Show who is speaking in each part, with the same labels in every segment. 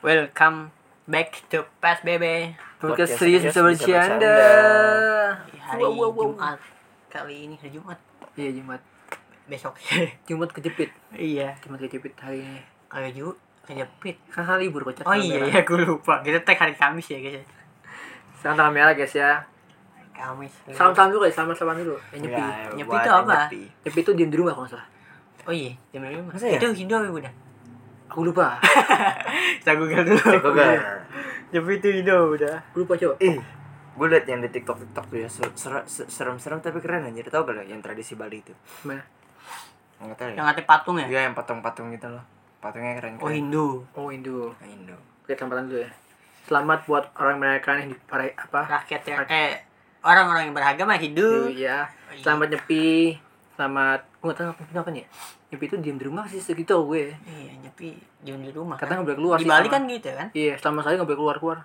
Speaker 1: Welcome back to PSBB
Speaker 2: Podcast serius bisa bercanda.
Speaker 1: Di hari
Speaker 2: Wow, wow, wow.
Speaker 1: Jumat kali ini hari Jumat
Speaker 2: Iya Jumat.
Speaker 1: besok
Speaker 2: Jumat kejepit.
Speaker 1: iya
Speaker 2: Jumat kejepit hari ini.
Speaker 1: kali Jumat kejepit
Speaker 2: Kan hari libur kocak.
Speaker 1: oh iya ya gue lupa kita tag hari Kamis ya guys
Speaker 2: Salam tangan merah guys ya.
Speaker 1: Kamis
Speaker 2: Salam salam dulu guys, salam salam dulu. Eh, nyepi.
Speaker 1: Nyepi itu apa?
Speaker 2: Nyepi itu diem di rumah kalau nggak salah.
Speaker 1: oh iya jam lima
Speaker 3: Masa ya?
Speaker 1: itu Hindu apa udah
Speaker 2: Aku lupa.
Speaker 1: saya google dulu Jepit itu Hindu udah
Speaker 2: Aku lupa coba.
Speaker 3: Ih, gue liat yang di TikTok TikTok tuh ya ser- ser- ser- serem-serem tapi keren anjir tau gak lo yang tradisi Bali itu?
Speaker 2: Mana?
Speaker 3: Enggak tahu ya.
Speaker 1: yang ada patung ya
Speaker 3: Iya yang patung-patung gitu loh. Patungnya keren
Speaker 1: oh
Speaker 3: keren.
Speaker 1: Hindu
Speaker 2: Oh Indo.
Speaker 3: Indo.
Speaker 2: Oke selamat dulu ya. Selamat buat orang mereka yang di para apa?
Speaker 1: rakyat yang eh orang-orang yang beragama Hindu
Speaker 2: Iya. Selamat nyepi. Selamat. Gue nggak tahu apa nyepi apa nih ya. Nyepi itu diem di rumah sih segitu gue.
Speaker 1: iya nyepi jangan di rumah
Speaker 2: Kadang nggak boleh keluar
Speaker 1: di
Speaker 2: sih,
Speaker 1: Bali
Speaker 2: sama-
Speaker 1: kan gitu kan
Speaker 2: Iya, selama saya nggak boleh keluar keluar.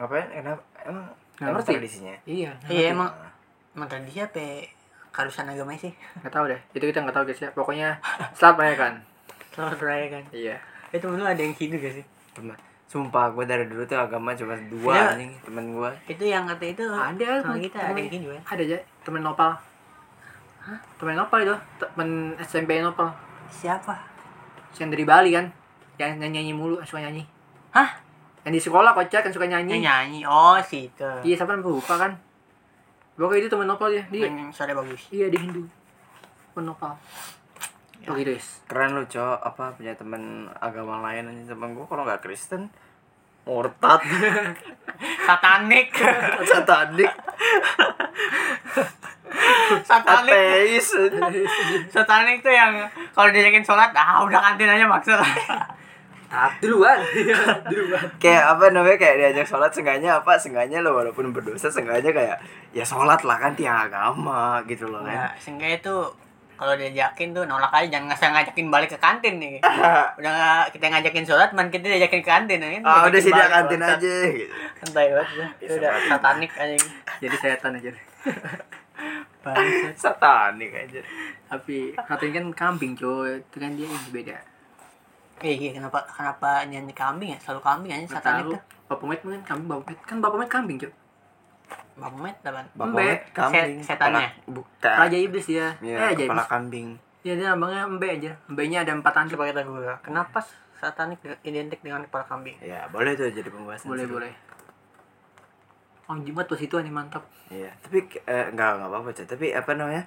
Speaker 3: Ngapain? Kenapa? Emang
Speaker 2: Nggak
Speaker 3: emang
Speaker 2: ngerti.
Speaker 3: tradisinya?
Speaker 2: Iya.
Speaker 1: Iya emang emang tradisi apa ya? keharusan agama sih?
Speaker 2: Nggak tahu deh. Itu kita nggak tahu guys ya. Pokoknya selamat merayakan.
Speaker 1: Selamat merayakan.
Speaker 2: Iya.
Speaker 1: Eh temen lu ada yang Hindu gak sih?
Speaker 3: Temen. Sumpah gue dari dulu tuh agama cuma
Speaker 1: Iya.
Speaker 3: dua anjing temen gue.
Speaker 1: Itu yang kata itu
Speaker 2: Ada
Speaker 1: sama
Speaker 2: temen-
Speaker 1: kita ada
Speaker 2: temen-
Speaker 1: yang Hindu ya?
Speaker 2: Ada aja temen nopal. Temen nopal itu, temen SMP nopal.
Speaker 1: Siapa?
Speaker 2: Yang dari Bali kan. Yang nyanyi, -nyanyi mulu, yang suka nyanyi.
Speaker 1: Hah?
Speaker 2: Yang di sekolah kocak kan suka
Speaker 1: Yang
Speaker 2: nyanyi.
Speaker 1: nyanyi. Oh si itu.
Speaker 2: Iya, siapa namanya lupa kan. Pokoknya itu temen nopal dia. dia.
Speaker 1: Yang suara bagus.
Speaker 2: Iya, dia Hindu. Temen nopal.
Speaker 1: Ya.
Speaker 2: Oke, guys.
Speaker 3: Keren lu cowok apa punya temen agama lain anjing temen gue kalau nggak Kristen murtad
Speaker 1: Satanik.
Speaker 3: satanik
Speaker 1: Satanik.
Speaker 3: ateis
Speaker 1: Satanik tuh yang kalau diajakin sholat, ah udah kantin aja maksudnya.
Speaker 2: Ah, duluan. duluan.
Speaker 3: kayak apa namanya kayak diajak sholat sengganya apa sengganya lo walaupun berdosa sengganya kayak ya sholat lah kan tiang agama gitu loh kan
Speaker 1: Nah, sehingga itu kalau diajakin tuh nolak aja jangan ngasih ngajakin balik ke kantin nih. Udah nggak- kita ngajakin sholat, man kita diajakin ke kantin
Speaker 2: Iya.
Speaker 1: nih.
Speaker 3: ah udah sih dia
Speaker 1: Diajakin balik
Speaker 3: kantin
Speaker 1: sholat.
Speaker 3: aja gitu
Speaker 1: Santai banget dah. Itu udah satanik aja
Speaker 2: Jadi setan aja. deh.
Speaker 1: Bangsat.
Speaker 3: satanik aja
Speaker 2: Tapi satu ini kan kambing, coy. Itu kan dia ini beda.
Speaker 1: Eh, iya, kenapa kenapa nyanyi kambing ya? Selalu kambing aja
Speaker 2: Nggak
Speaker 1: satanik
Speaker 2: tahu.
Speaker 1: tuh.
Speaker 2: Bapak Met mungkin kambing Bapak Met. Kan Bapak Met kambing, coy.
Speaker 1: Bapak dapat.
Speaker 2: Embe.
Speaker 3: bapak kambing
Speaker 1: Se- setannya.
Speaker 3: Kepala- bukan
Speaker 2: Raja Iblis dia.
Speaker 3: ya,
Speaker 2: eh, Raja
Speaker 3: kepala
Speaker 2: Iblis.
Speaker 3: kambing
Speaker 2: Ya, dia abangnya Embe aja. Embe-nya ada empat tanduk.
Speaker 1: Coba kita google. Kenapa satanik de- identik dengan kepala kambing?
Speaker 3: ya boleh tuh jadi pembahasan
Speaker 2: Boleh,
Speaker 3: seru.
Speaker 2: boleh. Oh, jimat pas itu nih mantap.
Speaker 3: Iya, tapi eh, nggak nggak apa-apa Cah. Tapi apa namanya?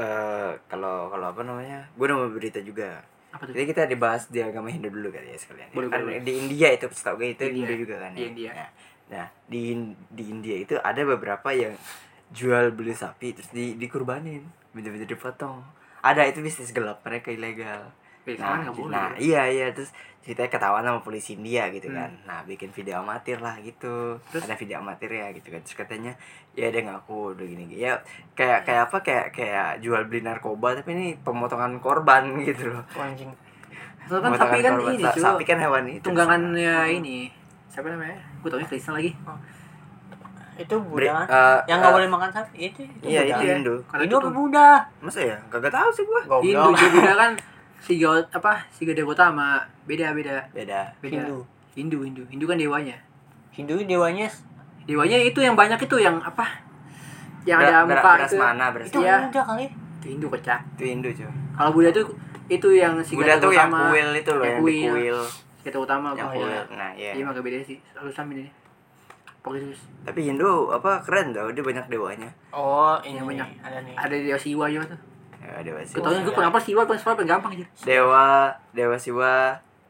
Speaker 3: Eh kalau kalau apa namanya? Gue udah mau berita juga.
Speaker 2: Apa tuh?
Speaker 3: Hmm. Jadi kita dibahas di agama Hindu dulu kali ya sekalian. ya.
Speaker 2: Boleh,
Speaker 3: kan
Speaker 2: boleh.
Speaker 3: di India itu setahu gue itu
Speaker 2: India.
Speaker 3: Hindu juga kan.
Speaker 2: Iya, India.
Speaker 3: Nah, nah, di In- di India itu ada beberapa yang jual beli sapi terus di dikurbanin, bener-bener dipotong. Ada itu bisnis gelap mereka ilegal.
Speaker 2: Wih,
Speaker 3: Nah,
Speaker 2: kan nggak boleh.
Speaker 3: nah, iya iya terus ceritanya ketahuan sama polisi India gitu
Speaker 2: Hmm.
Speaker 3: kan. Nah, bikin video amatir lah gitu.
Speaker 2: Terus?
Speaker 3: Ada video amatir ya gitu kan. Terus katanya ya dia ngaku udah gini, gini. Ya kayak kayak apa kayak kayak jual beli narkoba tapi ini pemotongan korban gitu loh.
Speaker 1: Tuh, Anjing.
Speaker 2: Soalnya kan
Speaker 3: Pemotongan
Speaker 2: sapi kan
Speaker 3: korban.
Speaker 2: ini,
Speaker 3: Sa-
Speaker 2: coy.
Speaker 3: sapi kan hewan itu.
Speaker 2: Tunggangannya ini. Siapa namanya? Gue taunya Kristen lagi.
Speaker 1: Itu
Speaker 3: Bre-
Speaker 1: Buddha.
Speaker 3: eh,
Speaker 1: yang nggak
Speaker 3: eh,
Speaker 1: boleh makan sapi itu. itu
Speaker 3: Iya,
Speaker 1: Buddha.
Speaker 3: itu Hindu.
Speaker 2: Karena
Speaker 1: Hindu
Speaker 2: itu
Speaker 1: apa Buddha?
Speaker 3: Masa ya? Kagak tahu sih gua.
Speaker 2: Hindu
Speaker 1: Goblok.
Speaker 2: juga kan si Gaut apa? Si Gautama sama beda-beda.
Speaker 3: Beda.
Speaker 2: Beda.
Speaker 1: Hindu.
Speaker 2: Hindu, Hindu. Hindu kan dewanya.
Speaker 1: Hindu dewanya
Speaker 2: Dewanya itu yang banyak itu yang apa? Yang
Speaker 3: Ber-
Speaker 2: ada
Speaker 3: ber-
Speaker 2: muka
Speaker 3: beras
Speaker 2: itu.
Speaker 3: mana beras
Speaker 1: itu
Speaker 3: mana?
Speaker 2: Iya.
Speaker 1: Buddha kali.
Speaker 2: Itu Hindu kocak.
Speaker 3: Itu Hindu, cuy.
Speaker 2: Kalau Buddha tuh itu yang si
Speaker 3: Buddha
Speaker 2: Gautama
Speaker 3: tuh yang kuil itu loh,
Speaker 2: yang
Speaker 3: yang di
Speaker 2: kuil.
Speaker 3: kuil.
Speaker 2: Kita
Speaker 1: Oh,
Speaker 2: utama
Speaker 3: Yang
Speaker 2: apa
Speaker 3: kuil.
Speaker 2: ya?
Speaker 3: Nah, iya.
Speaker 2: Iya mah beda sih. Harus sama ini. Pokoknya terus
Speaker 3: Tapi Hindu apa keren tau, dia banyak dewanya.
Speaker 1: Oh, ini
Speaker 2: Yang banyak.
Speaker 1: ada nih.
Speaker 2: ada dewa Siwa juga tuh.
Speaker 3: Ya, dewa
Speaker 2: Gue
Speaker 3: Siwa.
Speaker 2: tau gue kenapa Siwa paling soalnya paling gampang aja.
Speaker 3: Dewa, Dewa Siwa,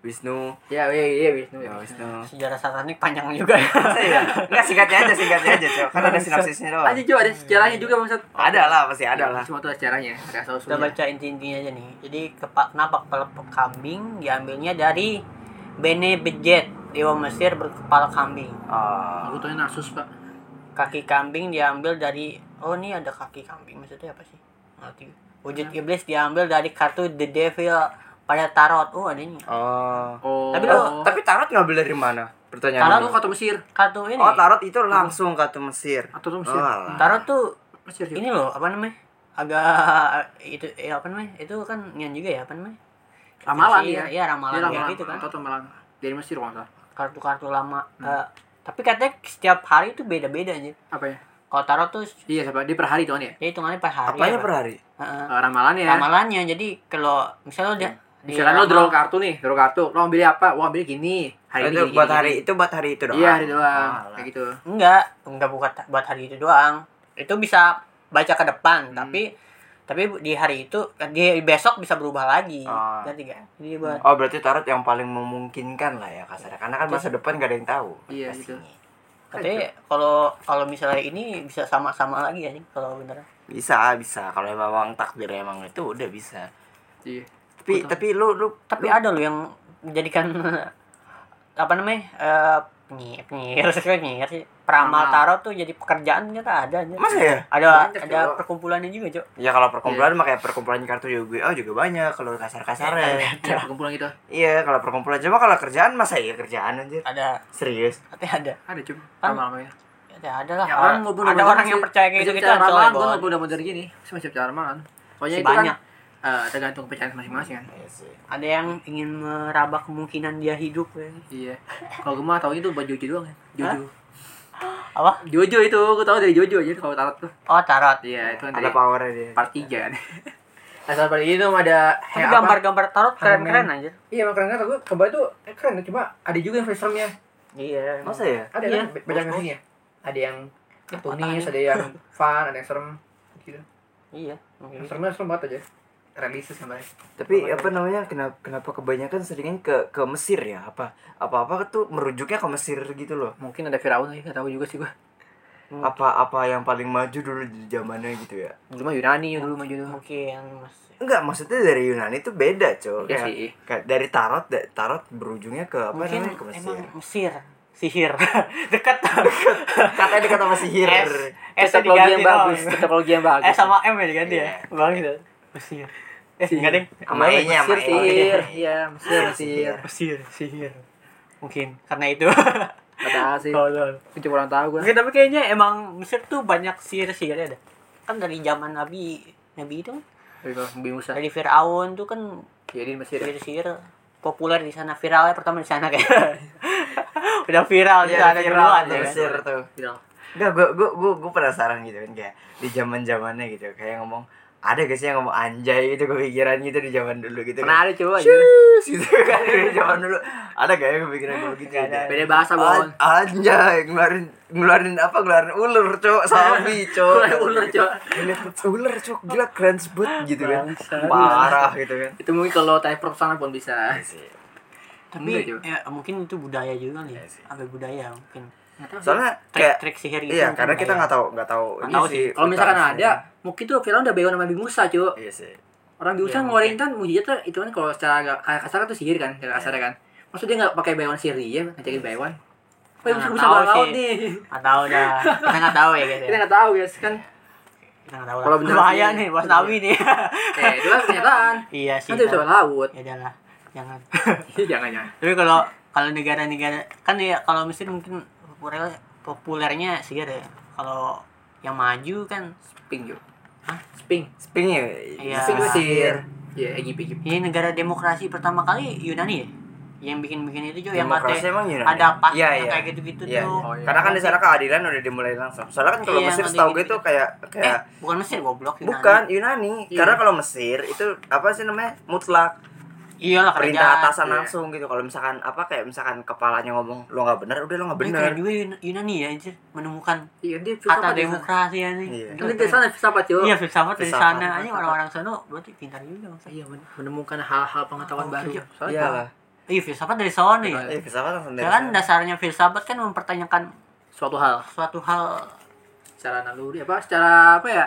Speaker 3: Wisnu,
Speaker 2: Ya iya iya Wisnu
Speaker 3: Dewa Wisnu.
Speaker 1: Sejarah satanik panjang juga ya.
Speaker 3: Masa ya? Enggak singkatnya aja, singkatnya aja, Cok. Kan ada sinopsisnya doang.
Speaker 2: Aja juga ada sejarahnya juga maksud.
Speaker 3: Ada lah, pasti ada lah.
Speaker 2: Semua tuh ada sejarahnya. Ada saus
Speaker 1: Kita baca inti-intinya aja nih. Jadi kepa, kenapa kepala kambing diambilnya dari Bene Bejet, dewa Mesir berkepala kambing.
Speaker 2: Aku
Speaker 3: Oh.
Speaker 2: taunya Nasus pak.
Speaker 1: Kaki kambing diambil dari oh ini ada kaki kambing maksudnya apa sih? Ngerti. Wujud iblis diambil dari kartu The Devil pada tarot. Oh ada ini.
Speaker 3: Oh.
Speaker 2: Oh.
Speaker 1: Tapi
Speaker 3: Tapi,
Speaker 1: lu-
Speaker 2: oh,
Speaker 3: tapi tarot ngambil dari mana?
Speaker 2: karena
Speaker 3: Pertanyaan
Speaker 2: lu
Speaker 3: gua.
Speaker 2: kota Mesir
Speaker 1: Kartu ini.
Speaker 3: Oh, tarot itu langsung kartu Mesir.
Speaker 2: atau tuh
Speaker 3: Oh,
Speaker 2: Mesir.
Speaker 3: alah.
Speaker 1: tarot tuh
Speaker 2: Mesir juga.
Speaker 1: ini loh apa namanya? Agak itu eh, apa namanya? Itu kan yang juga ya apa namanya?
Speaker 2: Ramalan
Speaker 1: Iya,
Speaker 2: ya.
Speaker 1: iya ramalan,
Speaker 2: Dia
Speaker 1: kayak
Speaker 2: ramalan
Speaker 3: ya,
Speaker 1: gitu kan.
Speaker 2: Atau tuh malang dari Mesir kalau nggak salah.
Speaker 1: kartu-kartu lama Eh, tapi katanya setiap hari itu beda-beda aja
Speaker 2: apa ya
Speaker 1: kalau tarot tuh
Speaker 2: iya siapa dia per hari tuh ya
Speaker 1: ya hitungannya per hari
Speaker 3: Apanya
Speaker 1: apa?
Speaker 3: per hari?
Speaker 1: Heeh.
Speaker 2: Eh, ramalannya ya
Speaker 1: ramalannya jadi kalau misalnya lo udah iya,
Speaker 2: misalkan lo draw kartu nih draw kartu lo ambilnya apa wah ambilnya gini hari ini
Speaker 3: itu
Speaker 2: gini, gini,
Speaker 3: buat
Speaker 2: gini.
Speaker 3: hari itu buat hari itu doang.
Speaker 2: iya hari
Speaker 1: Ah,
Speaker 2: doang
Speaker 3: Alah.
Speaker 2: kayak gitu
Speaker 1: enggak enggak buat buat hari itu doang itu bisa baca ke depan
Speaker 2: Hmm.
Speaker 1: tapi tapi di hari itu di besok bisa berubah lagi
Speaker 2: Oh.
Speaker 3: Ah.
Speaker 1: Ngerti nggak? jadi buat
Speaker 2: Hmm.
Speaker 3: Oh berarti tarot yang paling memungkinkan lah ya kasarnya karena kan masa depan gak ada yang tahu.
Speaker 2: iya gitu
Speaker 3: pastinya.
Speaker 1: katanya kalau kalau misalnya ini bisa sama-sama lagi ya nih kalau beneran
Speaker 3: Bisa bisa kalau emang, emang takdir emang itu udah bisa.
Speaker 2: iya
Speaker 3: Tapi
Speaker 2: Betul.
Speaker 3: tapi lu lu
Speaker 1: tapi
Speaker 3: lu-
Speaker 1: ada loh yang menjadikan apa namanya eh penyihir penyihir sih penyihir sih peramal
Speaker 2: Peramal.
Speaker 1: tarot tuh jadi pekerjaan ternyata ada aja
Speaker 3: masa ya?
Speaker 1: ada
Speaker 2: Banyak,
Speaker 1: ada
Speaker 2: Cok.
Speaker 1: perkumpulannya juga cok
Speaker 3: Ya kalau perkumpulan makanya perkumpulan kartu juga oh juga banyak kalau kasar-kasarnya.
Speaker 2: Iya. Iya, perkumpulan gitu
Speaker 3: Iya, kalau perkumpulan coba kalau kerjaan masa iya kerjaan anjir.
Speaker 1: ada
Speaker 3: Serius.
Speaker 1: tapi ada
Speaker 2: ada cuma
Speaker 1: Kan-
Speaker 2: ramalannya
Speaker 1: ada ada lah
Speaker 2: ya,
Speaker 1: orang,
Speaker 2: orang mau
Speaker 1: ada orang yang percaya kayak gitu gitu
Speaker 2: kita ramalan gue
Speaker 1: soalnya
Speaker 2: nggak udah modern gini sih macam cara ramalan pokoknya
Speaker 1: Si
Speaker 2: itu kan
Speaker 1: banyak.
Speaker 2: eh, tergantung percayaan masing-masing kan
Speaker 3: Iya sih.
Speaker 1: ada yang ingin meraba kemungkinan dia hidup ya.
Speaker 2: iya kalau gue mah tau itu buat jojo doang ya jojo
Speaker 1: apa
Speaker 2: jojo itu gue tau dari jojo aja kalau tarot tuh
Speaker 1: oh tarot
Speaker 2: iya itu kan dari
Speaker 3: Ada powernya dia.
Speaker 2: part 3 kan nah sampai ini tuh ada
Speaker 1: tapi
Speaker 3: Ya,
Speaker 2: eh, apa?
Speaker 1: gambar-gambar tarot keren-keren aja
Speaker 2: iya emang keren kan gue kembali tuh eh, keren ya. cuma ada juga yang face-nya
Speaker 1: iya
Speaker 3: Masa ya?
Speaker 2: ada
Speaker 1: Iya.
Speaker 2: kan be- banyak
Speaker 1: Bos-bos.
Speaker 2: sini ya ada yang tunis
Speaker 1: matanya.
Speaker 2: ada yang fun ada yang serem gitu
Speaker 1: iya
Speaker 2: yang seremnya serem banget aja kan, realistis gambarnya
Speaker 3: Tapi apa namanya? Kenapa kenapa kebanyakan seringnya ke ke Mesir ya? Apa apa-apa tuh merujuknya ke Mesir gitu loh.
Speaker 2: mungkin ada Firaun lagi nggak tahu juga sih gue
Speaker 3: Apa-apa yang paling maju dulu di zamannya gitu ya.
Speaker 2: dulu mah Yunani dulu mah dulu
Speaker 1: mungkin mas
Speaker 3: Enggak, maksudnya dari Yunani itu beda, Cok.
Speaker 2: Iya
Speaker 3: Kayak-
Speaker 2: sih.
Speaker 3: kayak dari tarot da- tarot berujungnya ke apa
Speaker 1: mungkin
Speaker 3: namanya? Ke Mesir.
Speaker 1: emang Mesir sihir dekat
Speaker 3: Katanya dekat sama sihir.
Speaker 1: S S
Speaker 2: teknologi
Speaker 1: diganti
Speaker 2: yang bagus
Speaker 1: dong.
Speaker 2: teknologi yang bagus
Speaker 1: S sama M ya diganti ya
Speaker 3: Iya.
Speaker 1: bang itu Mesir eh
Speaker 2: Sihir.
Speaker 1: enggak deh
Speaker 3: Sama E-nya, sama
Speaker 2: Mesir
Speaker 3: E-nya.
Speaker 2: sihir iya Mesir sihir
Speaker 1: Mesir sihir mungkin karena itu
Speaker 2: kata sih
Speaker 3: Oh,
Speaker 1: Tolol.
Speaker 2: gue cuma kurang tahu gue
Speaker 1: Oke, tapi kayaknya emang Mesir tuh banyak sihir-sihirnya ada. Kan dari zaman Nabi Nabi itu kan,
Speaker 2: Nabi Musa
Speaker 1: dari Firaun tuh kan
Speaker 2: jadi Mesir ya.
Speaker 1: sihir-sihir populer di sana viralnya pertama di sana kayak udah
Speaker 3: Iya,
Speaker 1: viral di sana duluan ya kan?
Speaker 3: Mesir tuh.
Speaker 2: Gitu.
Speaker 3: Enggak, gue gue gue gue penasaran gitu kan kayak di zaman zamannya gitu kayak ngomong ada gak sih yang ngomong anjay gitu kepikiran gitu di zaman dulu gitu
Speaker 2: pernah
Speaker 3: kan?
Speaker 2: ada coba aja
Speaker 3: Cus gitu kan di zaman dulu ada gak ya kepikiran gue gitu
Speaker 1: Gak ada.
Speaker 3: gitu?
Speaker 2: beda bahasa bon
Speaker 3: An- anjay ngeluarin ngeluarin apa ngeluarin ular cok sapi cok
Speaker 2: Ngeluarin ular, Cok.
Speaker 3: Gila, ular cok gila keren sebut gitu kan
Speaker 2: Bangsat.
Speaker 3: parah gitu kan
Speaker 2: itu mungkin kalau tanya prof sana pun bisa
Speaker 1: tapi
Speaker 2: Enggak juga.
Speaker 1: ya, mungkin itu budaya juga nih
Speaker 3: Iya sih.
Speaker 1: sampai budaya mungkin
Speaker 3: soalnya kayak
Speaker 1: trik-trik sihir gitu
Speaker 2: kan,
Speaker 3: iya
Speaker 1: mungkin
Speaker 3: karena kita
Speaker 1: budaya.
Speaker 3: nggak tahu nggak tahu
Speaker 1: Nggak
Speaker 3: ini
Speaker 1: tahu Iya sih.
Speaker 2: kalau misalkan
Speaker 3: utaranya.
Speaker 2: ada mungkin tuh Firaun udah bego sama Nabi Musa cuy
Speaker 3: iya sih
Speaker 2: orang biasa
Speaker 1: Iya,
Speaker 2: ngeluarin kan mujizat tuh itu kan kalau secara agak kayak kasar tuh sihir kan secara
Speaker 1: Iya.
Speaker 2: kasar kan maksudnya nggak pakai bayuan sihir dia ngajakin bayuan oh ya
Speaker 1: Nah,
Speaker 2: bisa bisa
Speaker 1: tahu
Speaker 2: laut
Speaker 1: sih. Iya.
Speaker 2: nih
Speaker 1: nggak tahu dah kita nggak tahu ya gitu
Speaker 2: kita
Speaker 1: ya.
Speaker 2: nggak tahu guys kan
Speaker 1: kita nggak tahu
Speaker 2: Kalau
Speaker 1: lah
Speaker 2: beneran
Speaker 1: bahaya
Speaker 2: sih.
Speaker 1: nih bos Nabi nih
Speaker 2: eh itu kan kenyataan
Speaker 1: iya sih
Speaker 2: kan tuh bisa
Speaker 1: ya
Speaker 2: laut
Speaker 1: jangan jangan
Speaker 2: jangan jangan
Speaker 1: tapi kalau kalau negara-negara kan ya kalau Mesir mungkin populer populernya sihir ya kalau yang maju kan
Speaker 2: sping cuy
Speaker 1: Hah?
Speaker 2: sping
Speaker 3: Sping ya,
Speaker 1: Iya.
Speaker 3: Sping Mesir.
Speaker 2: ya Egypt Egypt
Speaker 1: ini negara demokrasi pertama kali Yunani ya yang bikin-bikin itu juga yang
Speaker 3: Demokrasi
Speaker 1: ada
Speaker 3: emang Yunani.
Speaker 1: ada pas
Speaker 3: Iya,
Speaker 1: yang
Speaker 3: iya.
Speaker 1: kayak gitu-gitu
Speaker 3: Iya,
Speaker 1: tuh
Speaker 3: iya.
Speaker 2: Oh, iya.
Speaker 3: Karena kan di sana keadilan udah dimulai langsung. Soalnya kan kalau
Speaker 1: Iya,
Speaker 3: Mesir
Speaker 1: nggak
Speaker 3: setahu gue
Speaker 1: gitu-gitu.
Speaker 3: tuh kayak
Speaker 1: eh
Speaker 3: kayak
Speaker 1: bukan Mesir goblok Yunani
Speaker 3: bukan Yunani.
Speaker 2: Iya.
Speaker 3: Karena kalau Mesir itu apa sih namanya? mutlak
Speaker 1: iyalah
Speaker 3: perintah
Speaker 1: kerajaan.
Speaker 3: atasan
Speaker 2: Iya.
Speaker 3: langsung gitu. Kalau misalkan apa kayak misalkan kepalanya ngomong lo nggak benar, udah lo nggak
Speaker 2: Gitu.
Speaker 1: Tapi
Speaker 3: benar.
Speaker 1: keren Iya, juga Yun- Yunani ya anjir menemukan
Speaker 2: iya dia
Speaker 1: kata
Speaker 2: filsafat di sana.
Speaker 1: demokrasi ya nih.
Speaker 3: Iya.
Speaker 1: Gila,
Speaker 2: ini di sana filsafat cuy
Speaker 1: Iya filsafat dari
Speaker 3: Filsafat.
Speaker 1: sana aja orang-orang sana berarti pintar juga maksudnya.
Speaker 2: iya men- menemukan hal-hal
Speaker 1: Oh,
Speaker 2: pengetahuan baru
Speaker 1: iya.
Speaker 3: Iya
Speaker 2: soalnya
Speaker 3: lah.
Speaker 1: Iya filsafat dari sana ya.
Speaker 3: Eh, filsafat langsung dari
Speaker 1: Ya kan
Speaker 2: gitu.
Speaker 3: sana.
Speaker 1: dasarnya filsafat kan mempertanyakan
Speaker 2: suatu hal
Speaker 1: suatu hal
Speaker 2: secara naluri apa secara apa ya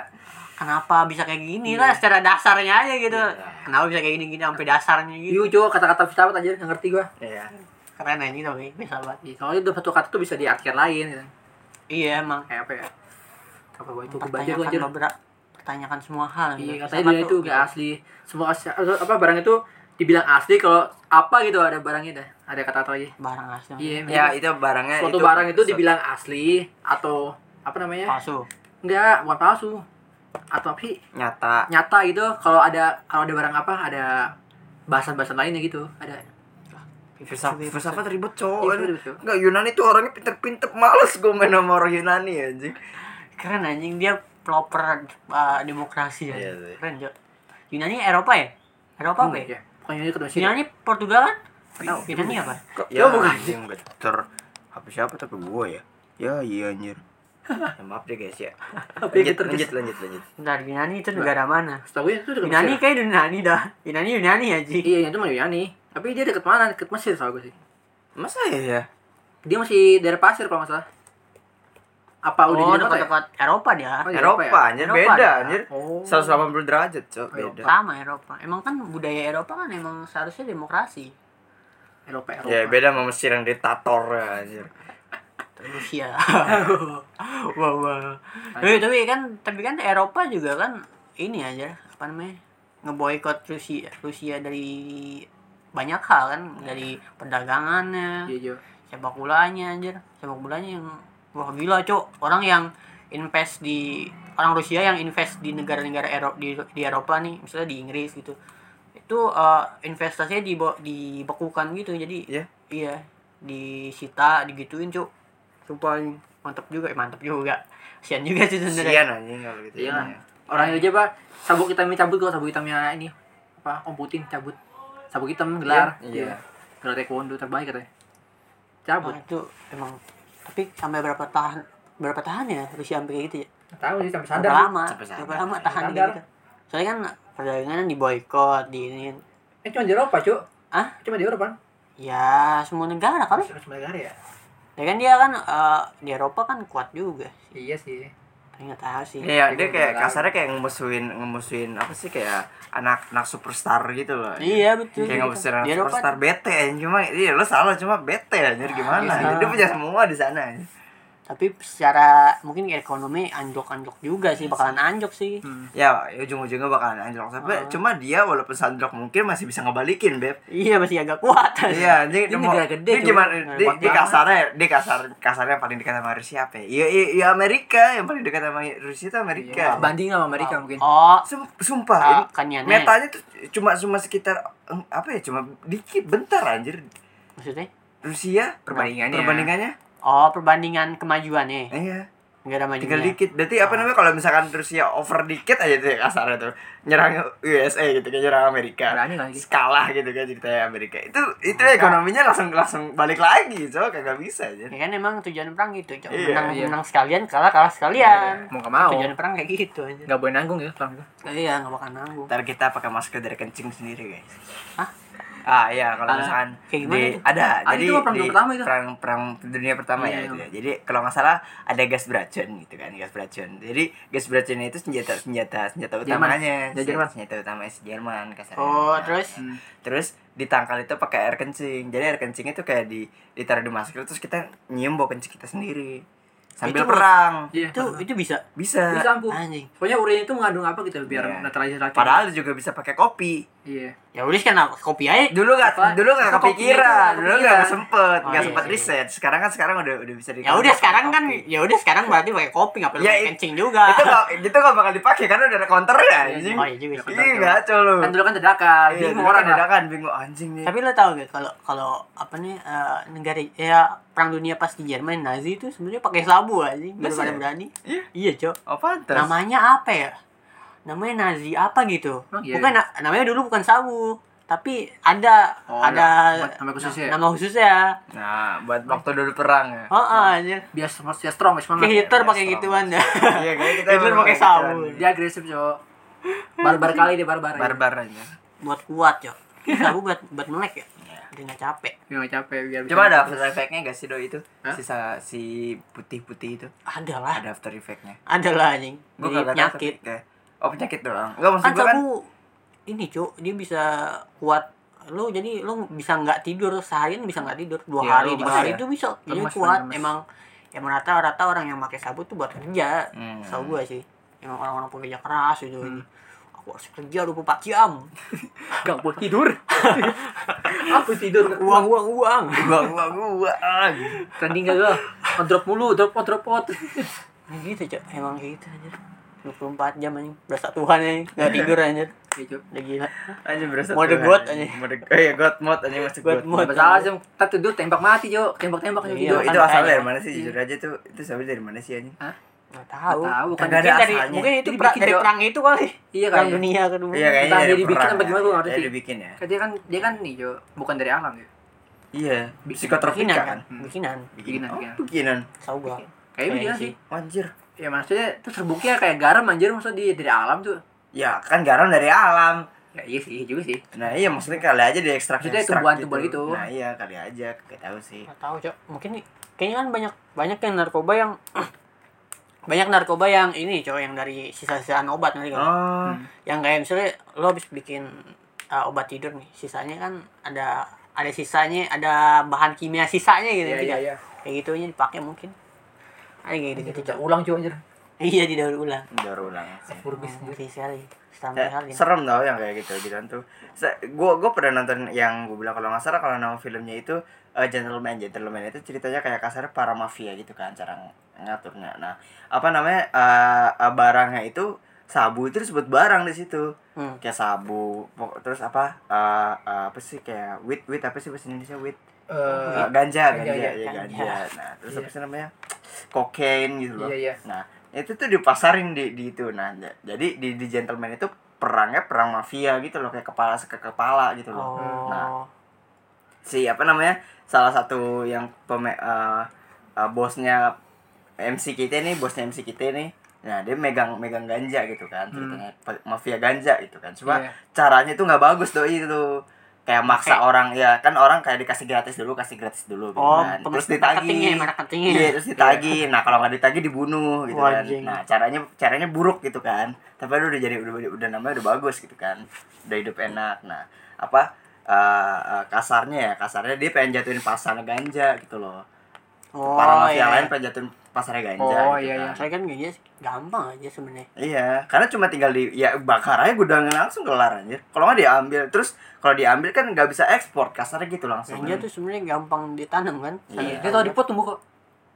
Speaker 1: kenapa bisa kayak gini lah secara dasarnya aja gitu.
Speaker 3: Iya.
Speaker 1: Kenapa bisa kayak gini-gini sampai dasarnya gitu.
Speaker 2: Iya cuy kata-kata filsafat aja nggak ngerti gua
Speaker 3: Iya.
Speaker 1: Keren aja tapi filsafat.
Speaker 2: Iya, soalnya itu satu kata tuh bisa diartikan lain gitu.
Speaker 1: Iya emang
Speaker 2: kayak apa ya apa gua itu gua baca gua
Speaker 1: mempertanyakan
Speaker 2: anjir
Speaker 1: beberapa pertanyakan semua hal
Speaker 2: iya
Speaker 1: gitu.
Speaker 2: katanya
Speaker 1: Filsafat
Speaker 2: dia itu
Speaker 1: tuh,
Speaker 2: gak asli semua as- apa barang itu dibilang asli kalau apa gitu ada barangnya dah ada kata-kata lagi
Speaker 1: barang asli.
Speaker 2: iya
Speaker 3: Ya
Speaker 2: maksudnya
Speaker 3: itu barangnya
Speaker 2: suatu barang itu dibilang asli atau apa namanya
Speaker 1: Palsu.
Speaker 2: enggak bukan palsu atau apa sih
Speaker 3: nyata.
Speaker 2: nyata gitu kalau ada kalau ada barang apa ada bahasan-bahasan lainnya gitu ada
Speaker 3: filsafat filsafat ribet
Speaker 2: Iya,
Speaker 3: cowok
Speaker 2: ribet, cowok.
Speaker 3: nggak Yunani tuh orangnya pinter-pinter males gue main sama orang Yunani anjing
Speaker 1: keren anjing dia proper demokrasi ya
Speaker 3: Iya sih.
Speaker 1: keren jo Yunani Eropa ya Eropa apa ya
Speaker 2: ya? Pokoknya ini ketemu sih.
Speaker 1: Yunani Portugal kan
Speaker 2: Tahu.
Speaker 1: Yunani apa
Speaker 3: Kok-
Speaker 2: Ya, bukan.
Speaker 3: anjing better HP siapa tapi gue ya ya iya anjir Ya, maaf deh guys ya
Speaker 2: Tapi
Speaker 3: lanjut
Speaker 2: gitu,
Speaker 3: lanjut lanjut lanjut
Speaker 1: bentar Yunani itu negara mana
Speaker 2: Setahu gue itu dekat
Speaker 1: Yunani
Speaker 2: Mesir.
Speaker 1: kayak Yunani dah Yunani Yunani anjing
Speaker 2: Iya, itu mah Yunani. Tapi dia dekat mana? Dekat Mesir setahu gue sih.
Speaker 3: masa
Speaker 2: iya
Speaker 3: ya ya
Speaker 2: Dia masih daerah pasir kalau nggak salah. Apa udah
Speaker 1: oh
Speaker 2: di Jakarta ya?
Speaker 1: dekat-dekat Eropa dia
Speaker 2: Oh, iya. Eropa
Speaker 3: Eropa,
Speaker 2: ya?
Speaker 3: anjir
Speaker 1: Eropa
Speaker 3: beda
Speaker 1: ya?
Speaker 3: anjir
Speaker 2: Oh.
Speaker 3: 180 derajat cok beda
Speaker 1: sama Eropa emang kan budaya Eropa kan emang seharusnya demokrasi
Speaker 2: Eropa, Eropa.
Speaker 1: Iya.
Speaker 3: ya beda sama Mesir yang diktator ya, anjir
Speaker 1: Rusia wah wah tapi, tapi kan tapi kan Eropa juga kan ini aja apa namanya ngeboikot Rusia Rusia dari banyak hal kan dari perdagangannya
Speaker 2: Iya, iya.
Speaker 1: sepak bolanya anjir sepak bolanya yang wah gila cok orang yang invest di orang Rusia yang invest di negara-negara Eropa di, di Eropa nih misalnya di Inggris gitu itu eh, investasinya di dibekukan gitu jadi
Speaker 3: Iya.
Speaker 1: iya disita digituin cok sumpah anjing. mantep juga eh, mantep juga sian juga sih sebenarnya
Speaker 3: Sian anjing kalau gitu
Speaker 2: Iya.
Speaker 3: ya.
Speaker 2: Orang aja pak sabuk hitamnya cabut kalau sabuk hitamnya ini apa Om Putin cabut. Sabuk hitam gelar.
Speaker 3: Iya.
Speaker 2: Gelar taekwondo terbaik katanya.
Speaker 1: Wah,
Speaker 2: Cabut.
Speaker 1: Nah, itu emang tapi sampai berapa tahan berapa tahan ya Rusia sampai kayak gitu ya
Speaker 2: Nggak Tahu sih sampai
Speaker 1: berapa
Speaker 2: sadar.
Speaker 1: lama
Speaker 3: Sampai sadar.
Speaker 1: berapa lama tahan
Speaker 2: Sadar.
Speaker 1: kayak gitu soalnya kan perdagangan di boykot di ini kan.
Speaker 2: Eh cuma di Eropa, Cuk.
Speaker 1: Hah?
Speaker 2: Cuma di Eropa.
Speaker 1: ya semua negara kali
Speaker 2: Semua negara ya?
Speaker 1: ya kan dia kan eh, di Eropa kan kuat juga
Speaker 2: Iya sih.
Speaker 1: tapi nggak tahu sih
Speaker 3: Iya,
Speaker 2: Tapi
Speaker 3: dia
Speaker 2: gua
Speaker 3: kayak
Speaker 2: nggak tahu.
Speaker 3: kasarnya kayak ngemusuhin ngemusuhin apa sih kayak anak anak superstar gitu loh.
Speaker 1: iya betul
Speaker 3: Kayak nggak besar
Speaker 1: di Eropa
Speaker 3: superstar bete ya cuma iya lo salah cuma bete ya jadi gimana
Speaker 1: iya.
Speaker 3: dia punya semua di sana
Speaker 1: tapi secara mungkin ekonomi anjlok-anjlok juga sih bakalan anjlok sih
Speaker 3: ya ujung-ujungnya bakalan anjlok tapi
Speaker 1: Ah.
Speaker 3: cuma dia walaupun sandrok mungkin masih bisa ngebalikin beb
Speaker 1: iya masih agak kuat
Speaker 3: iya dia,
Speaker 2: Dia
Speaker 3: mau-
Speaker 2: negara gede,
Speaker 3: dia
Speaker 2: cuy.
Speaker 3: gimana
Speaker 1: Nah,
Speaker 3: di,
Speaker 1: kuat
Speaker 3: di
Speaker 1: banget.
Speaker 3: kasarnya di kasar kasarnya yang paling dekat sama Rusia apa ya iya iya iya, Amerika yang paling dekat sama Rusia itu
Speaker 1: Iya,
Speaker 3: Amerika
Speaker 2: Iya. Banding sama Amerika mungkin.
Speaker 1: oh
Speaker 3: Sum- sumpah
Speaker 1: Ah,
Speaker 3: ini
Speaker 1: kan ya, Nek.
Speaker 3: metanya tuh cuma cuma sekitar em, apa ya cuma dikit bentar anjir
Speaker 1: maksudnya
Speaker 3: Rusia
Speaker 2: Perbandingannya.
Speaker 3: perbandingannya
Speaker 1: oh perbandingan kemajuan nih
Speaker 3: iya
Speaker 1: negara
Speaker 3: tinggal
Speaker 1: majunya
Speaker 3: dikit berarti apa namanya kalau misalkan Rusia over dikit aja tuh ya kasarnya tuh nyerang USA gitu kan nyerang Amerika
Speaker 2: Berani lagi.
Speaker 3: kalah gitu kan ceritanya Amerika itu itu ekonominya langsung langsung balik lagi so kagak bisa aja
Speaker 1: ya kan emang tujuan perang gitu Cok.
Speaker 3: Iya,
Speaker 1: menang
Speaker 2: iya.
Speaker 1: menang sekalian kalah kalah sekalian
Speaker 2: Mau gak mau.
Speaker 1: tujuan perang kayak gitu aja
Speaker 2: Gak boleh nanggung ya perang itu.
Speaker 1: iya nggak bakal nanggung
Speaker 3: ntar kita pakai masker dari kencing sendiri guys
Speaker 1: Hah?
Speaker 3: ah iya kalau
Speaker 2: Ah,
Speaker 3: misalkan
Speaker 1: kayak gimana
Speaker 3: di-
Speaker 1: tuh?
Speaker 3: ada
Speaker 2: Ah,
Speaker 3: jadi
Speaker 2: itu mah perang dunia
Speaker 3: di
Speaker 2: pertama itu.
Speaker 3: perang perang dunia pertama
Speaker 2: Iya,
Speaker 3: ya
Speaker 2: iya.
Speaker 3: itu ya. jadi kalau nggak salah ada gas beracun gitu kan gas beracun jadi gas beracun itu senjata senjata senjata
Speaker 2: Jerman.
Speaker 3: utamanya
Speaker 2: Ya, Jerman.
Speaker 3: senjata utamanya si Jerman kasarnya
Speaker 1: oh
Speaker 3: Nah,
Speaker 1: terus
Speaker 2: Hmm.
Speaker 3: terus ditangkal itu pakai air kencing jadi air kencing itu kayak di ditaruh di masker terus kita nyium bau kencing kita sendiri sambil
Speaker 1: Itu-
Speaker 3: perang
Speaker 2: Iya.
Speaker 1: itu itu bisa
Speaker 3: bisa
Speaker 2: Bisa ampuh.
Speaker 1: anjing
Speaker 2: Pokoknya urinnya itu mengandung apa gitu biar
Speaker 3: Iya.
Speaker 2: netralisir racun.
Speaker 3: padahal juga bisa pakai kopi
Speaker 2: Iya.
Speaker 1: ya udah kan aku- kopi aja
Speaker 3: dulu nggak
Speaker 2: Apa?
Speaker 3: dulu nggak
Speaker 2: Itu kopinya
Speaker 3: kepikiran
Speaker 2: itu nggak
Speaker 3: dulu nggak
Speaker 2: kepikiran.
Speaker 3: sempet
Speaker 1: Oh,
Speaker 3: nggak
Speaker 1: iya
Speaker 3: sempet
Speaker 1: sih.
Speaker 3: riset sekarang kan sekarang udah udah bisa
Speaker 1: ya udah sekarang kan ya udah sekarang berarti pakai kopi nggak perlu
Speaker 3: Ya,
Speaker 1: pakai
Speaker 3: it-
Speaker 1: kencing juga
Speaker 3: itu nggak itu nggak bakal dipakai karena udah ada counter ya anjing
Speaker 1: oh iya juga sih
Speaker 3: iya nggak colo
Speaker 2: Kan dulu kan dadakan, bingung orang
Speaker 3: ada
Speaker 2: lah.
Speaker 3: kan bingung anjing nih
Speaker 1: tapi lo tau gak kalau kalau apa nih eh, negara ya perang dunia pas di Jerman Nazi itu sebenarnya pakai sabu anjing baru
Speaker 3: Masa
Speaker 1: pada
Speaker 3: ya?
Speaker 1: berani
Speaker 3: Iya.
Speaker 1: iya cok
Speaker 3: oh pantas
Speaker 1: namanya apa ya namanya Nazi apa gitu
Speaker 2: Emang iya?
Speaker 1: bukan na- namanya dulu bukan sabu tapi ada
Speaker 2: Oh,
Speaker 1: ada
Speaker 2: ada nama khususnya ya?
Speaker 1: nama khususnya
Speaker 3: nah buat waktu dulu perang ya
Speaker 1: oh anjir
Speaker 2: Biar semua biar strong
Speaker 1: kayak
Speaker 2: semangat.
Speaker 1: Hitler
Speaker 3: biasa
Speaker 1: pakai
Speaker 3: lah,
Speaker 1: gituan ya
Speaker 3: iya kayak kita
Speaker 1: Hitler
Speaker 3: memang
Speaker 1: pakai
Speaker 3: kayak
Speaker 1: sabu.
Speaker 3: gituan.
Speaker 2: Dia agresif, Cok. Barbar kali dia barbar.
Speaker 3: barbar aja
Speaker 1: buat kuat cok sabu buat buat melek ya
Speaker 3: Iya.
Speaker 1: biar nggak capek
Speaker 2: Biar nggak capek, biar bisa-
Speaker 3: cuma ada after effect-nya gak sih do itu
Speaker 2: Hah?
Speaker 3: sisa si putih putih itu
Speaker 1: ada lah
Speaker 3: ada after effect-nya
Speaker 1: ada lah anjing
Speaker 3: Gua
Speaker 1: dari
Speaker 3: kagak tahu
Speaker 1: penyakit
Speaker 3: tapi kayak- oh penyakit doang enggak maksud
Speaker 1: kan
Speaker 3: gua kan
Speaker 1: sabu ini cuk dia bisa kuat lu jadi lu bisa nggak tidur seharian bisa nggak tidur dua
Speaker 2: Iya,
Speaker 1: hari
Speaker 2: lu
Speaker 1: tiga
Speaker 2: pasti
Speaker 1: hari
Speaker 3: ya.
Speaker 1: itu bisa jadi
Speaker 2: Lemes,
Speaker 1: kuat
Speaker 2: lemes.
Speaker 1: emang emang rata-rata orang yang pakai sabu tuh buat kerja
Speaker 3: Hmm.
Speaker 1: sabu gue sih emang orang-orang pekerja keras itu aku harus kerja 24 jam
Speaker 2: Gak boleh tidur. Aku tidur.
Speaker 1: uang uang uang
Speaker 3: gua gua gua ah, gitu.
Speaker 2: Trending gak gue? Drop mulu, drop out, drop out.
Speaker 1: Nah, Ya gitu cok emang kayak gitu aja 24 jam anjing. Berasa Tuhan anjing. Enggak tidur anjir.
Speaker 2: gitu
Speaker 1: Udah gila.
Speaker 3: Anjing berasa
Speaker 1: Mode
Speaker 3: Tuhan,
Speaker 1: God,
Speaker 3: anjing.
Speaker 1: anjing.
Speaker 3: Mode eh, ya God mode anjing masuk
Speaker 1: God
Speaker 3: God.
Speaker 1: mode.
Speaker 3: mode.
Speaker 2: masalah sih tak tidur tembak mati jo tembak tembak
Speaker 1: Iya,
Speaker 3: Itu,
Speaker 2: gitu
Speaker 1: makanya.
Speaker 3: itu asalnya dari mana sih
Speaker 2: Iya.
Speaker 3: jujur aja tuh itu sambil dari mana sih anjing?
Speaker 1: Enggak tahu.
Speaker 2: Nggak tahu, kan
Speaker 1: mungkin
Speaker 3: ada
Speaker 1: dari
Speaker 3: asalnya.
Speaker 1: mungkin itu
Speaker 2: Jadi
Speaker 1: pra,
Speaker 2: bikin
Speaker 1: dari
Speaker 2: doa.
Speaker 1: perang itu kali.
Speaker 2: iya
Speaker 1: Perang
Speaker 2: kayaknya
Speaker 1: dunia kedua.
Speaker 3: Iya kayaknya
Speaker 2: Entah
Speaker 3: dari
Speaker 2: dia dibikin
Speaker 3: perang
Speaker 2: apa
Speaker 3: ya.
Speaker 2: gimana, gua nggak
Speaker 3: Dari
Speaker 2: ngerti.
Speaker 3: dibikin ya.
Speaker 2: kan dia kan dia kan nih jo bukan dari alam ya
Speaker 3: Iya.
Speaker 2: Bikin-
Speaker 3: Psikotropika
Speaker 1: Bikinan
Speaker 3: kan.
Speaker 2: Hmm.
Speaker 1: kan? Bikinan.
Speaker 3: Bikinan.
Speaker 2: Bikinan, iya.
Speaker 3: Oh,
Speaker 2: bikinan.
Speaker 3: bikinan.
Speaker 1: Tahu gua.
Speaker 2: kayaknya
Speaker 1: Kayaknya
Speaker 2: dia Iya gitu sih
Speaker 1: sih.
Speaker 3: Anjir.
Speaker 2: ya maksudnya itu terbukti ya kayak garam anjir maksudnya dia dari alam tuh
Speaker 3: Ya kan garam dari alam.
Speaker 2: ya iya sih iya juga sih
Speaker 3: Nah iya maksudnya kali aja di ekstrak
Speaker 2: Maksudnya tumbuhan-tumbuhan gitu.
Speaker 3: Nah iya kali aja gak tahu sih.
Speaker 1: Gak tahu, Cok. Mungkin kayaknya kan banyak banyak yang narkoba yang banyak narkoba yang ini, Cok, yang dari sisa-sisaan obat nanti kan.
Speaker 3: Oh.
Speaker 2: Hmm.
Speaker 1: Yang kayak misalnya lo habis bikin uh, obat tidur nih, sisanya kan ada ada sisanya, ada bahan kimia sisanya gitu
Speaker 2: iya
Speaker 1: nanti
Speaker 2: iya
Speaker 1: kan.
Speaker 2: iya
Speaker 1: Kayak gitunya dipakai mungkin. Ada kayak gitu, gitu, Cok.
Speaker 2: ulang jo anjir
Speaker 1: Iya, didaur ulang.
Speaker 3: Daur ulang. sih.
Speaker 2: burgis anjir
Speaker 1: Mungkin sekali. Sampai
Speaker 3: Ya,
Speaker 1: hari.
Speaker 3: serem tau yang kayak gitu gituan tuh. Se- gua gua pernah nonton yang gua bilang kalau nggak salah kalau nama filmnya itu eh, Gentleman Gentleman itu ceritanya kayak kasar para mafia gitu kan cara ng- ngaturnya. Nah apa namanya eh, eh, barangnya itu sabu itu disebut barang di situ
Speaker 1: Hmm.
Speaker 3: kayak sabu pok- terus apa eh, eh, apa sih kayak wit wit apa sih bahasa Indonesia wit
Speaker 2: Eh,
Speaker 3: Eh, ganja
Speaker 2: Ganja,
Speaker 3: ganja
Speaker 2: iya,
Speaker 3: ya
Speaker 1: ganja.
Speaker 3: ganja nah terus
Speaker 2: Iya.
Speaker 3: apa sih namanya kokain gitu loh
Speaker 2: iya iya
Speaker 3: nah itu tuh dipasarin di di itu nah j- jadi di di gentleman itu perangnya perang mafia gitu loh kayak kepala ke kepala gitu loh nah
Speaker 1: Oh.
Speaker 3: si apa namanya salah satu yang peme eh, eh, bosnya MC kita nih bosnya MC kita nih nah dia megang megang ganja gitu kan
Speaker 1: Hmm.
Speaker 3: ceritanya pe- mafia ganja gitu kan cuma
Speaker 2: Iya.
Speaker 3: caranya tuh nggak bagus doi itu kayak maksa orang ya kan orang kayak dikasih gratis dulu kasih gratis dulu gitu
Speaker 1: Oh, ya,
Speaker 3: kan. terus
Speaker 1: pemes- marketingnya,
Speaker 3: ditagih
Speaker 1: marketingnya.
Speaker 3: iya terus ditagih nah kalau nggak ditagih dibunuh gitu kan
Speaker 1: Wajing.
Speaker 3: nah caranya caranya buruk gitu kan tapi lu udah jadi udah, udah namanya udah bagus gitu kan udah hidup enak nah apa eh, eh, kasarnya ya kasarnya dia pengen jatuhin pasar ganja gitu loh
Speaker 1: Oh,
Speaker 3: para mafia
Speaker 1: iya.
Speaker 3: lain pengen jatuhin pasar ganja
Speaker 2: Oh,
Speaker 3: gitu
Speaker 2: iya,
Speaker 3: kan.
Speaker 2: iya.
Speaker 1: Saya kan gini gampang aja sebenarnya.
Speaker 3: Iya, karena cuma tinggal di ya bakar aja gudangnya langsung kelar anjir. Kalau nggak diambil, terus kalau diambil kan nggak bisa ekspor kasarnya gitu langsung.
Speaker 1: Ganja tuh sebenarnya gampang ditanam kan?
Speaker 3: Iya.
Speaker 2: dia tau di pot tumbuh kok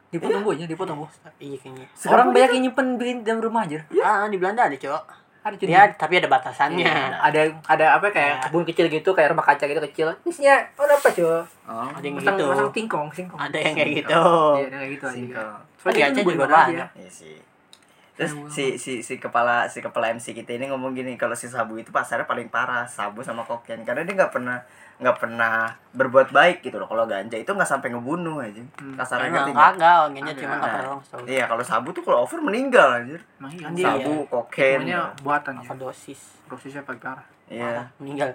Speaker 2: di pot tumbuh aja di pot tumbuh
Speaker 1: Iya kayaknya.
Speaker 3: Sekarang
Speaker 2: orang
Speaker 3: pun
Speaker 2: banyak yang nyimpen bikin dalam rumah aja
Speaker 1: Ah, di Belanda ada, Cok.
Speaker 2: ada jadi
Speaker 1: Ya, tapi ada batasannya.
Speaker 3: Iya.
Speaker 2: ada ada apa kayak
Speaker 1: Ya.
Speaker 2: kebun kecil gitu kayak rumah kaca gitu kecil isinya oh apa cuy
Speaker 3: Oh,
Speaker 1: Ada yang
Speaker 2: masang
Speaker 1: gitu.
Speaker 2: masang tingkong singkong
Speaker 1: Ada yang kayak gitu.
Speaker 2: iya ada
Speaker 3: Oh,
Speaker 2: kayak gitu aja
Speaker 3: singkong.
Speaker 1: Kan di
Speaker 2: Soalnya
Speaker 1: Aceh juga
Speaker 2: itu nungguin orang
Speaker 1: ada.
Speaker 2: aja.
Speaker 3: Iya sih. Nah, Terus si, si si kepala si kepala MC kita ini ngomong gini kalau si sabu itu pasarnya paling parah sabu sama kokain karena dia nggak pernah nggak pernah berbuat baik gitu loh kalau ganja itu nggak sampai ngebunuh aja kasarnya
Speaker 1: Emang
Speaker 3: ngerti Hmm.
Speaker 1: Nah,
Speaker 3: nggak?
Speaker 1: kagak, ganja cuma
Speaker 3: Nah,
Speaker 1: apa doang setahun.
Speaker 3: iya kalau sabu tuh kalau over meninggal anjir
Speaker 2: Emang iya,
Speaker 1: Kan dia-
Speaker 2: sabu.
Speaker 3: sabu kokain
Speaker 2: semuanya buatan ya
Speaker 1: Overdosis.
Speaker 2: prosesnya paling parah
Speaker 3: iya
Speaker 1: Parah, meninggal.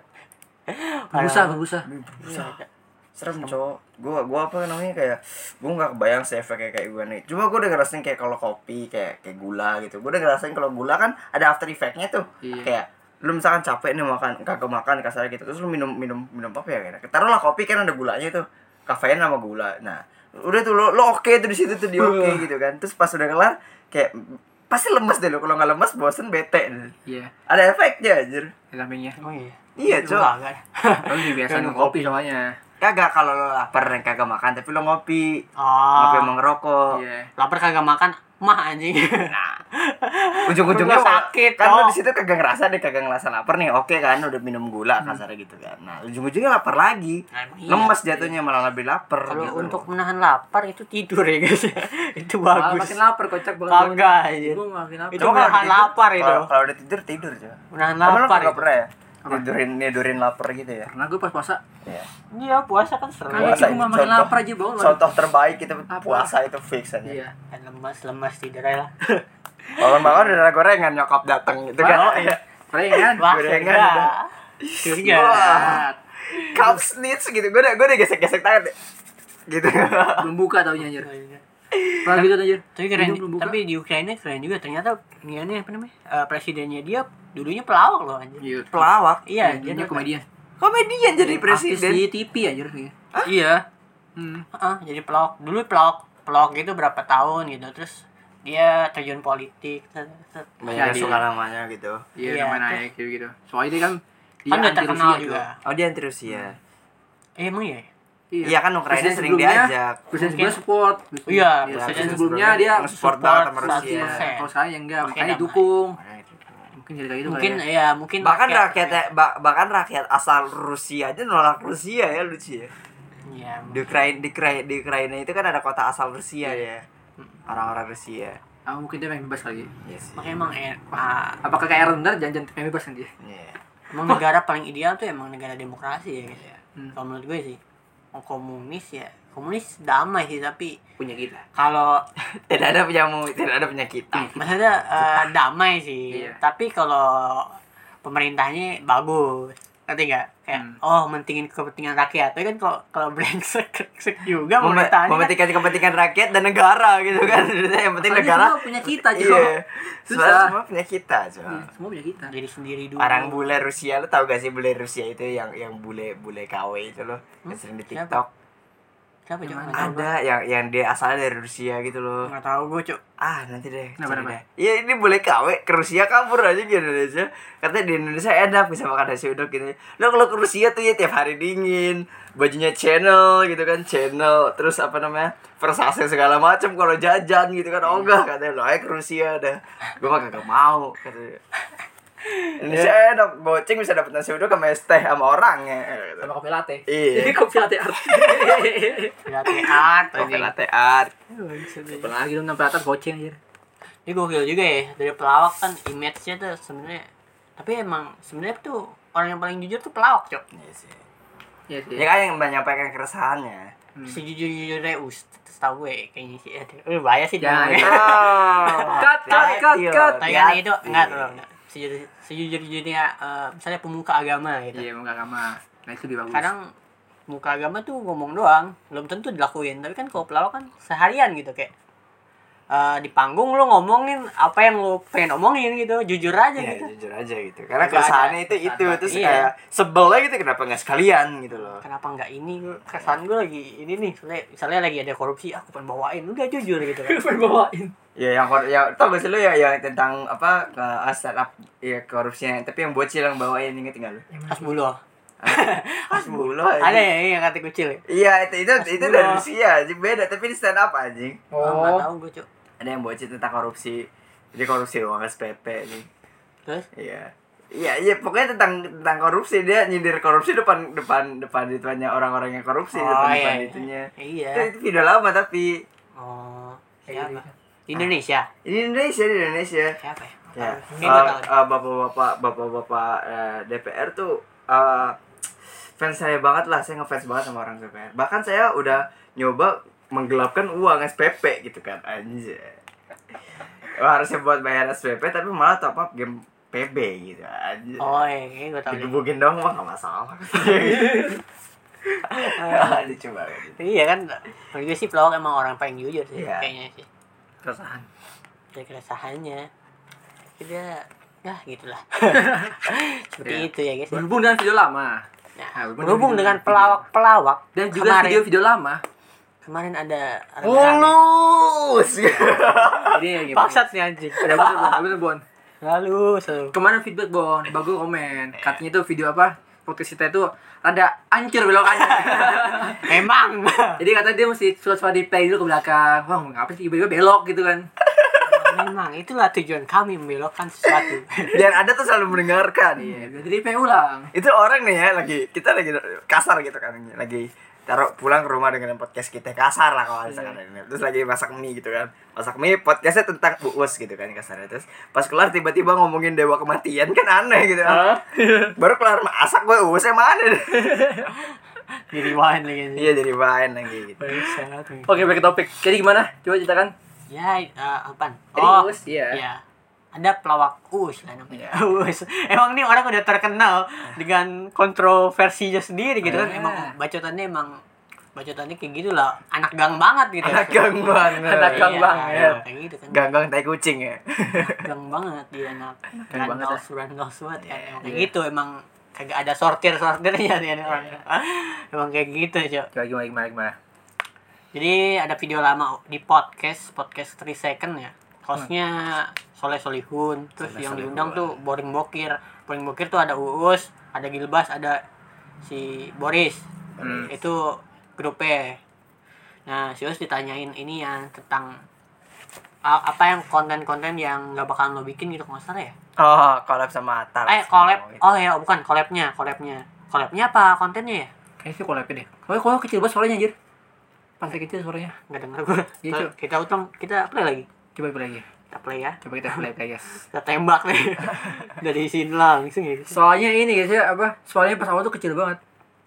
Speaker 1: Iya.
Speaker 2: berusaha berusaha
Speaker 3: Susah. serem cowok gua gua apa namanya kayak gua nggak kebayang sih efeknya kayak gua nih cuma gua udah ngerasain kayak kalau kopi kayak kayak gula gitu gua udah ngerasain kalau gula kan ada after effectnya tuh
Speaker 2: Iya.
Speaker 3: kayak lu misalkan capek nih makan kagak makan kasarnya gitu terus lu minum minum minum apa ya kayak taruhlah kopi kan ada gulanya tuh kafein sama gula nah udah tuh lo lo oke tuh di situ tuh di oke gitu kan terus pas udah kelar kayak pasti lemes deh lo kalau nggak lemes bosen bete deh.
Speaker 2: iya
Speaker 3: ada efeknya anjir
Speaker 2: di sampingnya
Speaker 1: Oh iya. kan?
Speaker 3: iya
Speaker 1: Itu
Speaker 3: cowok
Speaker 1: kagak.
Speaker 2: orang juga biasa
Speaker 3: Minum
Speaker 2: minum kopi soalnya
Speaker 3: kagak kalau lo lapar nih kagak makan tapi lo ngopi ngopi
Speaker 1: Ah,
Speaker 3: mau ngerokok
Speaker 2: iya
Speaker 1: lapar kagak makan, mah anjing.
Speaker 3: ujung-ujungnya
Speaker 1: Perut gua sakit,
Speaker 3: kan
Speaker 1: Cok.
Speaker 3: lo di situ kagak ngerasa deh kagak ngerasa lapar nih oke kan udah minum gula kasarnya gitu kan nah ujung-ujungnya lapar lagi
Speaker 1: Hmm. Nah, emang iya.
Speaker 3: lemes jatuhnya malah lebih lapar
Speaker 1: Kalau
Speaker 3: gitu.
Speaker 1: untuk menahan lapar itu tidur ya guys. itu
Speaker 2: Malah
Speaker 1: bagus.
Speaker 2: makin lapar kocak banget
Speaker 1: Kagak anjir.
Speaker 2: gue makin lapar
Speaker 1: Itu kan menahan
Speaker 3: udah tidur-
Speaker 1: lapar itu.
Speaker 3: kalau- kalau udah tidur tidur Cok.
Speaker 1: Menahan
Speaker 3: Apa lo
Speaker 1: lapar.
Speaker 3: kagak
Speaker 1: itu.
Speaker 3: pernah ya tidurin tidurin lapar gitu ya
Speaker 2: karena gue pas puasa
Speaker 3: Iya.
Speaker 1: Iya, puasa kan seru.
Speaker 2: Kagak
Speaker 3: Puasa
Speaker 2: sih,
Speaker 3: ini
Speaker 2: gua makin
Speaker 3: contoh-
Speaker 2: lapar aja bangun.
Speaker 3: contoh terbaik itu
Speaker 2: Apa?
Speaker 3: puasa itu fix aja
Speaker 2: iya
Speaker 1: Kan lemas, lemas tidur aja lah.
Speaker 3: bangun-bangun udah gorengan nyokap dateng gitu
Speaker 1: Oh,
Speaker 2: Wah,
Speaker 3: kan
Speaker 2: iya. Keren kan?
Speaker 1: Wah,
Speaker 3: Gorengan
Speaker 1: surga.
Speaker 3: udah.
Speaker 1: Surga.
Speaker 3: Wah. cups needs Iya. gitu gue udah gue udah gesek-gesek tangan deh. gitu
Speaker 2: Belum buka tau anjir. Pernah gitu anjir.
Speaker 1: Tapi keren,
Speaker 2: Hidung belum buka.
Speaker 1: tapi di Ukraina keren juga ternyata ini aneh, apa namanya? eh, presidennya dia dulunya pelawak loh anjir.
Speaker 2: Iya.
Speaker 3: pelawak
Speaker 1: Iya,
Speaker 2: Dia
Speaker 1: dia
Speaker 2: komedian.
Speaker 3: komedian jadi presiden
Speaker 2: Artis di TV anjir.
Speaker 1: Iya.
Speaker 2: Hmm.
Speaker 1: Heeh, jadi pelawak. Dulu pelawak, pelawak gitu berapa tahun gitu. Terus dia terjun politik. set, set.
Speaker 3: banyak
Speaker 2: Jadi-
Speaker 3: suka namanya gitu
Speaker 2: Iya,
Speaker 1: Iya,
Speaker 2: namanya naik gitu gitu. Soalnya dia kan
Speaker 3: Iya,
Speaker 1: Kan udah
Speaker 2: anti
Speaker 1: terkenal
Speaker 2: Rusia,
Speaker 1: juga.
Speaker 3: oh dia anti Rusia
Speaker 1: Eh, emang ya?
Speaker 3: Iya kan Ukraina
Speaker 2: Presiden
Speaker 3: sering
Speaker 2: sebelumnya-
Speaker 3: diajak.
Speaker 2: Presiden
Speaker 1: Mungkin-
Speaker 2: sebelumnya support. gitu.
Speaker 1: Iya,
Speaker 2: Presiden
Speaker 1: presiden
Speaker 2: sebelumnya dia
Speaker 3: support banget sama
Speaker 1: support
Speaker 3: Rusia.
Speaker 1: 100%.
Speaker 2: Kalau saya ya enggak,
Speaker 1: Makanya
Speaker 2: makanya
Speaker 1: damai.
Speaker 2: dukung.
Speaker 3: Makanya gitu.
Speaker 2: Mungkin jadi kayak gitu
Speaker 1: mungkin
Speaker 2: kali ya.
Speaker 1: ya mungkin
Speaker 3: Bahkan rakyatnya bah- bahkan rakyat asal Rusia aja nolak Rusia ya lucu ya.
Speaker 1: Iya,
Speaker 3: Di Ukraina di Ukraina, di Ukraina itu kan ada kota asal
Speaker 2: Iya.
Speaker 3: Rusia ya. Orang-orang Rusia.
Speaker 2: Ah, mungkin dia pengen bebas lagi.
Speaker 3: Iya sih.
Speaker 1: makanya emang eh, Pak,
Speaker 2: Apakah kayak Erdogan jangan-jangan pengen bebas kan dia?
Speaker 3: Iya.
Speaker 1: emang negara paling ideal tuh emang negara demokrasi ya guys ya.
Speaker 2: Hmm.
Speaker 1: Kalau menurut gue sih, mau komunis ya komunis damai sih tapi
Speaker 2: Punya kita.
Speaker 1: kalau
Speaker 3: Tidak ada punyamu, tidak ada punya kita.
Speaker 1: maksudnya eh, damai sih
Speaker 2: Iya.
Speaker 1: tapi kalau pemerintahnya bagus ngerti nggak kayak
Speaker 2: Hmm.
Speaker 1: oh mentingin kepentingan rakyat tapi kan kalau kalau brengsek brengsek juga
Speaker 3: Mem-
Speaker 1: pemerintahnya kan-
Speaker 3: Mementingkan kepentingan rakyat dan negara gitu kan. Yang penting
Speaker 2: Makanya
Speaker 3: negara.
Speaker 2: semua punya kita, Jo.
Speaker 3: Iya. Semua,
Speaker 2: Susah.
Speaker 3: semua punya kita, cuma.
Speaker 2: Iya, Semua punya kita.
Speaker 1: diri sendiri dulu
Speaker 3: Orang bule Rusia lu tau gak sih bule Rusia itu yang yang bule bule KW itu loh yang sering di
Speaker 1: Siapa?
Speaker 3: TikTok
Speaker 1: siapa cok
Speaker 2: Yang
Speaker 1: nggak tahu
Speaker 3: ada yang yang dia asalnya dari Rusia gitu
Speaker 1: gue
Speaker 3: loh
Speaker 1: nggak tahu gue cok
Speaker 3: ah nanti deh
Speaker 2: Kenapa,
Speaker 3: cari
Speaker 2: kenapa?
Speaker 3: deh. iya ini bule KW ke Rusia kabur aja ke Indonesia katanya di Indonesia enak bisa makan nasi uduk gitu lo kalau ke Rusia tuh ya tiap hari dingin bajunya channel gitu kan channel terus apa namanya versasi segala macam kalau jajan gitu kan oh enggak katanya lo aja ke Rusia dah gue mah kagak mau katanya Indonesia
Speaker 2: Iya.
Speaker 3: enak goceng bisa dapet nasi uduk sama es teh sama orang ya
Speaker 2: Sama kopi latte.
Speaker 3: Iya.
Speaker 2: Ini kopi latte art.
Speaker 1: latte art
Speaker 3: Kopi
Speaker 1: anjing.
Speaker 3: latte art
Speaker 2: Apa lagi dong kopi latte goceng anjir.
Speaker 1: ini gokil juga ya dari pelawak kan image-nya tuh sebenarnya tapi emang sebenarnya tuh orang yang paling jujur tuh pelawak cok Hmm.
Speaker 3: Iya sih.
Speaker 2: Iya sih.
Speaker 3: Dia kan yang menyampaikan keresahannya
Speaker 1: sejujur jujurnya us tahu gue kayaknya sih ada eh bahaya sih
Speaker 2: Ya,
Speaker 1: ngomongnya.
Speaker 2: itu.
Speaker 3: Ah.
Speaker 2: Cut, cut, cut, cut.
Speaker 1: tapi kan itu enggak tuh sejujur jujurnya eh, misalnya pemuka agama gitu
Speaker 2: Iya, enggak sama. Nah, itu lebih bagus.
Speaker 1: kadang pemuka agama tuh ngomong doang belum tentu dilakuin tapi kan kalau pelawak kan seharian gitu kayak eh, di panggung lo ngomongin apa yang lo pengen omongin gitu jujur aja
Speaker 2: Iya,
Speaker 3: Ya,
Speaker 1: gitu
Speaker 3: jujur aja gitu. Karena
Speaker 1: Nggak
Speaker 3: keresahannya itu itu
Speaker 2: keresahan.
Speaker 3: terus
Speaker 1: Iya.
Speaker 3: kayak sebelnya gitu kenapa nggak sekalian gitu
Speaker 2: iya.
Speaker 3: loh.
Speaker 1: kenapa nggak ini Gua- kesan gue lagi ini nih misalnya, misalnya lagi ada korupsi "Ah, aku pengen bawain udah jujur gitu kan
Speaker 2: pengen bawain.
Speaker 3: Ya yang kor ya tau gak sih lo ya yang tentang apa ke startup ya korupsinya tapi yang bocil yang bawain inget nggak lo?
Speaker 1: Hasbullah
Speaker 3: Hasbullah.
Speaker 2: Iya.
Speaker 1: ada ya yang kata kecil ya
Speaker 3: Iya itu itu itu dari
Speaker 1: Hasbullah.
Speaker 3: Rusia anjing. beda tapi ini stand up anjing.
Speaker 1: nggak
Speaker 2: Oh.
Speaker 1: tahu gue cok
Speaker 3: Ada yang bocil tentang korupsi. Jadi korupsi uang SPP nih.
Speaker 1: terus
Speaker 3: Iya. Iya, iya pokoknya tentang tentang korupsi dia nyindir korupsi depan depan depan ituannya orang-orang yang
Speaker 2: Iya,
Speaker 3: korupsi depan depan itunya.
Speaker 1: Oh, iya
Speaker 3: Itu, itu video lama tapi
Speaker 1: oh
Speaker 2: Kayak
Speaker 1: siapa di Indonesia
Speaker 3: ini Indonesia di Indonesia.
Speaker 1: siapa ya
Speaker 3: Ya.
Speaker 1: ini gue
Speaker 3: eh,
Speaker 1: tahu deh.
Speaker 3: eh, bapak-bapak bapak-bapak eh, DPR tuh eh, fans saya banget lah, saya ngefans banget sama orang DPR. Bahkan saya udah nyoba menggelapkan uang SPP gitu kan anjir. Wah, harusnya buat bayar SPP tapi malah top up game PB gitu anjir.
Speaker 1: oh iya kayaknya gue tahu deh.
Speaker 3: digebukin dong mah gak masalah Ah, lucu banget
Speaker 1: Iya kan, menurut gue sih pelawak emang orang paling jujur sih
Speaker 3: Iya.
Speaker 1: kayaknya sih
Speaker 2: Keresahan.
Speaker 1: dari keresahannya. Kita ya gitulah. Seperti
Speaker 2: Iya.
Speaker 1: itu ya guys. ya.
Speaker 2: Berhubung dengan video
Speaker 1: Nah,
Speaker 2: lama. Nah, berhubung
Speaker 1: berhubung
Speaker 2: dengan-
Speaker 1: dengan pelawak-pelawak
Speaker 2: Dan juga Oh,
Speaker 1: kemarin,
Speaker 2: video-video lama.
Speaker 1: kemarin ada rame-rame.
Speaker 3: mulus
Speaker 2: Ini yang
Speaker 1: Paksat nih anjing.
Speaker 2: ya, gitu. Ada bener, Bon. Ada bener, Bon.
Speaker 1: Lalu selalu.
Speaker 2: Kemarin feedback, Bon. Bagus komen. Katanya itu video apa? Podcast kita itu ada hancur belokannya.
Speaker 1: Memang.
Speaker 2: Jadi katanya dia mesti suka-suka di play dulu ke belakang. Wah, ngapa sih tiba-tiba belok gitu kan?
Speaker 1: Memang itulah tujuan kami membelokkan sesuatu.
Speaker 3: biar ada tuh selalu mendengarkan
Speaker 2: Iya, biar jadi play ulang.
Speaker 3: itu orang nih ya lagi kita lagi kasar gitu kan lagi taruh pulang ke rumah dengan podcast kita kasar lah
Speaker 2: Iya.
Speaker 3: kalau misalkan ini. terus lagi masak mie gitu kan masak mie podcastnya tentang uus gitu kan kasarnya terus pas kelar tiba-tiba ngomongin dewa kematian kan aneh gitu kan. baru kelar masak gue uusnya mana
Speaker 1: Jadi wahan lagi. anjing.
Speaker 3: iya jadi main lagi gitu
Speaker 1: Bangsat.
Speaker 2: Oke, back ke topik. Jadi gimana? Coba ceritakan.
Speaker 1: Ya, eh, apaan?
Speaker 2: Jadi
Speaker 1: Oh,
Speaker 2: Uus, iya.
Speaker 1: Ada pelawak Uus lah namanya. Uus. Emang nih orang udah terkenal dengan kontroversinya sendiri gitu kan.
Speaker 2: Iya.
Speaker 1: Emang bacotannya emang bacotannya kayak gitu lah. Anak gang banget gitu.
Speaker 3: anak gang banget
Speaker 2: Iya. Anak gang
Speaker 1: Iya,
Speaker 2: banget.
Speaker 1: Kayak gitu kan.
Speaker 3: Ganggang tai kucing ya.
Speaker 1: Gang banget dia anak.
Speaker 2: gang
Speaker 1: Gang banget.
Speaker 2: banget Iya,
Speaker 1: banget kan. Emang kayak gitu emang kagak ada sortir-sortirnya dia nih orang.
Speaker 2: Iya,
Speaker 1: Emang kayak gitu, Cok.
Speaker 2: Coba gimana gimana gimana?
Speaker 1: Jadi ada video lama di podcast, podcast 3 second ya. Hostnya Soleh Solihun, terus
Speaker 3: Soleh
Speaker 1: yang
Speaker 3: Solihun.
Speaker 1: diundang tuh Boring Bokir. Boring Bokir tuh ada Uus, ada Gilbas, ada si Boris.
Speaker 2: Hmm.
Speaker 1: Itu grupnya nah si Us ditanyain ini yang tentang a- apa yang konten-konten yang nggak bakalan lo bikin gitu kalau nggak salah ya
Speaker 4: Oh, collab sama Atar.
Speaker 1: eh collab oh ya bukan collabnya collabnya collabnya apa kontennya ya
Speaker 2: Kayaknya sih kolabnya deh. Kok kok kecil banget suaranya anjir. Pantai kecil suaranya.
Speaker 1: nggak dengar gue
Speaker 2: Gitu.
Speaker 1: kita utang kita play lagi
Speaker 2: Coba play lagi.
Speaker 1: kita play ya
Speaker 2: Coba kita play play guys.
Speaker 1: kita tembak nih dari sini langsung ya
Speaker 2: Soalnya ini guys ya apa? Soalnya pas awal tuh kecil banget.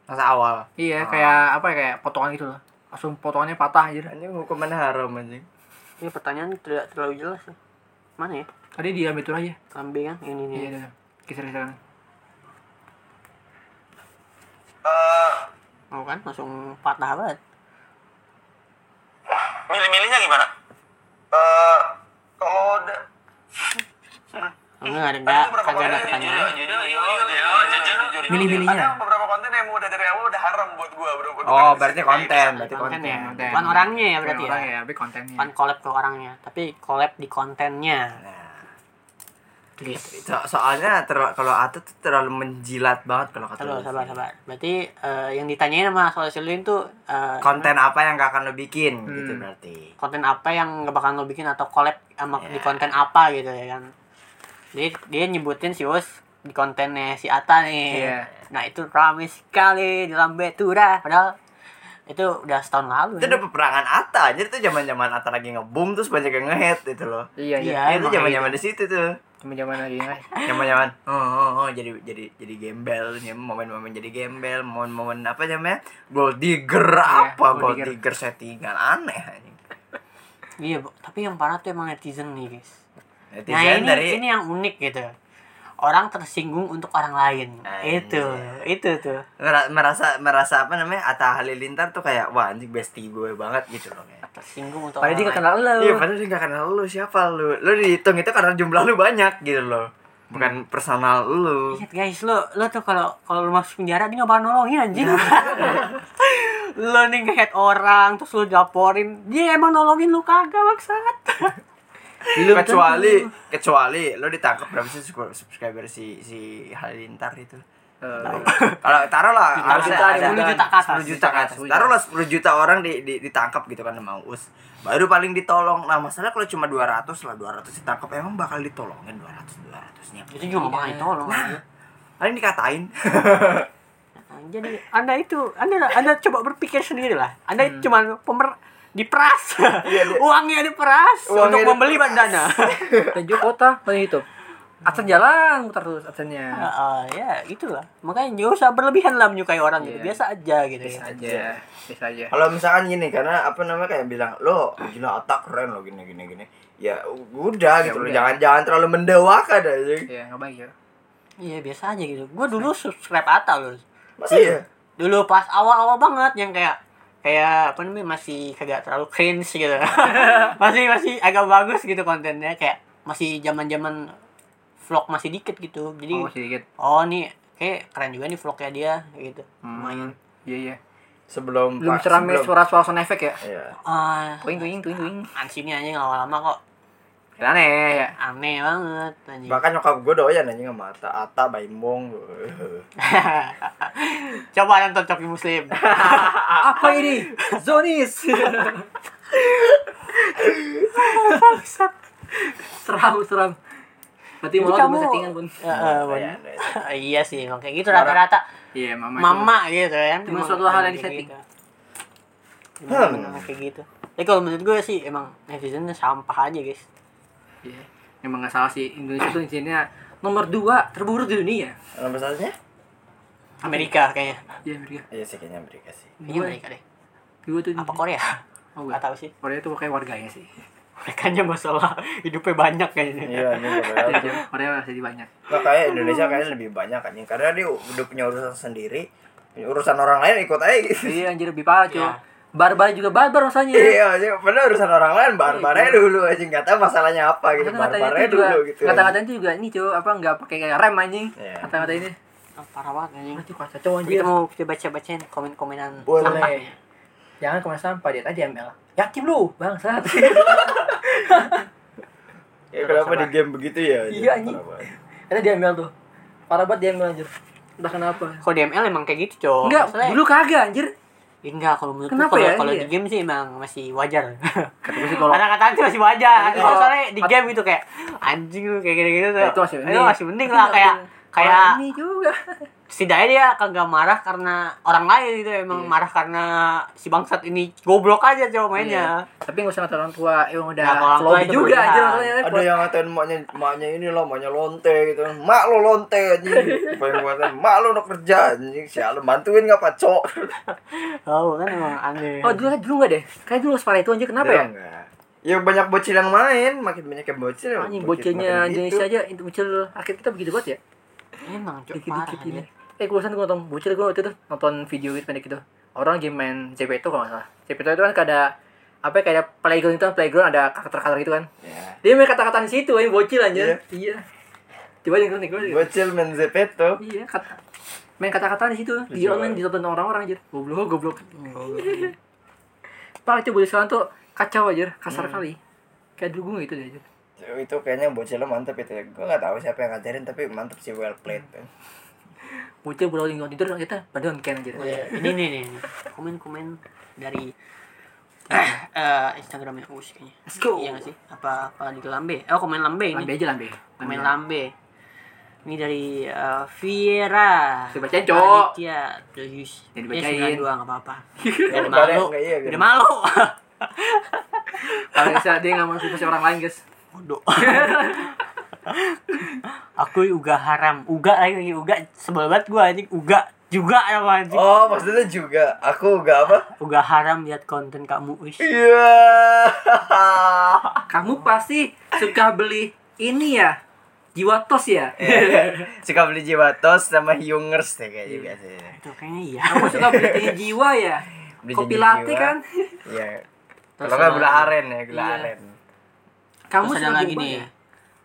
Speaker 4: Masa awal.
Speaker 1: Ah.
Speaker 2: Iya, kayak apa ya kayak potongan gitu loh. Langsung potongannya patah anjir.
Speaker 3: Anjing hukuman haram anjing.
Speaker 1: ini pertanyaan tidak terlalu jelas ya. mana ya
Speaker 2: Tadi diam itu aja.
Speaker 1: kambing kan ini nih
Speaker 2: Iya, iya. Kisah-kisah.
Speaker 1: mau kan langsung patah banget
Speaker 5: Milih-milihnya gimana? Eh, kalau udah
Speaker 1: enggak ada
Speaker 5: ada
Speaker 1: enggak
Speaker 5: beberapa
Speaker 1: kagak ada
Speaker 5: konten yang
Speaker 1: pertanyaan
Speaker 5: jujur, jujur, jujur, jujur, jujur.
Speaker 2: Milih-milihnya.
Speaker 5: Ada beberapa konten yang udah dari awal udah haram buat gua, bro. Gua
Speaker 3: Oh,
Speaker 5: bukan
Speaker 3: berarti
Speaker 5: bisa-
Speaker 3: konten, berarti
Speaker 1: konten ya
Speaker 3: konten.
Speaker 2: konten.
Speaker 1: bukan orangnya ya
Speaker 2: Iya, Bukan
Speaker 1: berarti ya
Speaker 2: orang ya, tapi kontennya.
Speaker 1: bukan collab ke orangnya tapi collab di kontennya
Speaker 3: So- soalnya ter- kalau Ata tuh terlalu menjilat banget kalau kata
Speaker 1: sabar
Speaker 3: lu.
Speaker 1: sabar sabar berarti eh, yang ditanyain sama soal Silin tuh eh,
Speaker 3: Konten apa yang gak akan lo bikin
Speaker 2: Hmm.
Speaker 3: gitu berarti.
Speaker 1: konten apa yang gak bakal lo bikin atau collab sama di
Speaker 3: Ya.
Speaker 1: konten apa gitu ya kan dia dia nyebutin si Us di kontennya si Ata nih
Speaker 2: Iya.
Speaker 1: nah itu ramai sekali dalam Betura padahal itu udah setahun lalu ya.
Speaker 3: Itu udah peperangan Ata anjir itu zaman-zaman Ata lagi nge-boom terus banyak yang nge-hate gitu loh.
Speaker 2: Iya, iya.
Speaker 1: Iya.
Speaker 3: Ya, itu
Speaker 1: emang
Speaker 3: zaman-zaman di situ tuh.
Speaker 2: Zaman-zaman lagi ya. guys.
Speaker 3: Zaman-zaman oh, oh, oh, jadi jadi jadi gembel ya, momen-momen jadi gembel, momen-momen apa namanya? Gold digger apa
Speaker 2: gold
Speaker 3: gold
Speaker 2: digger.
Speaker 3: digger settingan aneh anjing.
Speaker 1: iya Bu. tapi yang parah tuh emang netizen nih guys
Speaker 3: Netizen
Speaker 1: nah ini
Speaker 3: dari
Speaker 1: ini yang unik gitu orang tersinggung untuk orang lain
Speaker 3: Anjir.
Speaker 1: itu
Speaker 3: iya.
Speaker 1: itu tuh
Speaker 3: mera- merasa merasa apa namanya? Ata Halilintar tuh kayak wah anjing bestie gue banget gitu loh kayak.
Speaker 1: tersinggung untuk
Speaker 2: Padahal dia
Speaker 1: orang
Speaker 2: gak kenal lo.
Speaker 3: Iya, padahal dia gak kenal lu siapa lu. Lu dihitung itu karena jumlah lu banyak gitu loh.
Speaker 1: Hmm.
Speaker 3: Bukan personal lu.
Speaker 1: Ingat guys, lo lo tuh kalau kalau lo masuk penjara dia nggak bakal nolongin anjing. Iya. lo nih ngehead orang terus lo laporin, dia emang nolongin lo kagak maksud.
Speaker 3: kecuali kecuali lu ditangkap berapa sih subscri- subscriber si si Halilintar itu.
Speaker 1: Iya.
Speaker 3: Kalau taruhlah harusnya
Speaker 2: juta,
Speaker 3: ada
Speaker 1: 10 juta ke atas.
Speaker 3: 10 juta kan. Taruhlah 10 juta orang di, di- ditangkap gitu kan sama Us. Baru paling ditolong. Nah, masalah kalau cuma 200 lah, 200 ditangkap emang bakal ditolongin 200 200-nya.
Speaker 1: Itu juga nggak bakal ditolong. anjing.
Speaker 3: Paling dikatain.
Speaker 1: Jadi anda itu anda anda coba berpikir sendiri lah. Anda cuma pemer diperas, Iya, uangnya diperas
Speaker 3: Uangnya
Speaker 1: untuk membeli bandana.
Speaker 2: Tujuh Eh, kota, paling hidup. Aksen jalan, muter terus aksennya.
Speaker 1: Heeh, ya itulah. Makanya nggak usah berlebihan lah menyukai orang gitu.
Speaker 2: Iya.
Speaker 1: Biasa aja gitu.
Speaker 2: Bisa
Speaker 1: ya.
Speaker 2: aja, bisa aja.
Speaker 3: Kalau misalkan gini karena apa namanya kayak bilang lo gila otak keren lo gini gini gini. Ya udah gitu lo
Speaker 2: udah.
Speaker 3: jangan jangan terlalu mendewakan aja.
Speaker 2: Iya, nggak baik ya.
Speaker 1: Iya biasa aja gitu. Gue dulu subscribe Ata loh.
Speaker 3: Masa
Speaker 1: Iya.
Speaker 3: ya?
Speaker 1: dulu pas awal-awal banget yang kayak kayak apa namanya masih kagak terlalu cringe gitu masih masih agak bagus gitu kontennya kayak masih zaman-zaman vlog masih dikit gitu
Speaker 2: Oh,
Speaker 1: jadi oh,
Speaker 2: sedikit.
Speaker 1: nih kayak keren juga nih vlognya dia gitu lumayan
Speaker 2: Iya, iya.
Speaker 3: Sebelum
Speaker 2: Belum
Speaker 3: Pak,
Speaker 2: cerame
Speaker 3: sebelum-
Speaker 2: suara-suara sound effect ya.
Speaker 3: Iya.
Speaker 1: ah
Speaker 2: Tuing, tuing, tuing, tuing.
Speaker 1: ansinnya aja nggak lama kok
Speaker 2: Kira aneh ya.
Speaker 1: aneh banget anjing
Speaker 3: Bahkan nyokap gue doyan anjing sama Ata, Ata Baimong.
Speaker 1: coba nonton Coki Muslim
Speaker 2: Apa ini? Zonis. seram, seram. Berarti
Speaker 1: Jadi
Speaker 2: mau
Speaker 1: kamu-
Speaker 2: kamu settingan pun.
Speaker 1: Ya, eh,
Speaker 3: Iya,
Speaker 1: bener. iya sih emang kayak gitu
Speaker 2: Suara.
Speaker 1: rata-rata
Speaker 2: Iya, mama. itu.
Speaker 1: mama gitu kan
Speaker 2: Cuma
Speaker 1: Emang
Speaker 2: suatu hal
Speaker 1: kayak
Speaker 2: yang disetting.
Speaker 1: gitu.
Speaker 3: Hmm.
Speaker 1: Emang kayak gitu tapi kalau menurut gue sih emang netizennya sampah aja guys
Speaker 2: Iya. Emang nggak salah sih Indonesia tuh intinya nomor dua terburuk di dunia.
Speaker 3: Nomor satunya?
Speaker 1: Amerika kayaknya
Speaker 2: Iya, Amerika.
Speaker 3: Iya sih kayaknya Amerika sih.
Speaker 1: kayaknya Amerika deh
Speaker 2: Dua tuh.
Speaker 1: apa Korea
Speaker 2: Oh,
Speaker 1: nggak
Speaker 2: gak
Speaker 1: tahu sih
Speaker 2: Korea tuh kayak warganya sih.
Speaker 1: mereka nya masalah hidupnya banyak kayaknya
Speaker 3: Iya, ini Korea.
Speaker 2: Korea masih banyak.
Speaker 3: Nah, kayak Indonesia kayaknya lebih banyak anjing karena dia udah punya urusan sendiri, punya urusan orang lain ikut aja gitu.
Speaker 2: Iya anjir lebih parah cuy.
Speaker 1: Iya.
Speaker 2: Barbar juga barbar rasanya.
Speaker 3: Iya, anjing. padahal urusan orang lain barbarnya dulu anjing nggak tahu masalahnya apa gitu, barbarnya
Speaker 2: Iya. itu juga,
Speaker 3: dulu gitu.
Speaker 2: kata-katanya itu juga ini cuy, apa nggak pakai kayak rem anjing.
Speaker 3: Iya.
Speaker 2: Kata-kata ini.
Speaker 1: Ah, parah banget anjing
Speaker 2: Nanti kuasa cowok anjir.
Speaker 1: kita mau kita baca bacain komen komenan
Speaker 3: Boleh.
Speaker 2: Jangan kemana sampah dia tadi ML. Yatim lu, bangsat.
Speaker 3: Ya kenapa di game begitu ya?
Speaker 2: Iya, anjing. Ada dia ML tuh. Parah banget dia ML anjir. Entah kenapa.
Speaker 1: kok DML emang kayak gitu cowok
Speaker 2: Enggak,
Speaker 1: Masalahnya-
Speaker 2: dulu kagak anjir.
Speaker 1: enggak kalau menurut
Speaker 2: Kenapa
Speaker 1: kalau
Speaker 2: ya?
Speaker 1: kalau
Speaker 2: Iya.
Speaker 1: di game sih emang masih wajar
Speaker 3: Kata gue sih kalau
Speaker 1: kata kataan sih masih wajar
Speaker 2: Kalau-
Speaker 1: soalnya di game gitu kayak anjing lu kayak gitu gitu
Speaker 2: Nah, Iya. itu masih mending. Iya,
Speaker 1: masih mending lah kayak kayak
Speaker 2: ini juga
Speaker 1: setidaknya dia kagak marah karena orang lain gitu emang
Speaker 2: Iya.
Speaker 1: marah karena si bangsat ini goblok aja cowok mainnya
Speaker 2: tapi nggak usah ngatain orang tua emang udah
Speaker 1: Nah, kalau orang tua
Speaker 2: lobby
Speaker 1: itu
Speaker 2: juga
Speaker 1: berlebihan.
Speaker 2: aja makanya
Speaker 3: ada yang ngatain maknya maknya ini lah maknya lonte gitu mak lo lonte anjing apa yang gua ngatain mak lo udah kerja anjing sial lu bantuin nggak pak cok
Speaker 1: oh kan emang aneh
Speaker 2: Iya. oh dulu dulu nggak deh kayak dulu separah itu aja kenapa
Speaker 3: Dia
Speaker 2: ya
Speaker 3: nggak. ya banyak bocil yang main makin banyak yang bocil
Speaker 2: anjing
Speaker 3: makin-
Speaker 2: bocilnya
Speaker 3: makin
Speaker 2: Indonesia aja itu bocil akhir kita begitu banget ya
Speaker 1: emang cok
Speaker 2: dikit
Speaker 1: parah
Speaker 2: dikit ini
Speaker 1: anjir.
Speaker 2: eh gue gue nonton bocil gue waktu itu nonton video gitu pendek gitu orang game main JP itu kalau nggak salah JP itu kan ada apa ya, kayak playground itu kan playground ada karakter-karakter gitu kan
Speaker 3: Ya.
Speaker 2: dia main kata-kata di situ ini bocil aja iya coba dengerin nih gue
Speaker 3: bocil main zepeto
Speaker 2: iya kata main kata-kata di situ di
Speaker 3: Lucu
Speaker 2: online
Speaker 3: banget.
Speaker 2: ditonton orang-orang aja goblok goblok pak itu bocil sekarang tuh kacau aja kasar kali kayak dulu gue gitu deh aja
Speaker 3: itu kayaknya bocilnya mantep itu ya gue nggak tahu siapa yang ngajarin tapi mantep sih well played
Speaker 2: bocil berlalu nggak tidur kita badan ken aja
Speaker 1: ini nih nih komen-komen dari eh eh, Instagramnya Us kayaknya
Speaker 2: let's go
Speaker 1: iya nggak sih apa apa di lambe oh komen lambe ini
Speaker 2: lambe aja lambe
Speaker 1: komen lambe ini dari eh, Viera
Speaker 2: Dibacain, Cok.
Speaker 1: Aditya Terus
Speaker 2: Ya,
Speaker 1: Ya
Speaker 2: dibacain.
Speaker 1: dibacain dua nggak apa-apa
Speaker 3: Ya,
Speaker 1: Udah
Speaker 3: daripada
Speaker 1: malu
Speaker 3: nggak iya, biar-
Speaker 1: Udah malu
Speaker 2: kalau bisa dia nggak mau dikasih orang lain guys
Speaker 1: Bodoh Aku uga haram Uga lagi Uga sebel banget gue anjing Uga juga apa anjing
Speaker 3: oh maksudnya juga aku gak apa
Speaker 1: Uga haram lihat konten kamu Us
Speaker 3: iya
Speaker 2: kamu pasti suka beli ini ya jiwa tos ya
Speaker 1: Iya.
Speaker 3: suka beli jiwa tos sama Jungers deh kayaknya biasanya
Speaker 1: Itu kayaknya iya
Speaker 2: kamu suka beli tinggi jiwa ya
Speaker 3: Beli
Speaker 2: kopi
Speaker 3: tinggi
Speaker 2: latte
Speaker 3: jiwa.
Speaker 2: kan
Speaker 3: Iya.
Speaker 1: Terus
Speaker 3: Kalau nggak
Speaker 1: sama-
Speaker 3: gula aren ya, gula
Speaker 2: Iya.
Speaker 3: aren.
Speaker 2: kamu
Speaker 1: Terus
Speaker 2: suka
Speaker 1: ada lagi
Speaker 2: boba
Speaker 1: nih.
Speaker 2: ya?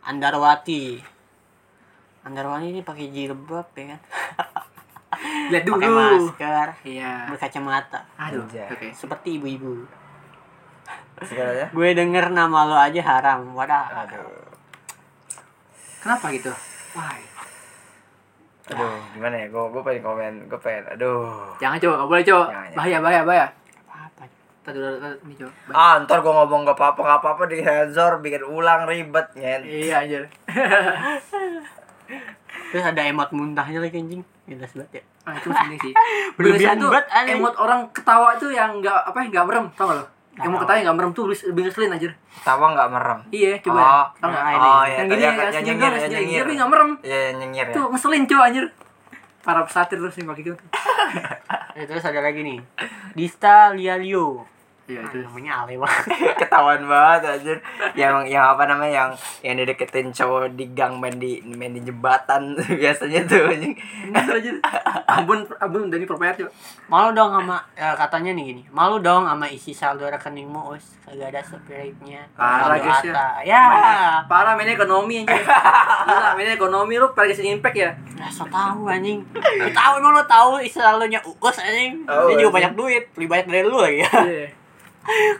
Speaker 1: Andarwati. Andarwati ini pakai jilbab ya kan.
Speaker 2: lihat
Speaker 1: Pakai
Speaker 2: dulu
Speaker 1: masker, ya,
Speaker 2: iya
Speaker 1: berkacamata.
Speaker 2: aduh
Speaker 3: Anjay.
Speaker 2: oke
Speaker 1: Seperti ibu-ibu.
Speaker 3: Sekarang ya.
Speaker 1: Gue denger nama lo aja haram. Wadah.
Speaker 3: Aduh.
Speaker 2: kenapa gitu wah
Speaker 3: Aduh, gimana ya? Gue gue pengen komen, gue pengen. Aduh.
Speaker 2: jangan coba nggak boleh coba
Speaker 3: Jangan, jangan.
Speaker 2: bahaya bahaya bahaya
Speaker 1: Apa-apa.
Speaker 2: tadi dulu tadi ini coba Bahaya.
Speaker 3: Ah, ntar gue ngomong gak apa-apa, gak apa-apa di sensor, bikin ulang ribet nyen.
Speaker 2: iya anjir
Speaker 1: Terus ada emot muntahnya lagi anjing. Gila banget ya.
Speaker 2: ah, itu penting sih
Speaker 1: Berlebihan
Speaker 2: Biasanya tuh
Speaker 1: banget anjing.
Speaker 2: emot orang ketawa itu yang nggak apa yang nggak merem tau gak lo
Speaker 1: Nggak
Speaker 2: emot
Speaker 1: tahu.
Speaker 2: ketawa yang nggak merem tuh lebih- lebih ngeselin anjir
Speaker 3: Tawa nggak merem.
Speaker 2: iya coba
Speaker 3: Oh,
Speaker 2: tau nggak?
Speaker 1: Nah, ini.
Speaker 3: Oh ya,
Speaker 2: yang
Speaker 3: tadi
Speaker 2: gini
Speaker 3: yang
Speaker 2: yang nyengir,
Speaker 3: yang nyengir, yang nyengir.
Speaker 2: tapi nggak merem
Speaker 3: Iya, yang nyengir ya.
Speaker 2: tuh ngeselin cowok anjir para pesatir terus yang kayak gitu
Speaker 1: Eh, terus ada lagi nih. Dista Lialio.
Speaker 2: iya
Speaker 1: Ah,
Speaker 2: itu
Speaker 1: namanya Ale banget.
Speaker 3: Ketahuan banget anjir. Yang yang apa namanya yang yang dideketin cowok di gang main di main di jembatan biasanya tuh anjing.
Speaker 2: ngesel anjir abun abun dari properti
Speaker 1: Malu dong sama eh, katanya nih gini. Malu dong sama isi saldo rekeningmu, Us. Kagak ada spiritnya.
Speaker 2: Parah,
Speaker 1: Saldo
Speaker 2: guys, ya.
Speaker 1: Atta. Ya.
Speaker 2: parah mainnya ekonomi anjir gila mainnya ekonomi lu paling kesini impact ya
Speaker 1: Nah, so tahu anjing. Lu tahu emang lu tahu istilahnya ukus anjing.
Speaker 3: Tahu,
Speaker 1: dia juga
Speaker 3: anjing.
Speaker 1: banyak duit, lebih banyak dari lu lagi ya.
Speaker 2: iya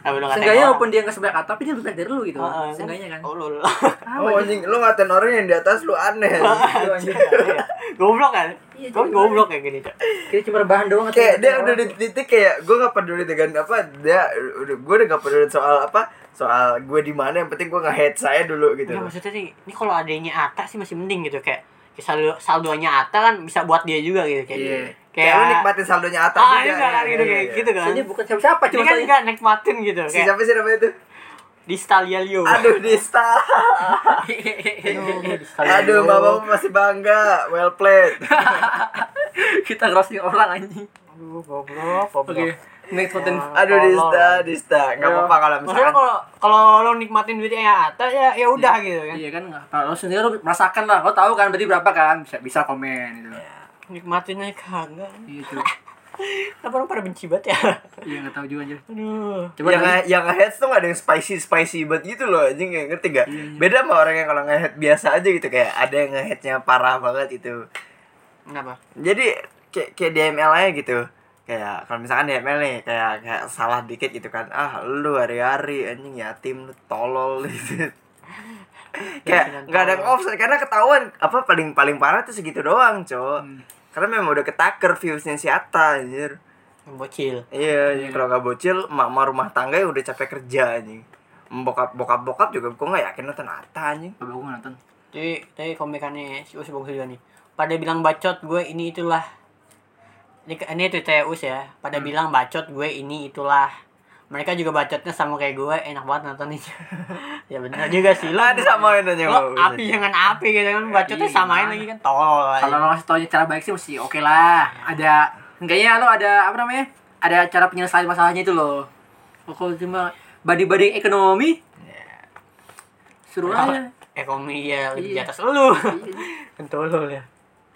Speaker 1: Tapi lu
Speaker 2: seenggaknya walaupun dia nggak sebanyak kata tapi dia lebih baik dari lu gitu seenggaknya kan
Speaker 1: Oh, lu. lu.
Speaker 2: Ah,
Speaker 3: Oh
Speaker 2: anjir.
Speaker 3: anjing, lu ngatain orang yang di atas lu aneh. Lu anjing.
Speaker 1: Iya. goblok kan?
Speaker 2: Iya,
Speaker 1: Gua
Speaker 2: jadi
Speaker 1: goblok kayak gini, Cok.
Speaker 2: kita cuma rebahan doang
Speaker 3: kayak
Speaker 2: ngeselin
Speaker 3: dia
Speaker 2: orang.
Speaker 3: udah di titik kayak gue gak peduli dengan apa dia udah gue udah gak peduli soal apa soal gue di mana yang penting gue nggak hate saya dulu gitu
Speaker 1: Ya
Speaker 3: loh.
Speaker 1: maksudnya nih, ini kalau adanya Ata sih masih mending gitu kayak kayak saldo saldonya Ata kan bisa buat dia juga gitu kayak.
Speaker 2: Iya.
Speaker 3: kayak lu
Speaker 1: Kayak
Speaker 3: nikmatin saldonya ya. atas
Speaker 1: Ah, ini kan gitu kayak gitu kan.
Speaker 2: ini bukan siapa siapa
Speaker 1: Ini
Speaker 2: cuma
Speaker 1: kan
Speaker 2: saling-
Speaker 1: enggak nikmatin gitu
Speaker 3: Iya. si
Speaker 1: kayak
Speaker 3: siapa sih namanya itu
Speaker 1: di Stalialio.
Speaker 3: aduh Dista aduh bapak masih bangga well played
Speaker 2: kita crossing orang anjing
Speaker 1: Aduh, goblok, goblok.
Speaker 2: oke next konten
Speaker 3: aduh Dista Dista nggak
Speaker 2: Iya.
Speaker 3: apa-apa kalau
Speaker 1: Maksudnya
Speaker 3: misalkan
Speaker 1: kalau kalau lo nikmatin duitnya Ata ya ya udah gitu kan.
Speaker 2: Iya kan, nggak tahu. Lo sendiri lo merasakan lah, lo tahu kan berarti berapa kan, bisa bisa komen gitu.
Speaker 1: Nikmatin aja kagak.
Speaker 2: Iya cuy,
Speaker 1: Kenapa orang pada benci banget ya?
Speaker 2: iya nggak tahu juga anjir.
Speaker 1: Aduh.
Speaker 2: Coba
Speaker 3: yang
Speaker 2: nanti-
Speaker 3: yang nge-hate tuh gak ada yang spicy spicy banget gitu loh anjing kayak ngerti gak beda sama orang yang kalau nge-hate biasa aja gitu kayak ada yang nge nya parah banget gitu
Speaker 1: Kenapa?
Speaker 3: jadi kayak kayak DML aja gitu kayak kalau misalkan DML nih kayak kayak salah dikit gitu kan ah lu hari-hari anjing yatim lu tolol gitu kayak nggak ada yang offset karena ketahuan apa paling
Speaker 1: Hmm.
Speaker 3: paling parah tuh segitu doang cowok karena memang udah ketaker viewsnya si Atta anjir
Speaker 1: bocil
Speaker 3: Iya, jadi kalau nggak bocil, emak-emak rumah tangga ya udah capek kerja anjing. Bokap bokap bokap juga gue nggak yakin nonton Ata anjing.
Speaker 2: Bapak gue nonton.
Speaker 1: tapi tapi komikannya si Us bagus juga nih pada bilang bacot gue ini itulah ini ini tweetnya Us ya pada
Speaker 2: Hmm.
Speaker 1: bilang bacot gue ini itulah mereka juga bacotnya sama kayak gue enak banget nonton ini ya benar juga sih lo
Speaker 3: Lah, disamain aja
Speaker 1: lo
Speaker 3: nggak
Speaker 1: api
Speaker 3: bisa.
Speaker 1: dengan api gitu kan bacotnya
Speaker 2: iya,
Speaker 1: samain
Speaker 2: gimana?
Speaker 1: lagi kan tolol aja.
Speaker 2: Kalau lo ngasih tau cara baik sih mesti oke lah. Ada kayaknya lo ada apa namanya? Ada cara penyelesaian masalahnya itu loh. Lo Kalau cuma body-body ekonomi, suruh aja.
Speaker 1: ekonomi ya lebih di
Speaker 2: Iya.
Speaker 1: atas lu
Speaker 2: Iya.
Speaker 1: kan tolol ya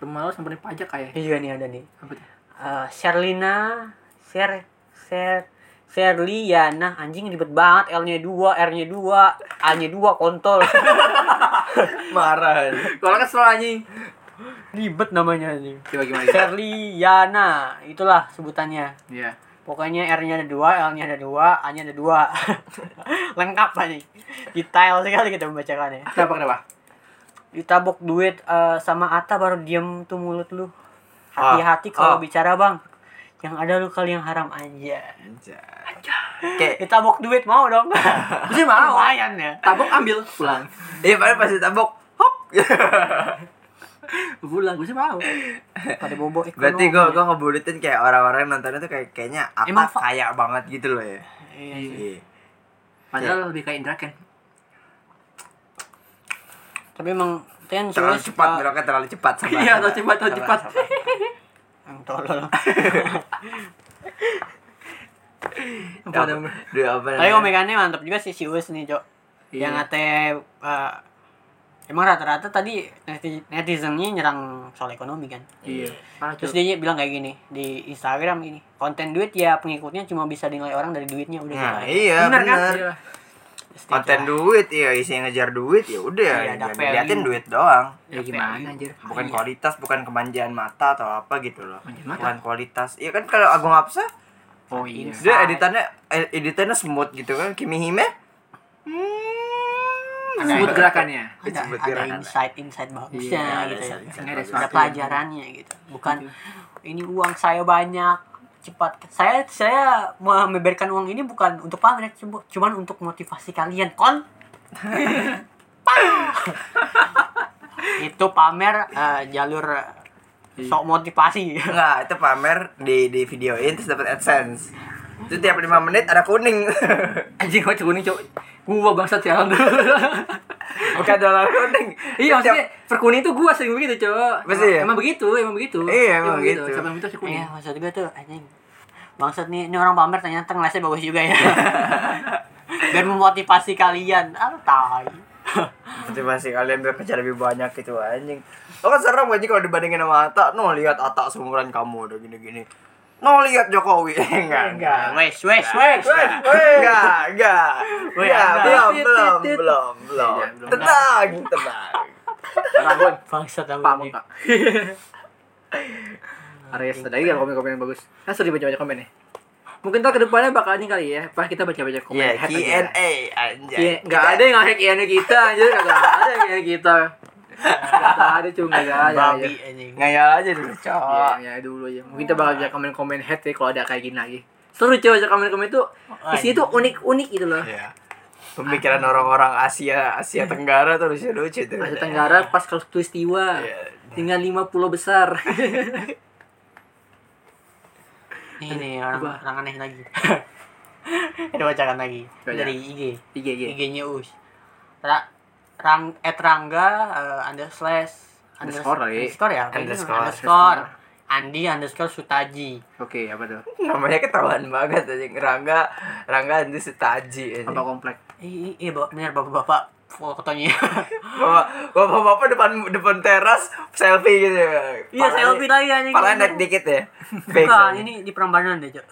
Speaker 2: Rumah lo samperin pajak kayak.
Speaker 1: ini juga nih ada nih
Speaker 2: Apa tuh?
Speaker 1: Eh, Sherlina Sher Sher Sherliana anjing ribet banget L-nya 2, R-nya 2, A-nya 2 kontol.
Speaker 3: Marah. anjing.
Speaker 2: Kalau kan selalu anjing.
Speaker 1: ribet namanya anjing.
Speaker 2: Coba gimana? Iya.
Speaker 1: Sherliana, itulah sebutannya. Pokoknya R-nya ada 2, L-nya ada 2, A-nya ada 2. Lengkap anjing. Detail sekali kita membacakannya.
Speaker 2: Kenapa kenapa?
Speaker 1: Ditabok duit eh, sama Ata baru diem tuh mulut lu. Hati-hati kalau
Speaker 3: ah.
Speaker 1: bicara, Bang. Yang ada lu kali yang haram aja.
Speaker 3: Anjay. Kayak
Speaker 1: Ditabok duit mau dong. Mesti mau. Lumayan ya.
Speaker 2: Tabok ambil pulang.
Speaker 3: iya padahal pasti tabok. Hop.
Speaker 2: Pulang gue sih mau.
Speaker 1: pada bobo ekonomi.
Speaker 3: Berarti gue gue ngebulitin kayak orang-orang yang nontonnya tuh kayak kayaknya Ata
Speaker 1: Emang fa-
Speaker 3: kaya banget gitu loh ya.
Speaker 1: Iya, iya.
Speaker 3: Iya.
Speaker 2: Padahal lebih kayak Indra kan.
Speaker 1: tapi emang ten
Speaker 3: Terlalu
Speaker 1: serius,
Speaker 3: cepat,
Speaker 1: Pak.
Speaker 3: beloknya terlalu cepat.
Speaker 2: Iya,
Speaker 3: sabar, sabar.
Speaker 2: terlalu cepat, terlalu
Speaker 3: Sabar,
Speaker 2: cepat.
Speaker 3: sabar.
Speaker 1: Yang tolol.
Speaker 3: Iya. Ya, apa- Duh, apa
Speaker 1: tapi
Speaker 3: namanya?
Speaker 1: komikannya mantap juga sih si Us nih, Cok.
Speaker 3: Iya.
Speaker 1: Yang ngate eh, emang rata-rata tadi neti- netizennya nyerang soal ekonomi kan.
Speaker 2: Iya. Parah,
Speaker 1: Terus
Speaker 2: Cuk.
Speaker 1: dia bilang kayak gini di Instagram ini, konten duit ya pengikutnya cuma bisa dinilai orang dari duitnya udah
Speaker 3: Nah,
Speaker 1: gitu.
Speaker 3: iya
Speaker 2: Bener
Speaker 3: benar.
Speaker 2: kan? Iya.
Speaker 3: Konten duit, iya isinya ngejar duit, ya
Speaker 1: Iya,
Speaker 3: udah.
Speaker 1: ada
Speaker 3: Jangan diliatin
Speaker 1: value.
Speaker 3: duit doang.
Speaker 2: Ya gimana anjir?
Speaker 3: bukan
Speaker 1: Iya.
Speaker 3: kualitas bukan kemanjaan mata atau apa gitu loh
Speaker 2: Kemanjaan mata?
Speaker 3: bukan kualitas iya kan kalau Agung Hapsa
Speaker 2: Oh iya.
Speaker 3: dia editannya eh, editannya smooth gitu kan Kimi Hime hmm,
Speaker 2: Sebut gerakannya.
Speaker 1: ada,
Speaker 3: Disebut
Speaker 1: ada
Speaker 3: gerakan.
Speaker 1: insight-insight bagusnya gitu
Speaker 2: Iya,
Speaker 1: ya.
Speaker 2: Nggak
Speaker 3: insight-insight
Speaker 2: ada
Speaker 1: ada
Speaker 2: sesuatu.
Speaker 1: pelajarannya gitu bukan ini uang saya banyak cepat saya saya membeberkan uang ini bukan untuk pamer cuma- cuman untuk motivasi kalian kon Pam! itu pamer eh, jalur eh, sok motivasi
Speaker 3: enggak itu pamer di di videoin terus dapat adsense itu tiap lima menit ada kuning
Speaker 2: Anjing gue cekuning cok. Gua bangsat sialan dulu.
Speaker 3: bukan dolar kuning
Speaker 2: iya maksudnya perkuning tuh gua sering begitu cok.
Speaker 3: Pasti ya?
Speaker 2: Emang begitu, emang begitu.
Speaker 3: Iya, emang gitu.
Speaker 2: Siapa yang begitu sih kuning?
Speaker 1: iya maksud gue tuh anjing maksud nih ini orang pamer ternyata ngelesnya bagus juga ya biar memotivasi kalian ah tai
Speaker 3: motivasi kalian biar kerja lebih banyak gitu anjing lo kan serem aja kalau dibandingin sama Atta no lihat Atta seumuran kamu udah gini-gini no lihat Jokowi enggak enggak
Speaker 1: wes wes wes
Speaker 3: Enggak, enggak.
Speaker 1: Weh,
Speaker 3: Enggak,
Speaker 1: enggak.
Speaker 3: belum, belum, belum, belum.
Speaker 2: Iya,
Speaker 3: Tenang, tenang.
Speaker 2: Rambut.
Speaker 1: bangsat apa
Speaker 2: Pak,
Speaker 1: ini?
Speaker 2: Pak. Aries, ada lagi nggak komen-komen yang bagus? Kan sudah baca-baca komen ya. Mungkin ntar kedepannya bakal ini kali ya, pas kita baca-baca komen.
Speaker 3: Ya,
Speaker 2: Head aja.
Speaker 3: Q&A anjay.
Speaker 2: Iya, nggak ada yang ngasih Q&A kita, anjir nggak ada yang Q&A kita. Nggak ada cuma nggak ada.
Speaker 1: babi
Speaker 2: anjir.
Speaker 1: anjing
Speaker 3: Ngayal aja dulu,
Speaker 2: Iya,
Speaker 3: cowok.
Speaker 2: ya dulu ya. Mungkin kita bakal baca komen-komen head ya kalau ada kayak gini lagi. Seru coba baca komen-komen itu
Speaker 3: Oh,
Speaker 2: isinya tuh unik-unik gitu loh.
Speaker 3: Iya. Pemikiran orang-orang Asia Asia Tenggara tuh lucu lucu tuh.
Speaker 2: Asia Tenggara pas khatulistiwa
Speaker 3: Iya.
Speaker 2: dengan lima pulau besar.
Speaker 1: Nih nih orang,
Speaker 2: Apa?
Speaker 1: orang aneh lagi. Ada bacakan lagi
Speaker 2: Baca.
Speaker 1: dari IG.
Speaker 2: Iya iya.
Speaker 1: IG-nya Us. Ra rang at Rangga eh, underslash unders-
Speaker 2: Underscore kali.
Speaker 1: underscore ya
Speaker 3: Underscore.
Speaker 1: underscore, underscore. Andi underscore Sutaji
Speaker 2: Oke, apa tuh?
Speaker 3: Namanya ketahuan banget anjing. Rangga Rangga itu setaji
Speaker 2: Apa
Speaker 3: anjing.
Speaker 2: komplek?
Speaker 1: Ih, ih, bawa- bener bapak-bapak fotonya
Speaker 3: Bapak- Bapak-bapak depan depan teras selfie gitu.
Speaker 1: iya selfie lagi anjing
Speaker 3: Pala naik dikit ya. Fake,
Speaker 1: bukan
Speaker 3: anjing.
Speaker 1: ini di Prambanan deh cok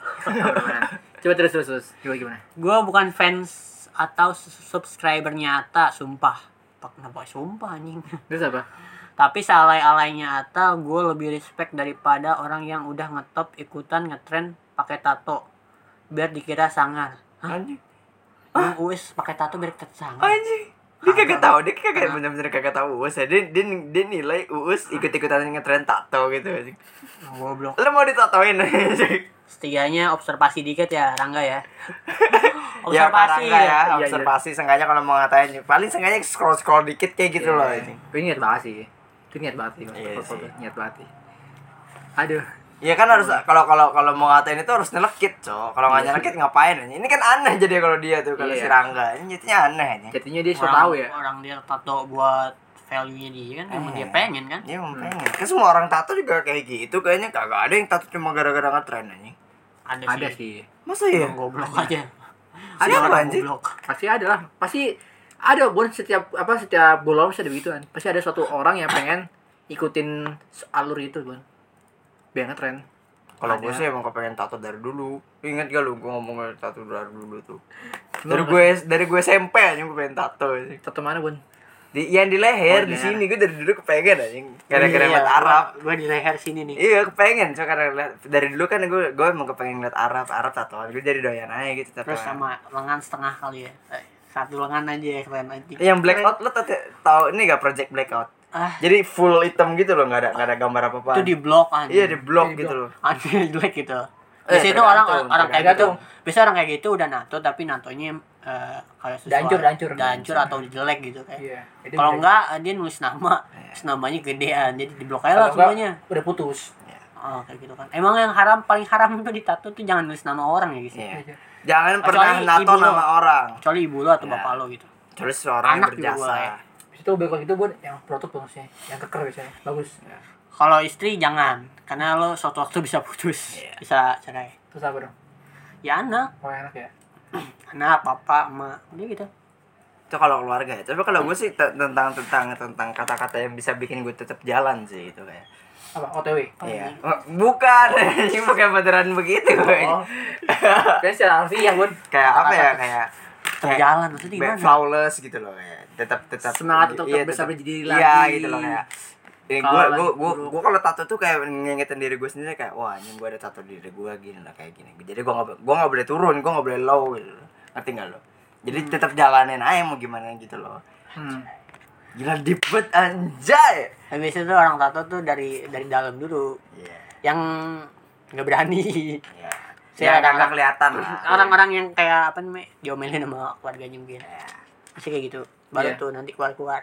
Speaker 2: Coba terus terus terus. Coba gimana?
Speaker 1: gue bukan fans atau subscriber nyata sumpah Pak, kenapa sumpah anjing
Speaker 2: Terus apa?
Speaker 1: Tapi sealai-alainya Atta, gue lebih respect daripada orang yang udah ngetop ikutan ngetren pakai tato. Biar dikira sangar.
Speaker 3: Anjing.
Speaker 1: Emang Uis pakai tato biar kita sangar.
Speaker 3: Anjing. Dia kagak tahu, dia kagak bener-bener kagak tahu Uus ya. Dia, dia, dia nilai Uus ikut-ikutan ngetren tato gitu anjing.
Speaker 1: Oh, Goblok.
Speaker 3: Lu mau ditatoin anjing.
Speaker 1: setidaknya observasi dikit ya Rangga ya
Speaker 3: ya Pak
Speaker 1: observasi
Speaker 3: Rangga ya,
Speaker 2: Iya,
Speaker 3: observasi sengaja kalau mau ngatain paling sengaja scroll scroll dikit kayak gitu
Speaker 2: Iya,
Speaker 3: loh ini
Speaker 2: Tapi niat banget sih. Itu niat banget sih. Mas.
Speaker 3: Iya
Speaker 2: Foto-foto
Speaker 3: sih.
Speaker 2: Niat banget sih. Aduh.
Speaker 3: Iya kan harus kalau kalau kalau mau ngatain itu harus nelekit, Cok. Kalau nggak nelekit ngapain anjing? Ini kan aneh jadi kalau dia tuh kalau
Speaker 2: Iya.
Speaker 3: si Rangga. Ini jadinya aneh anjing.
Speaker 2: Jadinya dia so
Speaker 1: orang,
Speaker 2: tahu ya.
Speaker 1: orang dia tato buat value nya dia kan emang
Speaker 3: Iya.
Speaker 1: dia pengen kan
Speaker 3: Dia emang pengen. Kan semua orang tato juga kayak gitu kayaknya kagak ada yang tato cuma gara-gara ngetren anjing.
Speaker 1: ada,
Speaker 2: Ada
Speaker 1: sih,
Speaker 2: sih.
Speaker 3: Masa ya?
Speaker 1: Orang goblok aja
Speaker 3: Ada
Speaker 1: Orang
Speaker 3: apa, anjing?
Speaker 1: goblok
Speaker 2: Pasti ada lah. Pasti ada bon setiap apa setiap bulan pasti ada begituan. Pasti ada suatu orang yang pengen ikutin alur itu bon. Biar ngetren.
Speaker 3: Kalau
Speaker 2: Ada.
Speaker 3: gue sih emang kepengen tato dari dulu. Ingat gak lu gue ngomong tato dari dulu tuh.
Speaker 2: Cuma
Speaker 3: Dari gue dari gue SMP anjing gue pengen tato anjing.
Speaker 2: Tato mana bon?
Speaker 3: Di, yang di leher
Speaker 2: Oh,
Speaker 3: di
Speaker 2: iya.
Speaker 3: sini gue dari dulu kepengen anjing. Gara-gara
Speaker 1: Iya,
Speaker 3: liat
Speaker 1: gua-
Speaker 3: Arab.
Speaker 1: gua di leher sini nih
Speaker 3: Iya kepengen so, karena liat- dari dulu kan gue gue emang kepengen liat Arab Arab tatoan gue jadi doyan aja gitu tatoan.
Speaker 1: terus sama lengan setengah kali ya Eh, satu lengan aja ya keren anjing
Speaker 3: Eh, yang blackout lo tau tau ini gak project blackout
Speaker 1: ah
Speaker 3: jadi full hitam gitu loh nggak ada nggak ada gambar apa apa
Speaker 1: itu di blok anjing
Speaker 3: iya di blok
Speaker 2: Di
Speaker 3: gitu loh
Speaker 1: anjir jelek gitu
Speaker 3: Eh,
Speaker 1: di situ orang
Speaker 3: tergantung,
Speaker 1: orang kayak gitu
Speaker 3: tergantung.
Speaker 1: bisa orang kayak gitu udah nato tapi natonya eh kayak sesuai
Speaker 2: Dancur, dancur.
Speaker 1: dancur atau jelek gitu kayak
Speaker 2: Iya. Jadi
Speaker 1: kalau
Speaker 2: mereka-
Speaker 1: enggak eh, dia nulis nama
Speaker 3: Iya.
Speaker 1: terus namanya gedean jadi di blok aja
Speaker 2: kalau
Speaker 1: lah
Speaker 2: enggak,
Speaker 1: semuanya
Speaker 2: udah putus.
Speaker 1: oh kayak gitu kan emang yang haram paling haram tuh di tato tuh jangan nulis nama orang ya guys ya.
Speaker 3: Iya. jangan pernah
Speaker 1: Kecuali
Speaker 3: nato
Speaker 1: ibu lo.
Speaker 3: nama orang
Speaker 1: kecuali ibu lo atau
Speaker 3: Iya.
Speaker 1: bapak lo gitu
Speaker 3: terus orang yang
Speaker 1: Anak juga
Speaker 3: berjasa
Speaker 1: boleh.
Speaker 2: Habis itu bengkok itu bon yang protop bagusnya, yang keker biasanya. Bagus.
Speaker 1: kalau istri jangan karena lo suatu waktu bisa putus
Speaker 3: Iya.
Speaker 1: bisa cerai
Speaker 2: Terus apa dong?
Speaker 1: ya anak
Speaker 2: Oh enak ya.
Speaker 1: anak papa emak udah gitu
Speaker 3: itu kalau keluarga ya tapi kalau gue sih te- tentang tentang tentang kata-kata yang bisa bikin gue tetap jalan sih itu kayak
Speaker 2: Apa OTW?
Speaker 1: Oh,
Speaker 3: iya bukan ini bukan beneran begitu
Speaker 2: Oh. Kayaknya secara harfiah bon.
Speaker 3: kayak apa ya kayak
Speaker 1: terjalan maksudnya
Speaker 3: Be-
Speaker 1: gimana
Speaker 3: flawless gitu loh ya. Tetap tetap
Speaker 2: Semangat untuk
Speaker 3: iya,
Speaker 2: tetap bersama diri
Speaker 3: Iya
Speaker 2: lagi.
Speaker 3: gitu loh kayak. Ya,
Speaker 2: Kalau
Speaker 3: gue
Speaker 2: lagi
Speaker 3: gue gue
Speaker 2: buruk.
Speaker 3: gue kalau tato tuh kayak ngingetin diri gue sendiri kayak wah ini gue ada tato di diri gue gini lah kayak gini jadi gue nggak gue nggak boleh turun gue nggak boleh low gitu loh. ngerti nggak lo jadi tetap jalanin aja mau gimana gitu loh
Speaker 2: Hmm.
Speaker 3: gila dipet anjay
Speaker 1: Nah, biasanya tuh orang tato tuh dari dari dalam dulu
Speaker 3: Iya,
Speaker 1: yang nggak berani
Speaker 3: iya.
Speaker 1: Saya
Speaker 3: ya
Speaker 1: ada-
Speaker 3: nggak kelihatan lah
Speaker 1: orang-orang yang kayak apa namanya diomelin sama keluarganya mungkin
Speaker 3: Iya.
Speaker 1: pasti kayak gitu baru
Speaker 2: Iya.
Speaker 1: tuh nanti keluar-keluar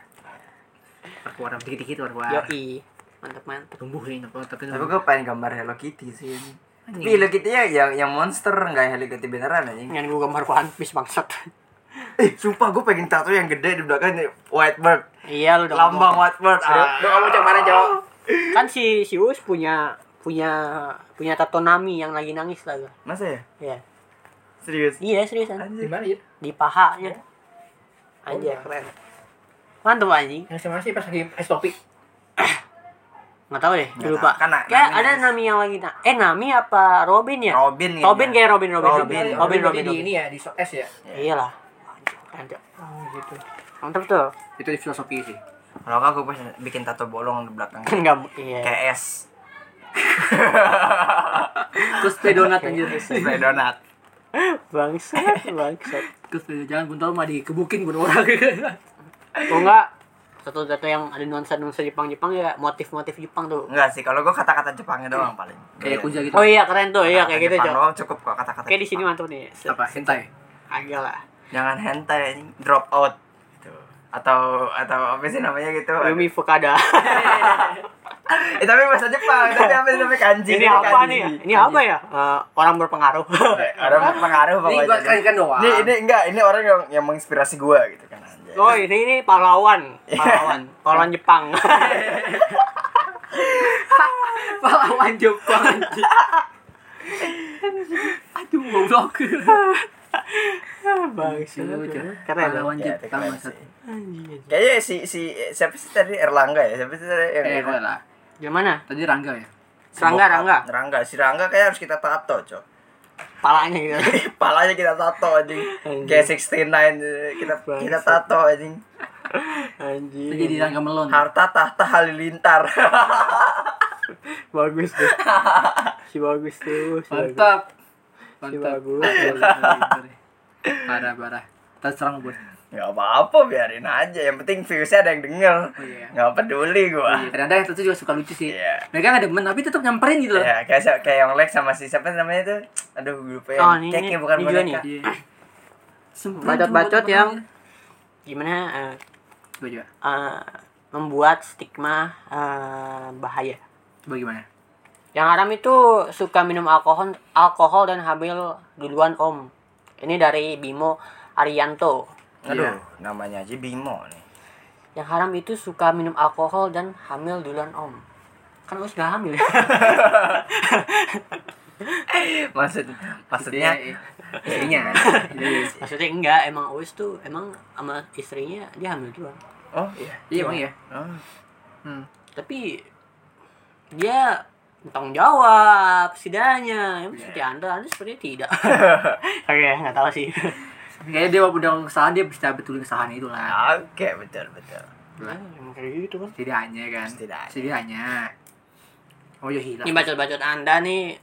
Speaker 2: Warna dikit-dikit warna.
Speaker 1: yoi mantap mantap
Speaker 2: Tumbuh sih, tapi tapi
Speaker 3: tapi
Speaker 2: tumbuh.
Speaker 3: gue pengen gambar Hello Kitty sih ini tapi
Speaker 2: Anjing.
Speaker 3: Hello Kitty nya yang yang monster nggak Hello Kitty beneran anjing
Speaker 1: dengan gue gambar One Piece bangsat
Speaker 3: Eh, sumpah gue pengen tato yang gede di belakang nih, White Bird.
Speaker 1: iya lu udah
Speaker 3: Lambang
Speaker 1: ngomong.
Speaker 3: White Bird. Ah.
Speaker 2: Udah kamu cek mana jawab?
Speaker 1: kan si si Us punya punya punya tato Nami yang lagi nangis lah gua.
Speaker 3: Masa ya?
Speaker 1: iya
Speaker 3: Serius?
Speaker 1: iya seriusan
Speaker 2: Di
Speaker 3: Anjir.
Speaker 2: mana ya?
Speaker 1: di
Speaker 3: Iya.
Speaker 1: pahanya anjir keren mantap anjing
Speaker 2: Yang sama sih pas lagi es topi.
Speaker 1: nggak tahu deh
Speaker 3: Nggak
Speaker 1: lupa
Speaker 3: tahu. Kan na-
Speaker 1: kayak
Speaker 3: Nami
Speaker 1: ada
Speaker 3: nangis.
Speaker 1: Nami yang lagi na- eh Nami apa Robin ya
Speaker 3: Robin kayaknya.
Speaker 1: Robin kayak Robin Robin
Speaker 3: Robin. iya.
Speaker 1: Robin Robin Robin,
Speaker 2: berarti di
Speaker 1: Robin.
Speaker 2: ini ya di so- es ya.
Speaker 1: iyalah Anjir, keren, Cok.
Speaker 2: Oh gitu.
Speaker 1: mantap tuh
Speaker 2: Itu di filosofi sih.
Speaker 3: Kalau enggak gue pengen bikin tato bolong di belakang.
Speaker 1: kan nggak mu- iya
Speaker 3: Kayak es.
Speaker 2: Terus play donat anjir.
Speaker 3: Sesuai donat.
Speaker 1: bangsat bangsat
Speaker 2: Terus play jangan buntal mah dikebukin bunuh orang.
Speaker 1: oh enggak satu satu yang ada nuansa nuansa Jepang Jepang ya motif motif Jepang tuh
Speaker 3: Enggak sih, kalau gue kata-kata Jepangnya doang paling.
Speaker 2: Kayak kuja gitu.
Speaker 1: oh iya keren tuh iya
Speaker 3: Kata
Speaker 1: kayak gitu
Speaker 3: Jepang
Speaker 1: cok
Speaker 3: doang cukup kok kata-kata.
Speaker 1: kayak di sini
Speaker 3: Jepang.
Speaker 1: mantap nih Set.
Speaker 2: Apa hentai?
Speaker 1: agak lah
Speaker 3: Jangan hentai, anjing. drop out. Gitu. Atau atau apa sih namanya gitu?
Speaker 1: Yumi Fukada
Speaker 3: Eh, tapi bahasa Jepang, tapi apa sih namanya kanji?
Speaker 1: ini apa
Speaker 3: kanji.
Speaker 1: nih ya? ini apa ya Eh, orang berpengaruh
Speaker 3: Orang
Speaker 2: Ini
Speaker 3: berpengaruh pokoknya.
Speaker 2: gua kan kan doang.
Speaker 3: ini ini enggak ini orang yang yang menginspirasi gue gitu kan anjay.
Speaker 1: oh ini ini pahlawan Ah, pahlawan pahlawan Jepang
Speaker 2: pahlawan Jepang. anjir. Aduh, goblok.
Speaker 1: bangsat keren tuh.
Speaker 2: Pahlawan
Speaker 3: Ya, itu
Speaker 2: Jepang.
Speaker 3: keren
Speaker 2: Mas.
Speaker 3: sih.
Speaker 1: Anjir.
Speaker 3: kayaknya si si siapa sih tadi Erlangga ya siapa sih tadi yang
Speaker 2: Eh, kok lah.
Speaker 1: Gimana?
Speaker 2: Tadi Rangga ya.
Speaker 3: si
Speaker 1: Rangga,
Speaker 3: bokap?
Speaker 1: Rangga.
Speaker 3: Rangga si Rangga kayak harus kita tato cok
Speaker 1: Palanya gitu.
Speaker 3: palanya kita tato anjing kayak 69 eh, kita kita tato anjing
Speaker 1: Anjir.
Speaker 2: Itu jadi Rangga Melon.
Speaker 3: harta tahta halilintar
Speaker 1: bagus tuh. Si bagus tuh. Si bagus.
Speaker 2: Mantap.
Speaker 1: Si
Speaker 2: Mantap.
Speaker 1: bagus.
Speaker 2: Parah, parah. Terus terang gue.
Speaker 3: nggak apa-apa biarin aja yang penting viewsnya ada yang denger
Speaker 2: Oh, iya.
Speaker 3: nggak peduli gua
Speaker 2: Iya, kadang-kadang yang itu juga suka lucu sih.
Speaker 3: Iya.
Speaker 2: Mereka nggak demen tapi tetap nyamperin gitu loh.
Speaker 3: ya kayak si- kayak yang like sama si siapa namanya tuh aduh gue lupa ya
Speaker 1: Oh, ini-
Speaker 3: Keke,
Speaker 1: ini-
Speaker 3: bukan
Speaker 1: ini juga
Speaker 3: boneka
Speaker 1: nih.
Speaker 2: Iya. Semperin
Speaker 1: Bacot-bacot
Speaker 2: teman-teman.
Speaker 1: yang- gimana eh,
Speaker 2: Coba coba.
Speaker 1: eh, membuat stigma eh, bahaya
Speaker 2: Coba gimana?
Speaker 1: yang haram itu suka minum alkohol alkohol dan hamil duluan om ini dari Bimo Arianto
Speaker 3: aduh namanya aja Bimo nih
Speaker 1: yang haram itu suka minum alkohol dan hamil duluan om kan lu sudah hamil
Speaker 3: maksud maksudnya
Speaker 2: Iya, iya. istrinya. Iya, iya.
Speaker 1: maksudnya enggak emang Uus tuh emang sama istrinya dia hamil duluan
Speaker 3: oh iya
Speaker 2: Iya, Hmm. emang ya.
Speaker 3: oh,
Speaker 1: tapi dia bertanggung jawab setidaknya emang seperti anda anda sepertinya tidak oke nggak tahu sih
Speaker 2: Kayaknya dia walaupun udah ngelakuin kesalahan dia bisa betulin kesalahan itu lah.
Speaker 3: oke betul betul
Speaker 1: Nah, emang kayak gitu kan
Speaker 2: Setidaknya kan.
Speaker 3: Setidaknya.
Speaker 2: Setidaknya. Oh ya hilang.
Speaker 1: ini
Speaker 3: Nah.
Speaker 1: bacot-bacot anda nih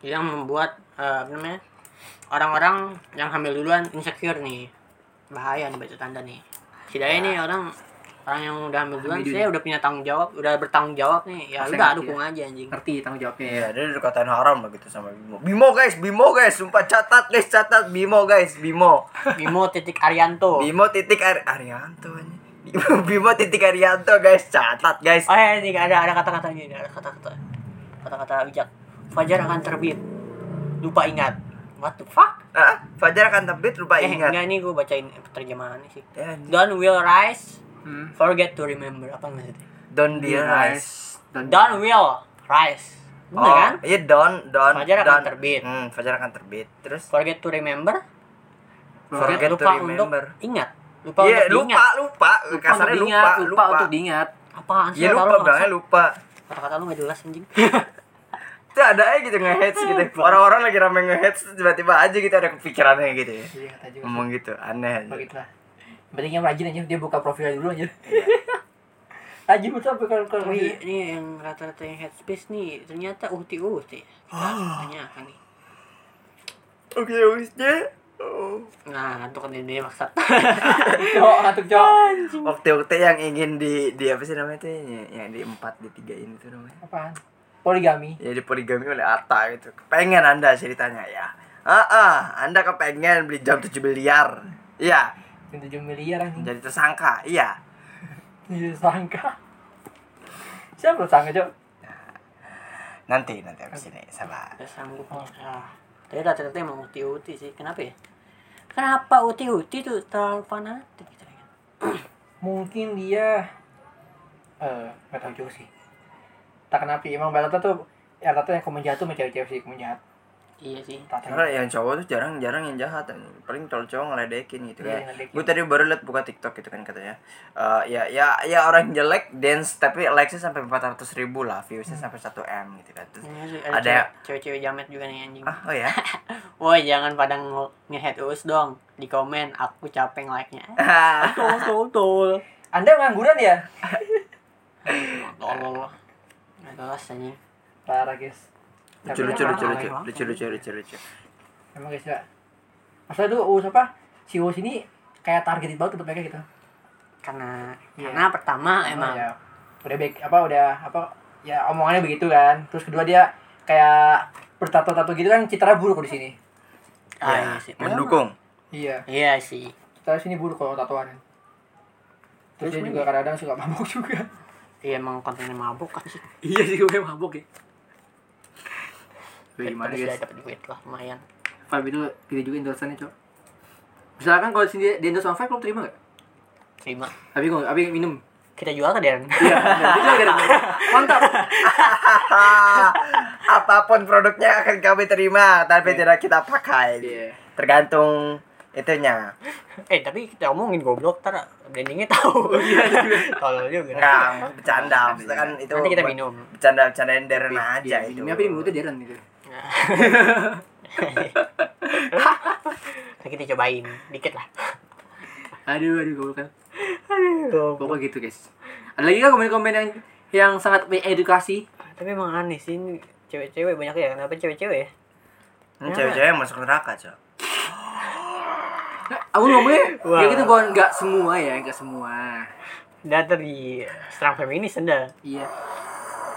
Speaker 1: yang membuat eh, apa namanya orang-orang yang hamil duluan insecure nih bahaya nih bacot anda nih setidaknya nih
Speaker 3: Nah.
Speaker 1: orang orang yang udah hamil duluan
Speaker 2: Hamil
Speaker 1: saya udah punya tanggung jawab udah bertanggung jawab nih ya
Speaker 2: Pasti
Speaker 1: udah
Speaker 2: ngerti
Speaker 1: dukung aja anjing
Speaker 2: Ngerti tanggung jawabnya. ya.
Speaker 3: Iya, dia udah dikatain haram lah gitu sama Bimo. Bimo guys, Bimo guys, sumpah catat guys, catat Bimo guys, Bimo.
Speaker 1: Bimo titik Arianto
Speaker 3: Bimo titik Ar Arianto anjing. Bimo, Bimo titik Arianto guys, catat guys.
Speaker 1: Oh ya, ini ada ada kata-katanya ini, ada kata-kata. Kata-kata bijak. Fajar akan terbit. Lupa ingat. What the fuck?
Speaker 3: Ah, Fajar akan terbit lupa
Speaker 1: Eh,
Speaker 3: ingat.
Speaker 1: enggak ini gue bacain terjemahannya sih.
Speaker 3: Ya, anjing.
Speaker 1: Dawn will rise,
Speaker 2: Hmm.
Speaker 1: forget to remember. Apa maksudnya?
Speaker 3: Don't be Iya,
Speaker 2: Iya,
Speaker 3: nice.
Speaker 2: Dan
Speaker 1: Dawn will rise. Bener
Speaker 3: Oh,
Speaker 1: kan?
Speaker 3: iya Don, Don.
Speaker 1: Fajar akan
Speaker 3: Don.
Speaker 1: terbit.
Speaker 3: Hmm, Fajar akan terbit. Terus
Speaker 1: Forget to remember.
Speaker 3: Forget to
Speaker 1: lupa untuk
Speaker 3: remember.
Speaker 1: ingat. Lupa
Speaker 3: Iya,
Speaker 1: untuk diingat.
Speaker 3: lupa, lupa,
Speaker 2: lupa
Speaker 3: Kasarnya
Speaker 2: untuk
Speaker 3: lupa,
Speaker 2: diingat, lupa,
Speaker 3: lupa.
Speaker 2: untuk diingat.
Speaker 1: Apaan sih?
Speaker 3: Iya,
Speaker 1: kata lu,
Speaker 3: lupa Iya,
Speaker 1: nggak
Speaker 3: bilangnya
Speaker 1: usah.
Speaker 3: lupa.
Speaker 1: Kata-kata lu gak jelas anjing.
Speaker 3: Itu ada aja gitu nge-heads gitu. Orang-orang lagi rame nge-heads terus tiba-tiba aja gitu ada kepikirannya gitu ya.
Speaker 2: Iya, kata juga.
Speaker 3: Ngomong gitu, aneh. aja.
Speaker 2: Begitulah. Pentingnya rajin aja dia buka profilnya dulu aja.
Speaker 3: Iya.
Speaker 2: Rajin betul apa kalau kalau
Speaker 1: Tapi ini yang rata-rata yang headspace nih ternyata uhti-uhti.
Speaker 3: Ah.
Speaker 1: Tanya apa nih?
Speaker 3: Oke, Oh. harusnya
Speaker 1: Nah, itu kan dia maksud.
Speaker 2: cowok ngantuk cowok.
Speaker 3: Iya. waktu-waktu yang ingin di di apa sih namanya tuh yang, yang di empat di tiga ini tuh namanya
Speaker 2: Apaan? Poligami.
Speaker 3: ya dipoligami oleh Atta gitu kepengen anda ceritanya ya ah ah, anda kepengen beli jam 7 miliar iya
Speaker 2: 7 miliar anjing.
Speaker 3: jadi tersangka iya
Speaker 2: Iya, sangka. Siapa lo sangka, Cok?
Speaker 3: nanti nanti abis ini sabar
Speaker 1: Gak sanggup ah. Tapi rata-rata emang uti-uti sih Kenapa ya? Kenapa uti-uti tuh terlalu fanatik gitu ya?
Speaker 2: Mungkin dia eh nggak tahu juga sih. Tak kenapa emang Balata tuh ya rata yang komen jahat tuh sama cewek-cewek sih komen jahat.
Speaker 1: Iya sih
Speaker 2: Tak tahu.
Speaker 3: karena yang cowok tuh jarang-jarang yang jahat kan. paling kalau cowok ngeledekin gitu
Speaker 2: Iya,
Speaker 3: kan
Speaker 2: ngeledekin.
Speaker 3: gue tadi baru liat buka tiktok gitu kan katanya Eh, ya ya ya orang jelek dance tapi likesnya sampai 400 ribu lah viewsnya sampai 1 m gitu kan Terus,
Speaker 1: Ini Hmm. Iya sih,
Speaker 3: Ada-
Speaker 1: Ada cewek- cewek-cewek jamet juga nih anjing
Speaker 3: ah oh ya
Speaker 1: Woi jangan pada nge- nge-head us dong Di komen aku capek like-nya Tol tol tol
Speaker 2: Anda ngangguran ya?
Speaker 1: Tol Gak jelas anjing
Speaker 2: Parah, guys.
Speaker 3: lucu lucu lucu lucu lucu
Speaker 1: gitu.
Speaker 3: lucu lucu lucu
Speaker 2: Emang guys ya. Masa dulu Uus apa? Si Uus ini kayak targeted banget untuk mereka gitu.
Speaker 1: Karena
Speaker 2: Iya.
Speaker 1: Karena
Speaker 3: Nah,
Speaker 1: pertama emang
Speaker 2: ya, udah baik apa udah apa ya omongannya begitu kan. Terus kedua dia kayak bertato-tato gitu kan citra buruk di sini.
Speaker 1: Ah,
Speaker 3: ya,
Speaker 1: iya sih.
Speaker 3: mendukung
Speaker 2: Iya.
Speaker 1: Iya sih
Speaker 2: Kita sini buruk kalau tatoan. Terus dia juga kadang-kadang suka mabuk juga.
Speaker 1: Iya emang kontennya mabuk kan sih
Speaker 2: iya sih gue mabuk ya. Gue
Speaker 1: Tapi
Speaker 2: gimana
Speaker 1: sudah
Speaker 2: guys?
Speaker 1: dapet duit lah lumayan
Speaker 2: Vibe itu kita juga endorsannya cok. Misalkan kalau sini dia- dia endorse sama Vibe lo terima gak?
Speaker 1: Terima
Speaker 2: Abi nggak, abi minum.
Speaker 1: Kita jual ke Darren
Speaker 2: Iya, itu juga ada. Mantap.
Speaker 3: Ah, apapun produknya akan kami terima
Speaker 1: Iya.
Speaker 3: tapi tidak kita pakai
Speaker 2: Iya.
Speaker 3: tergantung itunya
Speaker 1: Eh tapi kita omongin goblok ntar blendingnya
Speaker 2: Oh,
Speaker 1: tahu.
Speaker 2: iya,
Speaker 1: Kalau juga.
Speaker 3: enggak bercanda maksudnya kan itu
Speaker 1: Iya. Nanti kita
Speaker 3: buat
Speaker 1: minum.
Speaker 3: bercanda bercandain Darren aja
Speaker 2: Iya,
Speaker 3: itu
Speaker 2: minumnya Tapi di mulutnya Darren gitu.
Speaker 1: Nah, kita cobain dikit lah.
Speaker 2: Aduh, aduh, gue kan. Pokoknya gitu guys. Ada lagi kan komen-komen yang yang sangat edukasi?
Speaker 1: Tapi emang aneh sih ini cewek-cewek banyak ya.
Speaker 2: Iya,
Speaker 1: Kenapa cewek-cewek? ya?
Speaker 3: Ini cewek-cewek yang masuk neraka cok
Speaker 2: Aku ngomongnya
Speaker 1: Wah.
Speaker 2: kayak gitu bukan nggak semua ya, nggak semua.
Speaker 1: Anda tadi serang feminis Anda.
Speaker 2: Iya.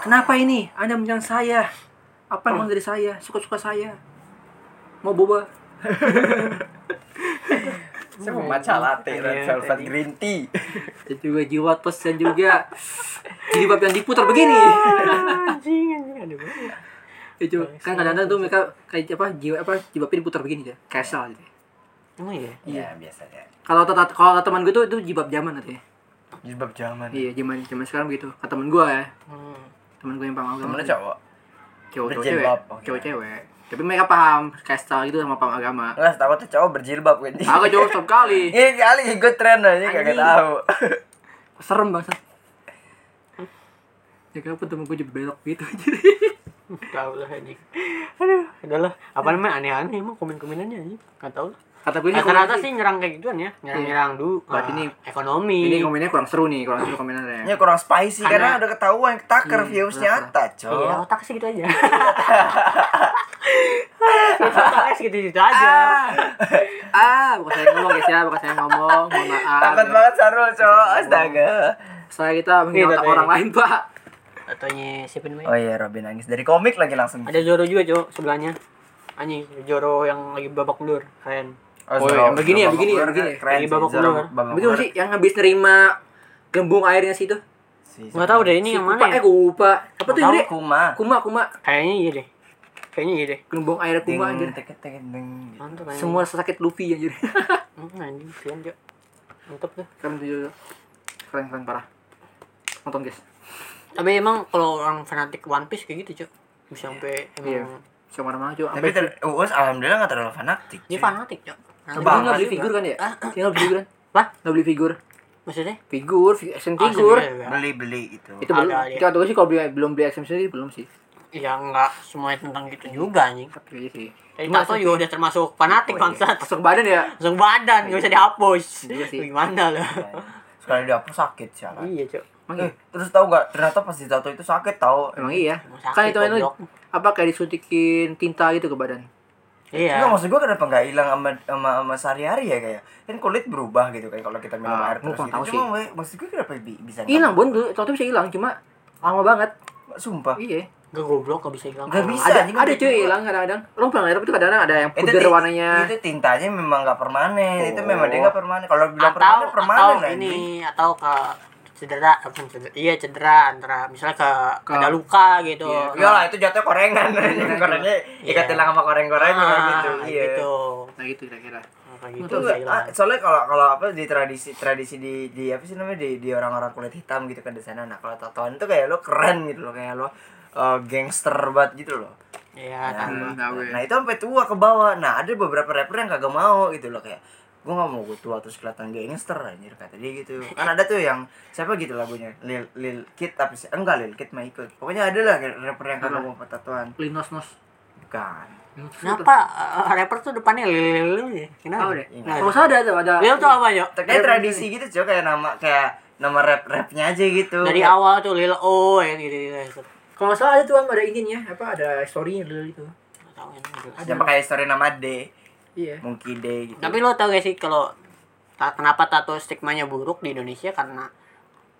Speaker 2: Kenapa ini? Anda menyerang saya. Apa yang mau dari saya? Suka-suka saya. Mau boba? Iya,
Speaker 3: Saya mau matcha latte, red velvet green tea.
Speaker 2: Dan juga jiwa tos dan juga jilbab yang diputar begini.
Speaker 1: Anjing, anjing, aduh.
Speaker 2: Itu kan kadang-kadang tuh mereka kayak apa jiwa apa jilbabnya diputar begini ya. Casual gitu.
Speaker 1: Emang ya?
Speaker 3: Iya, biasanya.
Speaker 2: Kalau tata kalau kata teman gue tuh itu jilbab zaman katanya.
Speaker 3: Jilbab zaman.
Speaker 2: Iya, zaman zaman sekarang begitu. Kata teman gue ya.
Speaker 1: Hmm.
Speaker 2: Teman gue yang paham agama.
Speaker 3: Temennya cowok.
Speaker 2: cowok cewek.
Speaker 3: Berjilbab, oke.
Speaker 2: Cowok cewek. Tapi mereka paham casual gitu sama paham agama.
Speaker 3: Enggak, tahu tuh cowok berjilbab kan.
Speaker 2: Aku cowok setiap kali.
Speaker 3: Ini kali ikut tren aja kagak
Speaker 2: Anjing.
Speaker 3: tahu.
Speaker 2: serem banget ya kenapa temen gue jadi belok gitu aja
Speaker 1: Tahu lah anjing. Aduh, udahlah. Apa namanya aneh-aneh emang komen-komenannya anjing. Enggak tahu lah.
Speaker 2: kata gue ini
Speaker 1: Rata-rata
Speaker 2: komen-
Speaker 1: sih nyerang kayak gituan ya. Nyerang-nyerang dulu.
Speaker 2: Buat
Speaker 1: ah,
Speaker 2: ini.
Speaker 1: ekonomi.
Speaker 2: ini komennya kurang seru nih kurang seru komennya
Speaker 3: Ini kurang spicy karena
Speaker 1: Karena-
Speaker 3: udah ketahuan ketaker
Speaker 2: Iya,
Speaker 3: views
Speaker 2: kenapa?
Speaker 3: nyata,
Speaker 1: Iya,
Speaker 2: Oh.
Speaker 3: cowok.
Speaker 1: otak sih gitu aja. Otaknya segitu-gitu gitu, aja.
Speaker 2: ah bukan saya ngomong guys ya bukan saya ngomong mohon maaf
Speaker 3: Takut banget Sarul, cowok. Astaga.
Speaker 2: saya kita menghina
Speaker 1: Gitu
Speaker 2: otak
Speaker 1: deh.
Speaker 2: orang lain pak
Speaker 1: Ataunya siapa namanya?
Speaker 3: Oh iya, Robin nangis dari komik lagi
Speaker 2: iya.
Speaker 3: langsung.
Speaker 1: Ada Zoro juga, Cok, sebelahnya. Anjing, Zoro yang lagi babak belur, keren.
Speaker 3: Oh,
Speaker 2: iya, yang begini ya, begini ya, begini ya.
Speaker 3: Keren
Speaker 1: Ini
Speaker 3: sih,
Speaker 1: babak
Speaker 3: Zoro,
Speaker 1: belur.
Speaker 3: babak
Speaker 2: begitu
Speaker 3: belur.
Speaker 2: sih yang habis nerima gembung airnya situ
Speaker 3: Si- si-
Speaker 1: Enggak tahu deh ini yang
Speaker 2: kupa
Speaker 1: mana. Ya?
Speaker 2: eh kupa apa tuh
Speaker 3: Tahu,
Speaker 2: ini
Speaker 3: Kuma.
Speaker 2: kuma kuma
Speaker 1: Kayaknya iya deh. Kayaknya iya deh.
Speaker 2: gembung air
Speaker 3: Ding,
Speaker 2: kuma anjir
Speaker 3: tek, tek, ding.
Speaker 1: Mantap anjing.
Speaker 2: semua sakit Luffy anjir
Speaker 1: Hmm, anjing, keren, Cok. Mantap tuh.
Speaker 2: keren tuh keren keren parah nonton guys
Speaker 1: Tapi emang kalau orang fanatik One Piece kayak gitu, Cok. Bisa sampai
Speaker 2: Iya.
Speaker 1: emang
Speaker 2: siapa mana coba
Speaker 3: Tapi ter- Uus alhamdulillah gak terlalu fanatik.
Speaker 1: dia
Speaker 3: cuy.
Speaker 1: fanatik, Cok. Fanatik
Speaker 2: Coba
Speaker 1: banget
Speaker 2: nggak beli
Speaker 1: juga.
Speaker 2: figur kan ya?
Speaker 1: Ah,
Speaker 2: Dia nggak beli figur kan?
Speaker 1: Apa?
Speaker 2: Nggak beli figur.
Speaker 1: Maksudnya?
Speaker 2: Figur, fi- action
Speaker 1: Ah,
Speaker 2: figur.
Speaker 1: sendiri ya.
Speaker 3: Beli-beli gitu. itu.
Speaker 2: itu belum.
Speaker 1: Ada, ada.
Speaker 2: Itu atau sih kalau beli, belum beli action sendiri belum sih.
Speaker 1: Ya enggak semuanya tentang gitu juga anjing.
Speaker 2: Tapi aja sih.
Speaker 1: Jadi tato juga udah termasuk fanatik bangsat.
Speaker 2: Masuk badan ya.
Speaker 1: Langsung badan, gak bisa dihapus.
Speaker 2: Iya sih.
Speaker 1: Gimana lo?
Speaker 3: Sekali dihapus sakit sialan.
Speaker 1: Iya, Cok.
Speaker 2: Emang iya.
Speaker 3: Eh, terus tahu nggak ternyata pas ditato itu sakit tahu
Speaker 2: Emang iya.
Speaker 1: Emang sakit,
Speaker 2: Kan itu itu
Speaker 1: goblok.
Speaker 2: apa kayak disutikin tinta gitu ke badan.
Speaker 1: Iya.
Speaker 3: Enggak maksud gue kenapa nggak hilang sama sama, sama sehari-hari ya kayak kan kulit berubah gitu kan kalau kita minum
Speaker 2: Ah,
Speaker 3: air
Speaker 2: gua
Speaker 3: terus
Speaker 2: kurang
Speaker 3: gitu.
Speaker 2: tahu
Speaker 3: Cuma we- maksud gue kenapa bi- bisa
Speaker 2: Hilang bon, dulu waktu bisa hilang cuma lama banget.
Speaker 3: hilang? Sumpah.
Speaker 2: Iya.
Speaker 1: Gak goblok, gak bisa gitu. hilang.
Speaker 3: Gak bisa.
Speaker 2: Ada
Speaker 3: anjing,
Speaker 2: ada
Speaker 3: gua-
Speaker 2: cuy hilang kadang-kadang. Lo pernah lihat itu kadang-kadang ada yang
Speaker 3: Eh, Itu
Speaker 2: puder
Speaker 3: ti-
Speaker 2: warnanya. Oh.
Speaker 3: Itu tintanya memang nggak permanen. Itu memang dia nggak permanen. Kalau bilang
Speaker 1: Atau,
Speaker 3: permanen permanen
Speaker 1: atau
Speaker 3: anjing.
Speaker 1: ini, atau ke cedera, apa cedera, iya cedera antara misalnya ke,
Speaker 2: Ke-
Speaker 1: ada luka gitu.
Speaker 3: Iya lah itu jatuh korengan. Korengannya
Speaker 1: Iya.
Speaker 3: ikat hilang sama koreng-koreng gitu.
Speaker 1: Ah,
Speaker 3: Iya.
Speaker 1: gitu.
Speaker 2: Nah gitu kira-kira.
Speaker 1: Kayak gitu
Speaker 3: Itu
Speaker 1: bisa
Speaker 3: nggak-
Speaker 1: hilang.
Speaker 3: ah, soalnya kalau kalau apa di tradisi tradisi di di apa sih namanya di di orang-orang kulit hitam gitu kan di sana nah kalau tatoan itu kayak lo keren gitu loh kayak lo eh, gangster banget gitu loh
Speaker 1: Iya,
Speaker 3: Nah,
Speaker 1: tahu.
Speaker 2: Hmm, tahu ya.
Speaker 3: nah itu sampai tua ke bawah nah ada beberapa rapper yang kagak mau gitu loh kayak gue gak mau gue tua terus kelihatan gangster anjir kata dia gitu kan ada tuh yang siapa gitu lagunya Lil Lil Kid tapi si- enggak Lil Kid mah ikut pokoknya ada lah rapper yang kagak mau tatoan
Speaker 2: Linos nos.
Speaker 3: bukan
Speaker 1: Kenapa eh, rapper tuh depannya lil ya? Kenapa?
Speaker 2: Tahu deh.
Speaker 1: Nggak
Speaker 2: Kalau salah ada tuh ada.
Speaker 1: Lil tuh apa, Yo?
Speaker 3: kayak tradisi gitu cuy kayak nama kayak nama rap rapnya aja gitu
Speaker 1: Dari
Speaker 2: ya.
Speaker 1: awal tuh Lil O ya gitu gitu.
Speaker 2: Kalau nggak salah ada tuh Am, ada ininya apa ada story-nya gitu. dulu itu.
Speaker 1: Nggak tahu gitu. yang jelas.
Speaker 3: Ada pakai story nama D,
Speaker 2: Iya.
Speaker 3: Monkey D gitu.
Speaker 1: Tapi lo tau gak sih kalau ta- kenapa tato stigmanya buruk di Indonesia karena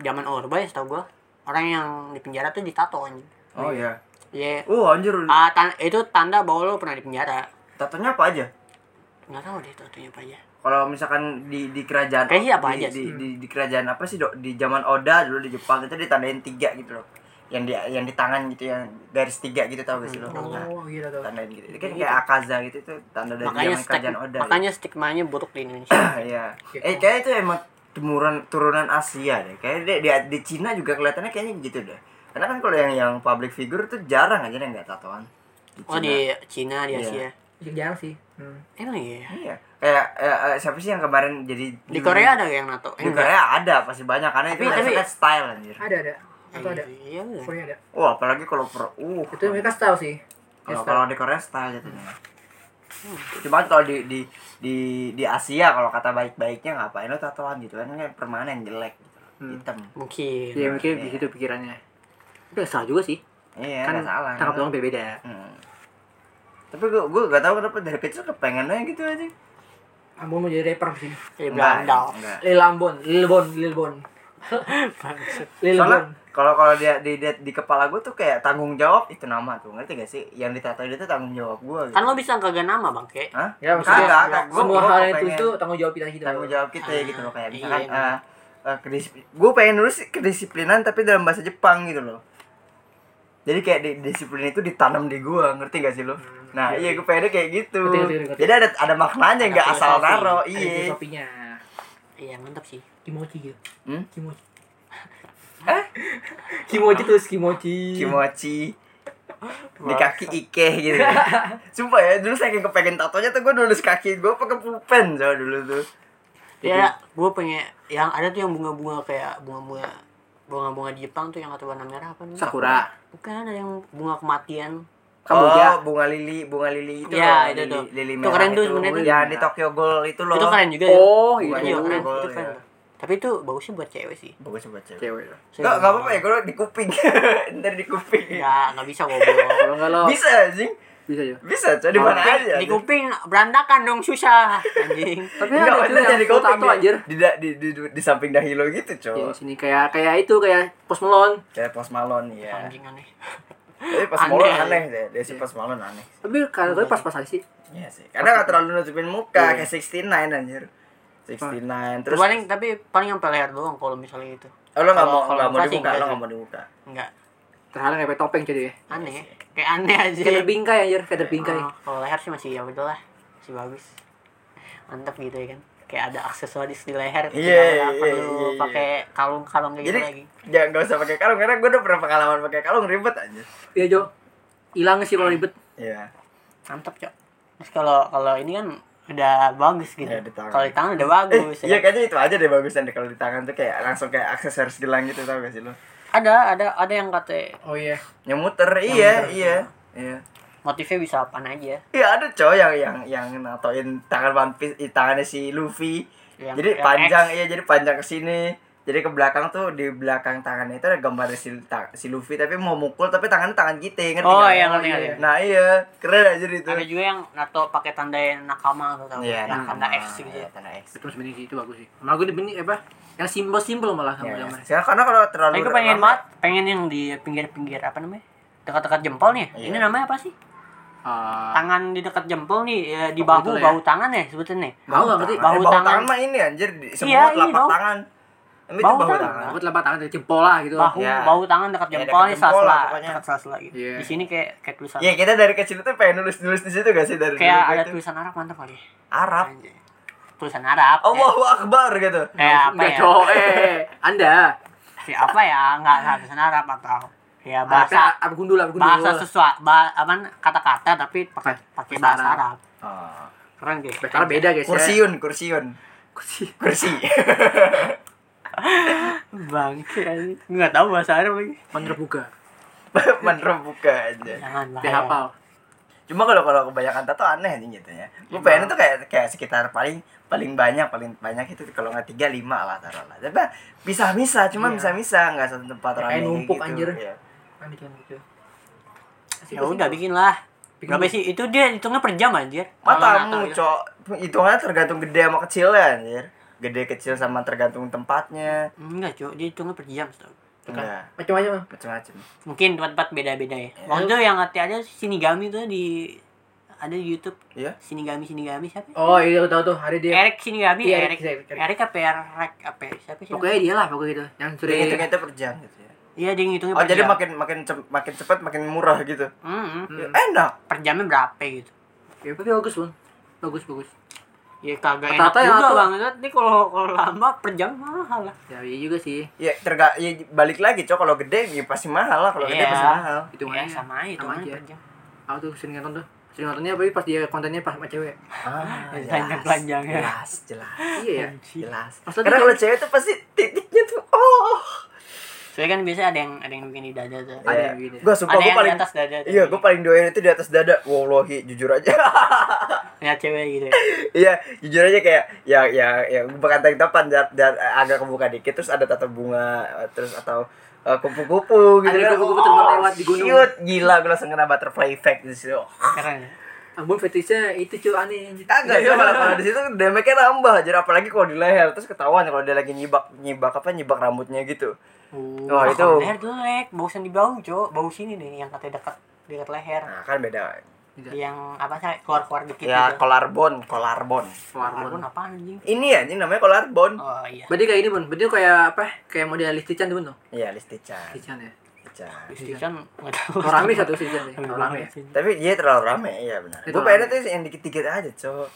Speaker 1: zaman Orba ya tau gue orang yang di penjara tuh ditato anjing.
Speaker 3: Oh iya.
Speaker 1: Iya.
Speaker 3: Oh anjir,
Speaker 1: Ah, tan- itu tanda bahwa lo pernah di penjara.
Speaker 3: tatonya apa aja?
Speaker 1: Nggak tahu deh tatonya apa aja.
Speaker 3: Kalau misalkan di di kerajaan
Speaker 1: Kayaknya apa
Speaker 3: di,
Speaker 1: aja
Speaker 3: di, di, di kerajaan apa sih dok? Di zaman Oda dulu di Jepang itu ditandain tiga gitu loh. Yang di yang di tangan gitu yang garis tiga gitu tau gak sih lo?
Speaker 1: Hmm.
Speaker 3: Nah,
Speaker 2: Oh iya tahu.
Speaker 3: tandain gitu. Itu kan kayak akaza gitu itu tanda dari
Speaker 1: makanya
Speaker 3: zaman
Speaker 1: stig-
Speaker 3: kerajaan ya. Oda.
Speaker 1: makanya stigmanya buruk di Indonesia.
Speaker 3: Iya. Eh kayaknya itu emang temuran turunan Asia deh. Kayaknya di, di, di Cina juga kelihatannya kayaknya gitu deh. Karena kan kalau yang yang public figure tuh jarang aja yang nggak tatoan. Di
Speaker 1: Oh di Cina di
Speaker 3: Iya.
Speaker 1: Asia.
Speaker 2: Jarang sih. Hmm.
Speaker 1: Emang iya.
Speaker 3: Iya. Kayak eh, eh, siapa sih yang kemarin jadi
Speaker 1: Di Korea ada yang nato.
Speaker 3: Hmm. Di
Speaker 1: Enggak.
Speaker 3: Korea ada pasti banyak karena itu
Speaker 1: Tapi- tapi-
Speaker 3: tapi, style anjir.
Speaker 2: Ada ada. Atau ada.
Speaker 1: Iya. iya.
Speaker 2: Korea ada.
Speaker 3: Wah, apalagi kalau per uh.
Speaker 2: Itu mereka style sih.
Speaker 3: kalau kalau di Korea style jatuhnya.
Speaker 1: Hmm.
Speaker 3: Cuman kalau di di di di Asia kalau kata baik-baiknya ngapain lo tatoan gitu kan Kan permanen jelek gitu.
Speaker 1: Hmm.
Speaker 3: Hitam.
Speaker 1: Mungkin.
Speaker 2: Ya mungkin di situ pikirannya. Itu nggak salah juga sih.
Speaker 3: Iya,
Speaker 2: Kan
Speaker 3: nggak salah.
Speaker 2: tangkap orang beda-beda.
Speaker 3: Hmm. Tapi gue gue gak tau kenapa dari kecil kepengennya gitu aja.
Speaker 2: Ambon mau jadi rapper sih.
Speaker 1: Kayak
Speaker 3: Enggak,
Speaker 1: Belanda.
Speaker 3: enggak.
Speaker 2: Lil Ambon, Lil Bon, Lil Bon. Lil Bon.
Speaker 3: Soalnya kalau kalau dia di, di, di kepala gue tuh kayak tanggung jawab itu nama tuh ngerti gak sih? Yang ditato itu tanggung jawab gue. Gitu.
Speaker 1: Kan lo bisa kagak nama bang Ke.
Speaker 3: Hah?
Speaker 2: Ya, maksudnya
Speaker 3: Kagak, kagak. Gua-
Speaker 2: semua
Speaker 3: gua
Speaker 2: hal itu
Speaker 3: pengen-
Speaker 2: itu tanggung jawab kita kita.
Speaker 3: tanggung jawab kita ya gitu loh kayak
Speaker 1: Ah,
Speaker 3: misalkan
Speaker 1: iya, emang.
Speaker 3: gue pengen nulis kedisiplinan tapi dalam bahasa Jepang gitu loh jadi kayak di, disiplin itu ditanam di gua ngerti gak sih lo nah iya gue pengennya kayak gitu
Speaker 2: Hmm. Ngerti, ngerti, ngerti.
Speaker 3: jadi ada ada maknanya
Speaker 2: Ada
Speaker 3: nggak asal
Speaker 2: filosofi,
Speaker 3: naro
Speaker 2: ada
Speaker 3: iya
Speaker 2: filosofinya.
Speaker 1: Iya mantap sih.
Speaker 2: Kimochi gitu.
Speaker 3: Hmm?
Speaker 2: Kimochi. Kimochi terus Eh? Kimochi.
Speaker 3: kimochi di kaki Ike gitu Sumpah ya, dulu saya kayak kepengen tatonya tuh gue nulis kaki gue pakai pulpen so, dulu tuh
Speaker 1: Ya, gue pengen yang ada tuh yang bunga-bunga kayak bunga-bunga bunga-bunga di Jepang tuh yang atau warna merah apa nih?
Speaker 2: Sakura.
Speaker 1: Bukan ada yang bunga kematian.
Speaker 3: Kamboja. Oh, bunga lili, bunga lili itu
Speaker 1: Iya,
Speaker 3: loh,
Speaker 1: itu
Speaker 3: lili,
Speaker 1: tuh.
Speaker 3: lili
Speaker 1: Itu
Speaker 3: merah
Speaker 1: keren tuh
Speaker 3: itu.
Speaker 1: sebenarnya tuh.
Speaker 3: Yang di Tokyo Gold itu loh.
Speaker 1: Itu keren juga ya.
Speaker 2: Oh,
Speaker 3: Iya,
Speaker 1: Iya,
Speaker 2: itu.
Speaker 1: keren.
Speaker 3: gol,
Speaker 1: Itu keren.
Speaker 3: iya.
Speaker 1: tuh. Tapi itu bagusnya buat cewek sih.
Speaker 3: Bagus buat cewek.
Speaker 2: Cewek.
Speaker 3: Enggak, enggak apa-apa ya, kalau di kuping. Ntar di kuping.
Speaker 1: Ya, nggak bisa goblok.
Speaker 2: Kalau enggak lo
Speaker 3: Bisa anjing.
Speaker 2: bisa ya.
Speaker 3: Bisa, coy, di mana aja.
Speaker 1: Di kuping Iya, berantakan dong susah anjing.
Speaker 2: Tapi ada
Speaker 3: Enggak, itu
Speaker 2: juga yang
Speaker 3: jadi
Speaker 2: full ya.
Speaker 3: kuping ya.
Speaker 2: tato anjir.
Speaker 3: Di, da- di, di, di, di samping dahi lo gitu, coy.
Speaker 1: Iya,
Speaker 2: Ya, di sini kayak kayak itu kayak Post Malone.
Speaker 3: Kayak Post Malone ya.
Speaker 1: Anjing aneh.
Speaker 3: Tapi Post Malone
Speaker 1: Aneh.
Speaker 3: aneh deh. Dia sih Post Malone aneh.
Speaker 2: Tapi kalau gue pas-pas aja sih.
Speaker 3: Iya sih. Karena enggak terlalu nutupin muka kayak 69 anjir. 69 terus
Speaker 1: Iya. paling tapi paling sampai leher doang kalau misalnya itu.
Speaker 3: oh, lo enggak
Speaker 1: kalau-
Speaker 3: mau
Speaker 1: kalau
Speaker 3: enggak mau
Speaker 1: muka sih
Speaker 3: dibuka,
Speaker 1: enggak
Speaker 3: lo
Speaker 1: sih.
Speaker 3: enggak mau dibuka.
Speaker 1: Enggak
Speaker 2: Terhalang kayak topeng jadi ya.
Speaker 3: Iya
Speaker 1: aneh. Kayak aneh aja.
Speaker 2: Kayak terbingkai anjir, kayak terbingkai.
Speaker 1: Oh, kalau leher sih masih ya betul lah. Masih bagus. Mantap gitu ya kan. Kayak ada aksesoris di leher
Speaker 3: Iya,
Speaker 1: tidak
Speaker 3: iya,
Speaker 1: perlu
Speaker 3: iya, iya.
Speaker 1: pakai kalung-kalung kayak gitu
Speaker 3: Jadi-
Speaker 1: lagi.
Speaker 3: Jangan enggak usah pakai kalung karena gue udah pernah pengalaman pakai kalung ribet anjir.
Speaker 2: Iya, Jo. Hilang sih kalau ribet.
Speaker 3: Iya.
Speaker 1: Mantap, Cok. Terus kalau kalau ini kan udah bagus gitu.
Speaker 3: Iya, di tangan.
Speaker 1: kalau di tangan udah
Speaker 3: Eh,
Speaker 1: bagus. ya
Speaker 3: iya
Speaker 1: kan?
Speaker 3: kayaknya itu aja deh bagusan deh kalau di tangan tuh kayak langsung kayak aksesoris gelang gitu tau gak sih lo?
Speaker 1: Ada ada ada yang kata
Speaker 2: Oh iya.
Speaker 3: Yang muter, iya, iya, iya.
Speaker 1: motifnya bisa apaan aja.
Speaker 3: Iya ada cowok yang yang yang natoin tangan One Piece, eh, tangannya si Luffy.
Speaker 1: Yang-
Speaker 3: jadi
Speaker 1: yang
Speaker 3: panjang,
Speaker 1: X.
Speaker 3: iya jadi panjang ke sini. Jadi ke belakang tuh di belakang tangannya itu ada gambar si, ta- si Luffy tapi mau mukul tapi tangannya tangan kita ngerti
Speaker 1: Oh,
Speaker 3: nggak?
Speaker 1: iya, ngerti, ngerti.
Speaker 3: Nah iya keren aja itu.
Speaker 1: Ada juga yang nato pakai tanda yang nakama atau
Speaker 3: Iya,
Speaker 1: yang
Speaker 3: nah,
Speaker 1: tanda X gitu.
Speaker 3: iya, tanda X.
Speaker 2: Itu sebenarnya sih itu bagus sih. Malah gue dibeli apa? Yang simbol-simbol malah kamu
Speaker 3: Iya,
Speaker 2: gambar.
Speaker 3: iya. karena kalau terlalu
Speaker 1: Tapi gue pengen
Speaker 3: ramai-
Speaker 1: banget, pengen yang di pinggir-pinggir apa namanya? Dekat-dekat jempol nih.
Speaker 3: Iya.
Speaker 1: Ini namanya apa sih?
Speaker 2: Ah,
Speaker 1: Tangan di dekat jempol nih, ya, di
Speaker 2: Oh,
Speaker 1: bahu,
Speaker 2: betul ya.
Speaker 1: bahu tangan ya sebetulnya.
Speaker 2: Bahu nggak ngerti?
Speaker 3: Eh,
Speaker 1: Bahu tangan.
Speaker 3: mah ini anjir di, semua
Speaker 1: Iya, ini
Speaker 3: telapak
Speaker 1: bahu.
Speaker 3: tangan Emang
Speaker 1: Bahu
Speaker 3: itu bahu
Speaker 1: tangan.
Speaker 3: tangan,
Speaker 2: Aku telapak tangan dari jempol lah gitu.
Speaker 1: Bahu,
Speaker 3: Iya.
Speaker 1: bahu tangan dekat
Speaker 2: Ya,
Speaker 3: Iya,
Speaker 1: jempol
Speaker 3: dekat
Speaker 1: nih
Speaker 3: jempol lah
Speaker 1: sasla,
Speaker 3: pokoknya.
Speaker 1: dekat sasla gitu.
Speaker 2: Iya.
Speaker 1: Di sini kayak kayak tulisan
Speaker 3: Iya kita dari kecil tuh pengen nulis nulis di situ gak sih dari
Speaker 1: kayak
Speaker 3: dulu
Speaker 1: ada
Speaker 3: gitu?
Speaker 1: tulisan Arab mantap kali. ya.
Speaker 3: Arab
Speaker 1: Anjay. Tulisan Arab.
Speaker 2: Oh,
Speaker 1: kayak-
Speaker 3: Allahu Akbar gitu
Speaker 1: Kayak apa
Speaker 2: Nggak,
Speaker 1: ya?
Speaker 2: Jo. Eh, Anda.
Speaker 1: Kayak apa ya? Enggak, enggak tulisan Arab atau ya bahasa
Speaker 2: Bahasa apa gundul apa gundul.
Speaker 1: bahasa sesuatu bah, apa kata-kata tapi pakai pakai
Speaker 2: Bahasa
Speaker 1: bahasa
Speaker 2: Arab.
Speaker 1: Arab.
Speaker 3: Ah.
Speaker 1: Keren gitu.
Speaker 2: Karena beda guys. ya.
Speaker 3: kursiun kursiun
Speaker 2: Kursi.
Speaker 3: kursi
Speaker 1: Bangke aja. Enggak tahu bahasa Arab lagi.
Speaker 2: Menerbuka.
Speaker 3: menerbuka aja
Speaker 1: Jangan lah. ya.
Speaker 2: Dia hafal.
Speaker 3: cuma kalau kalau kebanyakan tato aneh anjing gitu ya gue pengen tuh kayak kayak sekitar paling paling banyak paling banyak itu kalau nggak tiga lima lah taruh lah tapi bisa bisa cuma
Speaker 2: Iya.
Speaker 3: bisa bisa nggak satu tempat
Speaker 2: Kayak
Speaker 3: ramai
Speaker 2: numpuk, anjir.
Speaker 3: Iya.
Speaker 1: Ya udah bikin lah.
Speaker 2: Bikin
Speaker 1: Berapa
Speaker 2: dulu.
Speaker 1: sih? Itu dia hitungnya per jam anjir. Kalau
Speaker 3: Matamu,
Speaker 1: nggak tahu
Speaker 3: cok. Hitungannya tergantung gede sama kecilnya, anjir. Gede kecil sama tergantung tempatnya. Iya.
Speaker 1: ya. Enggak, Cok. Dia hitungnya per jam, setahu.
Speaker 3: Enggak,
Speaker 2: Macam-macam.
Speaker 3: macam-macam.
Speaker 1: Mungkin tempat-tempat beda-beda
Speaker 2: Eh.
Speaker 1: ya. Waktu itu yang hati ada Shinigami tuh di ada di YouTube.
Speaker 3: Iya.
Speaker 1: Sinigami Shinigami Shinigami siapa? ya?
Speaker 2: Oh iya aku tahu tuh hari dia.
Speaker 1: Eric Shinigami,
Speaker 2: Iya,
Speaker 1: Eric.
Speaker 2: Eric, Eric.
Speaker 1: Eric apa ya? Eric apa ya? Siapa sih?
Speaker 2: Pokoknya dia lah pokoknya gitu. Yang
Speaker 3: Jadi
Speaker 2: sering
Speaker 3: hitungnya itu per jam gitu ya.
Speaker 1: Iya, dia ngitungnya
Speaker 3: Oh,
Speaker 1: per
Speaker 3: jadi
Speaker 1: jam.
Speaker 3: makin makin cep- makin cepat makin murah gitu.
Speaker 1: Mm-mm.
Speaker 3: Ya, enak.
Speaker 1: Per jamnya berapa gitu.
Speaker 2: Ya, tapi bagus bang. Bagus bagus.
Speaker 1: Ya kagak enak
Speaker 2: Rata-rata yang
Speaker 1: juga
Speaker 2: satu-
Speaker 1: bang. Ini kalau kalau lama per jam mahal lah.
Speaker 2: Ya iya juga sih.
Speaker 3: Ya, terga ya, balik lagi, cok. Kalau gede ya pasti mahal lah, kalau gede
Speaker 1: Iya.
Speaker 3: pasti mahal.
Speaker 1: Ya,
Speaker 2: Hitungannya
Speaker 1: sama aja,
Speaker 2: sama
Speaker 1: hitungannya
Speaker 2: aja.
Speaker 1: per jam.
Speaker 2: Aku tuh sering nonton tuh. Sering nontonnya tapi pas dia kontennya pas sama cewek.
Speaker 3: Ah,
Speaker 1: Panjang-panjang ya.
Speaker 3: Jelas, jelas,
Speaker 2: Iya ya.
Speaker 3: jelas.
Speaker 2: Maksudnya
Speaker 3: Karena
Speaker 2: kan-
Speaker 3: kalau cewek tuh pasti titiknya tuh oh.
Speaker 1: Soalnya kan biasanya ada yang ada yang bikin di dada tuh.
Speaker 2: Ada
Speaker 3: Iya.
Speaker 2: yang begini.
Speaker 3: Gua sumpah
Speaker 1: ada
Speaker 3: gua
Speaker 1: yang
Speaker 3: paling
Speaker 1: di atas dada. tuh.
Speaker 3: Iya, gua paling doain itu di atas dada. Wallahi, jujur aja.
Speaker 1: Ngeliat cewek gitu. ya.
Speaker 3: Iya, jujur aja kayak ya ya ya bukan tank topan dan, dan agak kebuka dikit terus ada tato bunga eh, terus atau eh, kupu-kupu gitu
Speaker 2: Ada
Speaker 3: kan.
Speaker 2: kupu-kupu terbang lewat di gunung.
Speaker 3: shoot, gila gue langsung kena butterfly effect di situ.
Speaker 1: Keren. ya.
Speaker 2: Ambon fetishnya itu cuy aneh.
Speaker 3: Kagak,
Speaker 2: iya.
Speaker 3: cuma kalau- kalau di situ damage-nya nambah aja apalagi kalau di leher terus ketahuan kalau dia lagi nyibak nyibak apa nyibak rambutnya gitu.
Speaker 1: Wah,
Speaker 3: Wah,
Speaker 1: itu
Speaker 3: itu-
Speaker 1: leher jelek, bau di bau, Cok. Bau sini nih yang katanya dekat dekat leher.
Speaker 3: Nah, kan beda.
Speaker 1: Yang apa sih keluar-keluar dikit
Speaker 3: Ya
Speaker 1: gitu.
Speaker 3: kolarbon, kolarbon.
Speaker 1: Karbon apaan anjing?
Speaker 3: Ini ya, ini namanya kolarbon.
Speaker 1: Oh iya.
Speaker 2: Berarti kayak ini, Bun. Berarti kayak apa? Kayak model listican tuh, Bun. tuh.
Speaker 3: Iya, listican.
Speaker 2: Listican ya.
Speaker 3: listican.
Speaker 1: Istikan enggak tahu.
Speaker 2: Orang ini satu listican ya.
Speaker 1: Orang ya.
Speaker 3: Tapi dia terlalu rame, iya benar.
Speaker 2: Itu
Speaker 3: Gue
Speaker 2: rame.
Speaker 3: pengen tuh yang dikit-dikit aja, cok.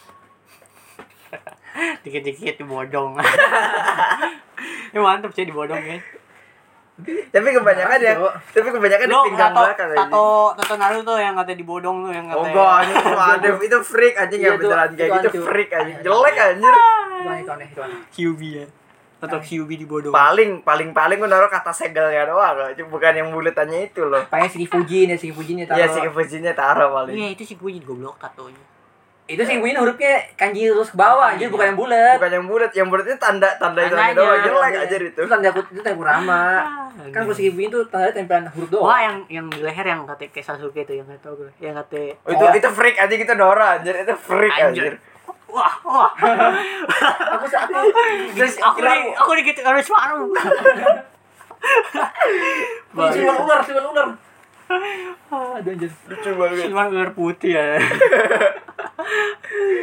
Speaker 1: Dikit-dikit dibodong. Ini mantep sih dibodong ya.
Speaker 3: Tapi kebanyakan
Speaker 2: Nah,
Speaker 3: ya,
Speaker 2: Cok.
Speaker 3: tapi kebanyakan di
Speaker 1: Lo
Speaker 3: pinggang
Speaker 1: tato
Speaker 3: belakang aja.
Speaker 1: tato tato Naruto yang katanya dibodong tuh yang
Speaker 3: Oh
Speaker 1: katanya.
Speaker 3: god, ini tuh ada itu freak anjing
Speaker 2: Iya,
Speaker 3: yang
Speaker 2: tuh,
Speaker 3: beneran
Speaker 2: itu
Speaker 3: kayak gitu
Speaker 2: hancur.
Speaker 3: freak anjing. Jelek anjir.
Speaker 2: Itu aneh, itu aneh, itu aneh.
Speaker 1: QB ya. Tato QB dibodong.
Speaker 3: Paling paling paling gue naruh kata segelnya doang, loh. Itu bukan yang bulatannya itu loh.
Speaker 2: Pakai Sri Fuji nih, Sri Fuji nih taruh.
Speaker 3: Iya, si kefujinya taruh paling.
Speaker 1: Iya, itu si Puji goblok ya. tatonya.
Speaker 2: Itu Sri Fuji hurufnya kanji terus ke bawah anjir, bukan yang bulat.
Speaker 3: Bukan yang bulat, yang bulat itu tanda tanda itu
Speaker 1: Tandanya,
Speaker 3: doang jelek
Speaker 1: tandanya.
Speaker 3: anjir itu.
Speaker 2: Itu tanda itu tanda kurama. Kan kalau Sri Fuji itu tanda tempelan huruf
Speaker 3: Oh.
Speaker 1: Wah,
Speaker 2: doang.
Speaker 1: yang yang di leher yang kata kayak Sasuke itu yang nggak tahu gue. Yang kata
Speaker 3: Oh, itu itu freak aja gitu Dora anjir, itu freak anjir.
Speaker 1: anjir. Wah, wah.
Speaker 2: Aku sa- aku
Speaker 1: Terus aku di, aku dikit harus marah.
Speaker 2: siluman ular, siluman ular. Aduh anjir.
Speaker 3: Lucu banget.
Speaker 1: Cuma ular putih ya.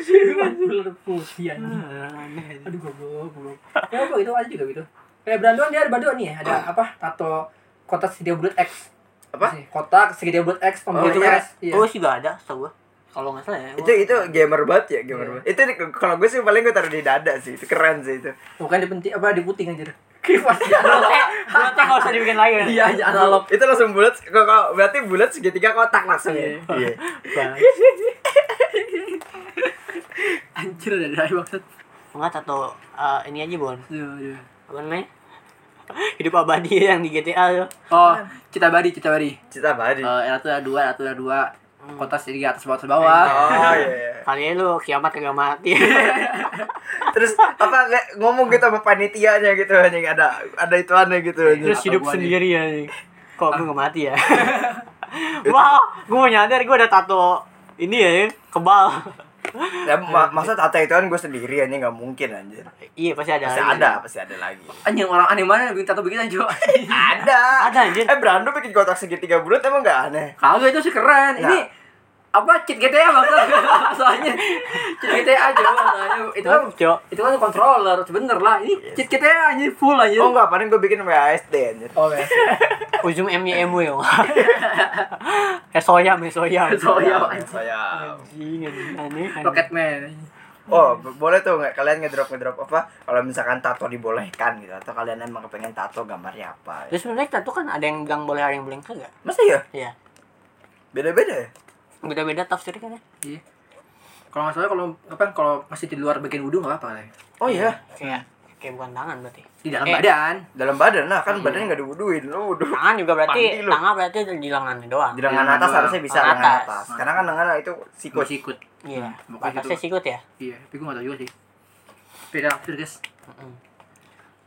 Speaker 2: Siluman ular putih anjir.
Speaker 1: Aneh.
Speaker 2: Aduh goblok, goblok. Ya apa gitu aja juga gitu. Kayak Brandon dia ada Brandon nih, ada apa? Tato kotak segitiga bulat X.
Speaker 3: Apa?
Speaker 2: Sih, Kotak segitiga bulat X pembeli
Speaker 3: iya.
Speaker 2: tugas. Iya.
Speaker 1: Oh, sih gak ada, setahu gue. Kalau nggak salah ya.
Speaker 3: Itu itu gamer banget ya, gamer
Speaker 2: Iya.
Speaker 3: banget. Itu di- kalau gue sih paling gue taruh di dada sih, itu keren sih itu.
Speaker 2: Bukan di penting apa di puting anjir. Kipas di analog.
Speaker 1: Eh, Berarti nggak usah dibikin lagi.
Speaker 2: Iya, aja analog.
Speaker 3: Itu langsung bulat, kok kok- berarti bulat segitiga kotak langsung ya. Iya.
Speaker 2: Anjir ada dari maksud. Iya,
Speaker 1: Enggak tato eh, ini aja, Bon.
Speaker 2: Aduh, aduh.
Speaker 1: Apa namanya? Hidup abadi yang di GTA tuh.
Speaker 2: Oh, cita bari, cita bari.
Speaker 3: Cita bari.
Speaker 2: Eh, era tuh ada dua, era tuh ada dua. Kotak segitiga atas bawah atas
Speaker 1: Iya.
Speaker 2: bawah.
Speaker 3: Oh iya.
Speaker 1: Kali lu kiamat kagak mati.
Speaker 3: terus apa kayak ngomong gitu sama panitianya gitu anjing ada ada itu aneh gitu anjing.
Speaker 1: Terus
Speaker 2: Atau
Speaker 1: hidup
Speaker 2: gua
Speaker 1: sendiri ya. nih. Kok gue gak mati ya? Wah, gue mau nyadar gue ada tato ini ya, kebal.
Speaker 3: ya, ma- masa tata itu kan gue sendiri anjing nggak mungkin anjir
Speaker 1: iya, pasti ada.
Speaker 3: pasti
Speaker 1: lagi.
Speaker 3: ada pasti ada lagi
Speaker 2: Anjing orang aneh mana yang bikin tato begitu anjir.
Speaker 3: ada
Speaker 1: Ada, anjir.
Speaker 3: eh Brando bikin kotak segitiga bulat emang nggak aneh
Speaker 2: Kagak itu sih keren. Ini apa cheat GTA maksudnya? Soalnya cheat GTA aja masalahnya. Itu kan
Speaker 1: Mantap, Cok.
Speaker 2: itu kan controller sebener lah. Ini cheat GTA aja full aja.
Speaker 3: oh nggak paling gue bikin WASD anjir
Speaker 2: Iya. Oh, ya.
Speaker 1: Ujung M-nya MW. ya. Eh, soyam, eh, soyam.
Speaker 3: Iya,
Speaker 2: Soyam anjing.
Speaker 3: saya
Speaker 1: Anjing, anjing, aneh. aneh.
Speaker 2: Rocketman.
Speaker 3: oh bo- boleh tuh nggak kalian ngedrop ngedrop apa kalau misalkan tato dibolehkan gitu atau kalian emang kepengen tato gambarnya apa
Speaker 1: Terus sebenarnya tato kan ada yang bilang boleh, ada yang bilang kagak.
Speaker 3: masa ya
Speaker 1: Iya.
Speaker 3: beda beda ya
Speaker 1: Beda-beda tafsirnya kan ya.
Speaker 2: Iya. Kalau nggak salah kalau apa kalau masih di luar bagian wudhu nggak apa-apa. Leng.
Speaker 3: oh iya
Speaker 1: Kayak kayak bukan tangan berarti.
Speaker 2: Di dalam
Speaker 1: Eh.
Speaker 2: badan.
Speaker 3: dalam badan nah kan badannya nggak diwuduin lu wudu
Speaker 1: Tangan juga berarti
Speaker 3: Mandi lu.
Speaker 1: tangan berarti di lengannya doang.
Speaker 3: Di lengan
Speaker 2: Lengan
Speaker 3: atas
Speaker 2: doang.
Speaker 3: harusnya bisa
Speaker 1: Lengan
Speaker 3: lengan atas.
Speaker 1: Iya, atas.
Speaker 3: Karena kan lengan itu sikut.
Speaker 2: Masih ikut.
Speaker 1: Iya.
Speaker 2: Hmm, pokoknya
Speaker 1: Batasnya
Speaker 2: gitu.
Speaker 1: sikut ya.
Speaker 2: Iya, tapi gue nggak tahu juga sih. Beda tafsir guys.
Speaker 1: Mm-mm.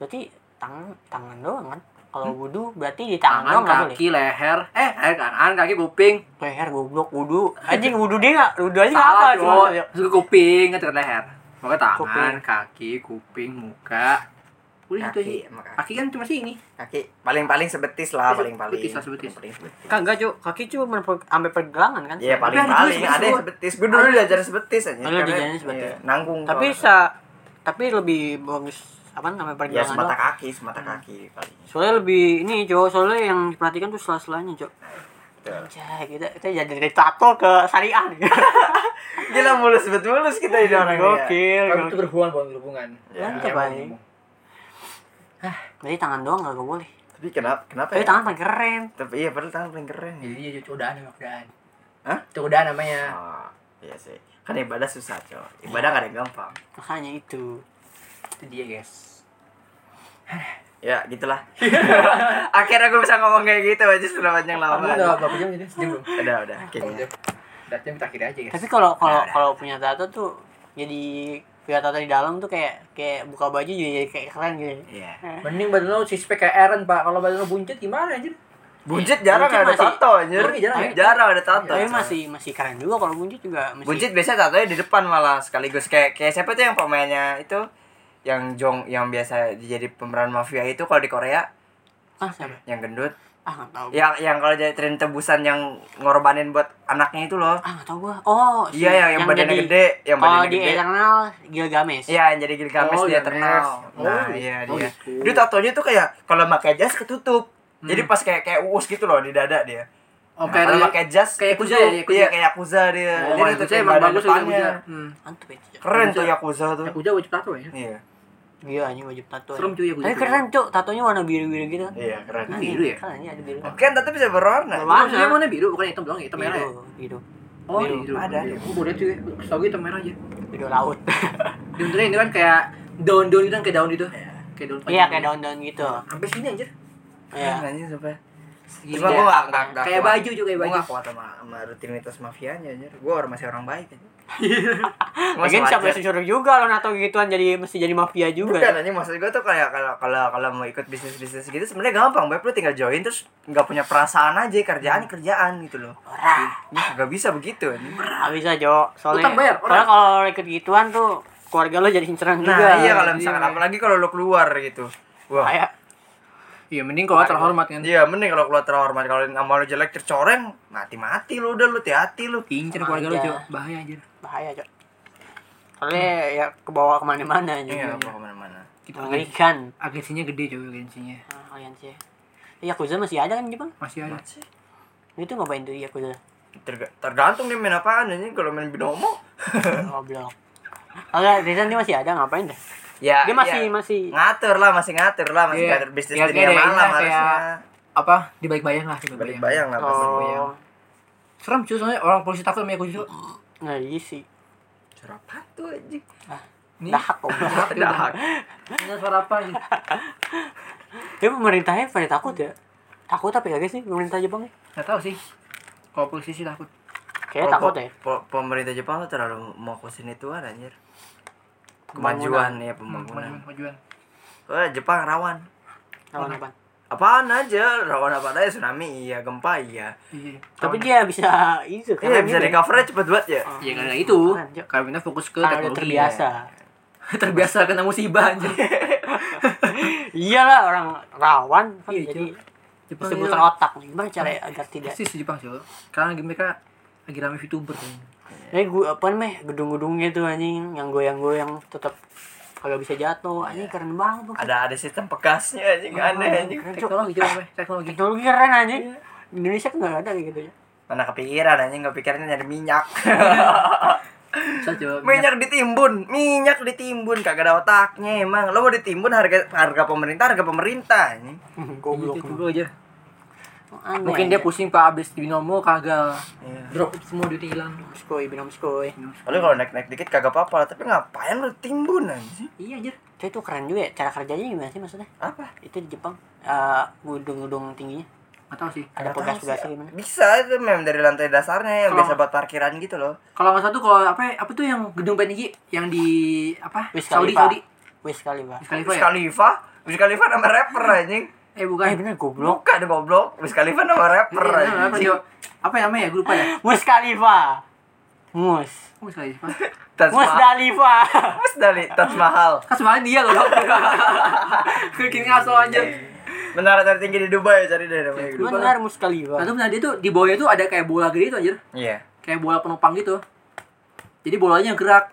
Speaker 1: Berarti tangan tangan doang kan? Kalau wudu berarti di tangan,
Speaker 2: Tangan,
Speaker 1: doang nggak boleh.
Speaker 2: kaki, leher. Eh, eh, tangan, kaki, kuping.
Speaker 1: Leher goblok wudu. Anjing wudu dia enggak wudu
Speaker 3: Eh,
Speaker 1: aja enggak apa
Speaker 2: Salah
Speaker 1: cuma
Speaker 2: cowok Terus ke kuping ke dekat leher Pokoknya tangan,
Speaker 1: Kuping.
Speaker 2: kaki, kuping, muka Udah itu
Speaker 3: Kaki,
Speaker 2: sih
Speaker 3: sama kaki.
Speaker 2: Kaki kan cuma sini
Speaker 3: Kaki paling-paling sebetis lah, paling-paling.
Speaker 2: Betis lah, sebetis.
Speaker 3: Paling sebetis.
Speaker 1: Kagak, Cuk. Kaki cuma per- sampai pergelangan kan?
Speaker 3: Iya,
Speaker 2: ada juga
Speaker 3: paling-paling
Speaker 2: sebetis
Speaker 3: ada yang
Speaker 2: gua.
Speaker 3: sebetis. Gue dulu diajarin sebetis aja.
Speaker 1: Oh, lu
Speaker 3: karena-
Speaker 1: diajarin sebetis.
Speaker 3: iya, nanggung.
Speaker 1: Tapi
Speaker 3: kalau-
Speaker 1: sa tapi lebih bagus apa sampai
Speaker 3: ya
Speaker 1: pergelangan
Speaker 3: semata
Speaker 1: doang.
Speaker 3: kaki, semata kaki paling.
Speaker 1: Soalnya lebih ini, Cuk. Soalnya yang diperhatikan tuh sela-selanya, Cuk.
Speaker 3: gitu.
Speaker 1: Anjay, kita kita jadi dari tato ke syariah nih.
Speaker 3: Gila mulus bet mulus kita ini orang Iya,
Speaker 1: Gokil.
Speaker 3: kan?
Speaker 1: gokil.
Speaker 2: berhubungan bukan berhubungan
Speaker 3: Ya,
Speaker 2: Nah,
Speaker 1: Mantap, Bang. Berarti tangan doang gak boleh.
Speaker 3: Tapi kenapa? Kenapa?
Speaker 1: Tapi
Speaker 3: ya?
Speaker 1: tangan paling keren.
Speaker 3: Tapi iya, padahal tangan paling keren. ya.
Speaker 2: Jadi itu codaan emang codaan
Speaker 3: Hah?
Speaker 2: Codaan namanya
Speaker 3: Oh, iya sih. Kan ibadah susah, coy. Ibadah gak ada yang gampang.
Speaker 1: Makanya itu.
Speaker 2: Itu dia guys
Speaker 3: Ya, gitulah. Akhirnya gue bisa ngomong kayak gitu aja setelah panjang lama.
Speaker 2: Udah berapa jam jadi sejam belum?
Speaker 3: Udah, udah. Kayaknya.
Speaker 2: Udah jam kita akhir aja guys
Speaker 1: Tapi kalau kalau
Speaker 3: Nah.
Speaker 1: kalau punya tato tuh jadi punya tato di dalam tuh kayak kayak buka baju jadi kayak keren gitu.
Speaker 3: Iya.
Speaker 2: Mending badan lo six pack kayak Aaron pak Kalau badan lo buncit gimana anjir?
Speaker 3: Buncit jarang
Speaker 1: Buncit
Speaker 3: ada
Speaker 1: masih-
Speaker 3: tato anjir.
Speaker 2: Buncit jarang ya?
Speaker 3: Jarang ada tato.
Speaker 1: Tapi masih masih keren juga kalau buncit juga masih.
Speaker 3: Buncit biasanya tatonya di depan malah sekaligus kayak kayak siapa tuh yang pemainnya itu yang Jong yang biasa jadi pemeran mafia itu kalau di Korea
Speaker 1: Ah siapa?
Speaker 3: yang gendut
Speaker 1: Ah nggak tahu.
Speaker 3: yang yang kalau jadi tren tebusan yang ngorbanin buat anaknya itu loh
Speaker 1: Ah nggak tahu gua. Oh si-
Speaker 3: iya yang, yang badannya
Speaker 1: jadi-
Speaker 3: gede
Speaker 1: Oh
Speaker 3: yang badannya
Speaker 1: di
Speaker 3: gede
Speaker 1: Eternal Gilgamesh.
Speaker 3: iya yang jadi Gilgamesh
Speaker 2: Oh,
Speaker 3: dia
Speaker 2: Gilgamesh.
Speaker 3: terkenal nah
Speaker 2: Oh,
Speaker 3: iya
Speaker 2: oh,
Speaker 3: dia
Speaker 2: gitu.
Speaker 3: dia tatonya tuh kayak kalau pakai jas ketutup jadi pas kayak kayak uus gitu loh di dada dia
Speaker 2: Oke,
Speaker 3: Nah, kalau pakai jas
Speaker 2: Oh, kayak Yakuza
Speaker 3: ketutup.
Speaker 2: ya, Yakuza.
Speaker 3: iya kayak yakuza dia
Speaker 2: Oh,
Speaker 3: dia
Speaker 2: Yakuza
Speaker 3: tutupin
Speaker 2: emang
Speaker 3: badan
Speaker 2: bagus
Speaker 3: depannya.
Speaker 2: Yakuza. Hmm.
Speaker 1: Mantep ya. Cuk.
Speaker 3: keren
Speaker 2: Yakuza.
Speaker 3: tuh yakuza tuh
Speaker 2: Yakuza wajib tato ya.
Speaker 3: iya
Speaker 1: Iya anjing wajib tato.
Speaker 2: Serem cuy, ya, gua
Speaker 1: Tapi
Speaker 2: jadi.
Speaker 1: keren cuk, tatonya warna biru-biru gitu kan.
Speaker 3: iya keren
Speaker 1: Keren,
Speaker 2: Biru ya?
Speaker 1: Keren ya ada biru.
Speaker 3: kan tato bisa berwarna
Speaker 1: Warna.
Speaker 2: Warna dia warna biru bukan hitam doang, ya, hitam merah. ya?
Speaker 1: Biru, biru.
Speaker 2: Oh,
Speaker 1: Biru.
Speaker 2: biru.
Speaker 3: Ada, ada.
Speaker 2: Gua udah tuh, ya. setahu gue hitam merah aja.
Speaker 1: Biru laut.
Speaker 2: Diunturin itu kan kayak daun-daun itu kan kayak daun itu. Kayak daun.
Speaker 1: Iya kayak daun-daun gitu.
Speaker 2: Sampai sini anjir.
Speaker 1: Iya.
Speaker 3: eh, anjing sumpah
Speaker 2: Segini
Speaker 3: cuma
Speaker 2: ya.
Speaker 3: gue gak, gak, gak
Speaker 2: Kayak
Speaker 3: kuat.
Speaker 2: baju juga kayak
Speaker 3: Gue
Speaker 2: baju.
Speaker 3: gak kuat sama, sama rutinitas mafianya anjir Gue masih orang baik aja Gua
Speaker 1: Mungkin
Speaker 3: masih
Speaker 1: siapa
Speaker 3: wajar.
Speaker 1: disuruh juga lo nato gituan jadi mesti jadi mafia juga.
Speaker 3: Bukan anjing maksud gue tuh kayak kalau kalau kalau mau ikut bisnis bisnis gitu sebenarnya gampang banget lu tinggal join terus nggak punya perasaan aja kerjaan kerjaan gitu loh
Speaker 1: Orang.
Speaker 3: Nah, nggak bisa begitu anjing.
Speaker 1: Nggak Ah, bisa Jo, soalnya
Speaker 2: Utang bayar,
Speaker 1: soalnya
Speaker 2: orang.
Speaker 1: kalau lo ikut gituan tuh keluarga lo jadi inceran
Speaker 3: nah
Speaker 1: juga.
Speaker 3: iya kalau misalkan apalagi kalau lu keluar gitu wah
Speaker 1: kayak
Speaker 2: Iya, mending kalau terhormat kan.
Speaker 3: iya mending kalau keluar terhormat kalau nama lu jelek tercoreng mati mati lu udah lu hati hati lu
Speaker 2: Pincer
Speaker 1: Sama
Speaker 2: keluarga lu,
Speaker 1: aja.
Speaker 2: Cok. Bahaya anjir.
Speaker 1: bahaya Jo. Soalnya ya kebawa kemana-mana Gitu
Speaker 3: iya
Speaker 1: juga.
Speaker 3: mau kemana mana
Speaker 2: Kita agensi-
Speaker 1: Mengerikan.
Speaker 2: agensinya gede, Cok, agensinya.
Speaker 1: Nah, kalian sih. Yakuza masih ada kan di Jepang?
Speaker 2: Masih ada.
Speaker 1: Itu ngapain tuh Yakuza?
Speaker 3: tergantung dia main apaan anjing kalau main binomo
Speaker 1: Goblok. Oke, Rizan dia masih ada ngapain deh?
Speaker 3: ya
Speaker 1: Dia masih
Speaker 3: iya.
Speaker 1: masih Ya,
Speaker 3: ngatur lah masih ngatur lah masih
Speaker 2: Iya.
Speaker 3: ngatur bisnis
Speaker 2: Iya,
Speaker 3: dunia
Speaker 2: kayak-
Speaker 3: malam
Speaker 2: kayak-
Speaker 3: harusnya
Speaker 2: Apa? Dibalik bayang lah, dibalik
Speaker 3: balik
Speaker 2: bayang.
Speaker 3: bayang lah pasti
Speaker 1: oh,
Speaker 2: Serem cuy soalnya orang polisi takut sama Yakuza.
Speaker 1: ngeri sih.
Speaker 3: Suara apa tuh anjing
Speaker 2: Nih.
Speaker 1: Dahak goblok.
Speaker 2: Dahak. Ini suara apa ini?
Speaker 1: Ya pemerintahnya pada takut ya. Takut apa kagak sih pemerintah Jepang?
Speaker 2: Enggak tahu sih. Kalau polisi sih takut.
Speaker 1: Kayaknya
Speaker 3: Kalau
Speaker 1: takut
Speaker 3: po-
Speaker 1: ya.
Speaker 3: po- pemerintah Jepang tuh terlalu fokusin itu kan anjir. Kemajuan ya
Speaker 2: Hmm,
Speaker 3: pembangunan.
Speaker 2: Kemajuan-kemajuan.
Speaker 3: Wah, Jepang rawan.
Speaker 1: Lawan apa?
Speaker 3: Apaan aja, rawan apa aja tsunami iya, gempa iya.
Speaker 2: Iya.
Speaker 1: Tapi dia bisa itu
Speaker 3: Iya
Speaker 1: keren
Speaker 3: bisa
Speaker 1: juga.
Speaker 3: recover cepet banget ya.
Speaker 1: Oh.
Speaker 2: Iya karena itu.
Speaker 1: Apaan, Cok?
Speaker 2: Karena kita fokus ke
Speaker 1: Karena udah
Speaker 2: teknologi.
Speaker 1: terbiasa.
Speaker 2: terbiasa kena musibah anjir.
Speaker 1: Iyalah orang rawan kan
Speaker 2: Iya,
Speaker 1: jadi
Speaker 2: Jepang
Speaker 1: disebut
Speaker 2: iya.
Speaker 1: otak. Gimana cara agar tidak?
Speaker 2: Persis di Jepang sih. Karena lagi mereka lagi rame VTuber kan.
Speaker 1: Eh gua apa namanya gedung-gedungnya tuh anjing yang goyang-goyang tetap kalau bisa jatuh
Speaker 2: Iya.
Speaker 1: anjing keren banget tuh.
Speaker 3: Ada ada sistem pegasnya anjing aneh anjing.
Speaker 1: Keren, Cok.
Speaker 2: Teknologi coba Pak. teknologi.
Speaker 1: Teknologi keren anjing.
Speaker 2: Iya.
Speaker 1: Di Indonesia kan nggak ada kayak gitu ya.
Speaker 3: Mana kepikiran anjing kepikirannya nyari minyak.
Speaker 2: Bisa Iya, coba.
Speaker 3: minyak ditimbun, minyak ditimbun kagak ada otaknya emang. Lo mau ditimbun harga harga pemerintah harga pemerintah anjing.
Speaker 1: Goblok.
Speaker 2: dulu aja.
Speaker 1: Aneh
Speaker 2: Iya, gitu. Mungkin dia
Speaker 1: aja.
Speaker 2: pusing Pak abis binomo kagak
Speaker 3: Iya.
Speaker 2: drop semua duitnya hilang.
Speaker 1: Skoy, binom skoy.
Speaker 3: Lalu kalau naik-naik dikit kagak apa-apa, tapi ngapain lo timbun anjing?
Speaker 2: Iya anjir.
Speaker 1: Tapi itu keren juga ya. Cara kerjanya gimana sih maksudnya?
Speaker 3: Apa?
Speaker 1: Itu di Jepang. Eh, gedung-gedung tingginya.
Speaker 2: Nggak tahu sih.
Speaker 1: Ada
Speaker 3: Nggak tahu
Speaker 1: pegas-pegasnya
Speaker 3: sih.
Speaker 1: gimana?
Speaker 3: Bisa itu memang dari lantai dasarnya yang
Speaker 2: Kalau-
Speaker 3: biasa buat parkiran gitu loh.
Speaker 2: Kalau nggak satu kalau apa apa tuh yang gedung peninggi yang di apa?
Speaker 1: Wiz
Speaker 2: Saudi
Speaker 1: Khalifa.
Speaker 2: Saudi.
Speaker 1: Wis kali, Pak.
Speaker 2: Wiz Khalifa
Speaker 3: Wiz
Speaker 2: ya?
Speaker 3: Khalifa, Wiz Khalifa nama rapper anjing.
Speaker 2: Eh
Speaker 1: Eh
Speaker 2: bukan.
Speaker 1: bener goblok.
Speaker 3: Bukan ada goblok, Wiz Khalifa nama rapper
Speaker 2: Iya, iya, apa,
Speaker 3: anjing.
Speaker 2: Jo? apa yang namanya ya? Gue lupa ya.
Speaker 1: Mus Khalifa. Mus.
Speaker 2: Kamu sekali Pak.
Speaker 3: Tas
Speaker 1: Mus
Speaker 3: mahal.
Speaker 1: Dalifa.
Speaker 3: Mas Dali, tas mahal.
Speaker 2: Kan sebenarnya dia loh. Bikin ngaso aja.
Speaker 1: Iya,
Speaker 3: Menara tertinggi di Dubai cari deh namanya. gitu.
Speaker 1: Benar Mus Khalifa.
Speaker 2: Nah, tuh benar dia tuh di bawahnya tuh ada kayak bola gede tuh anjir.
Speaker 3: Iya.
Speaker 2: Kayak bola penumpang gitu. Jadi bolanya gerak.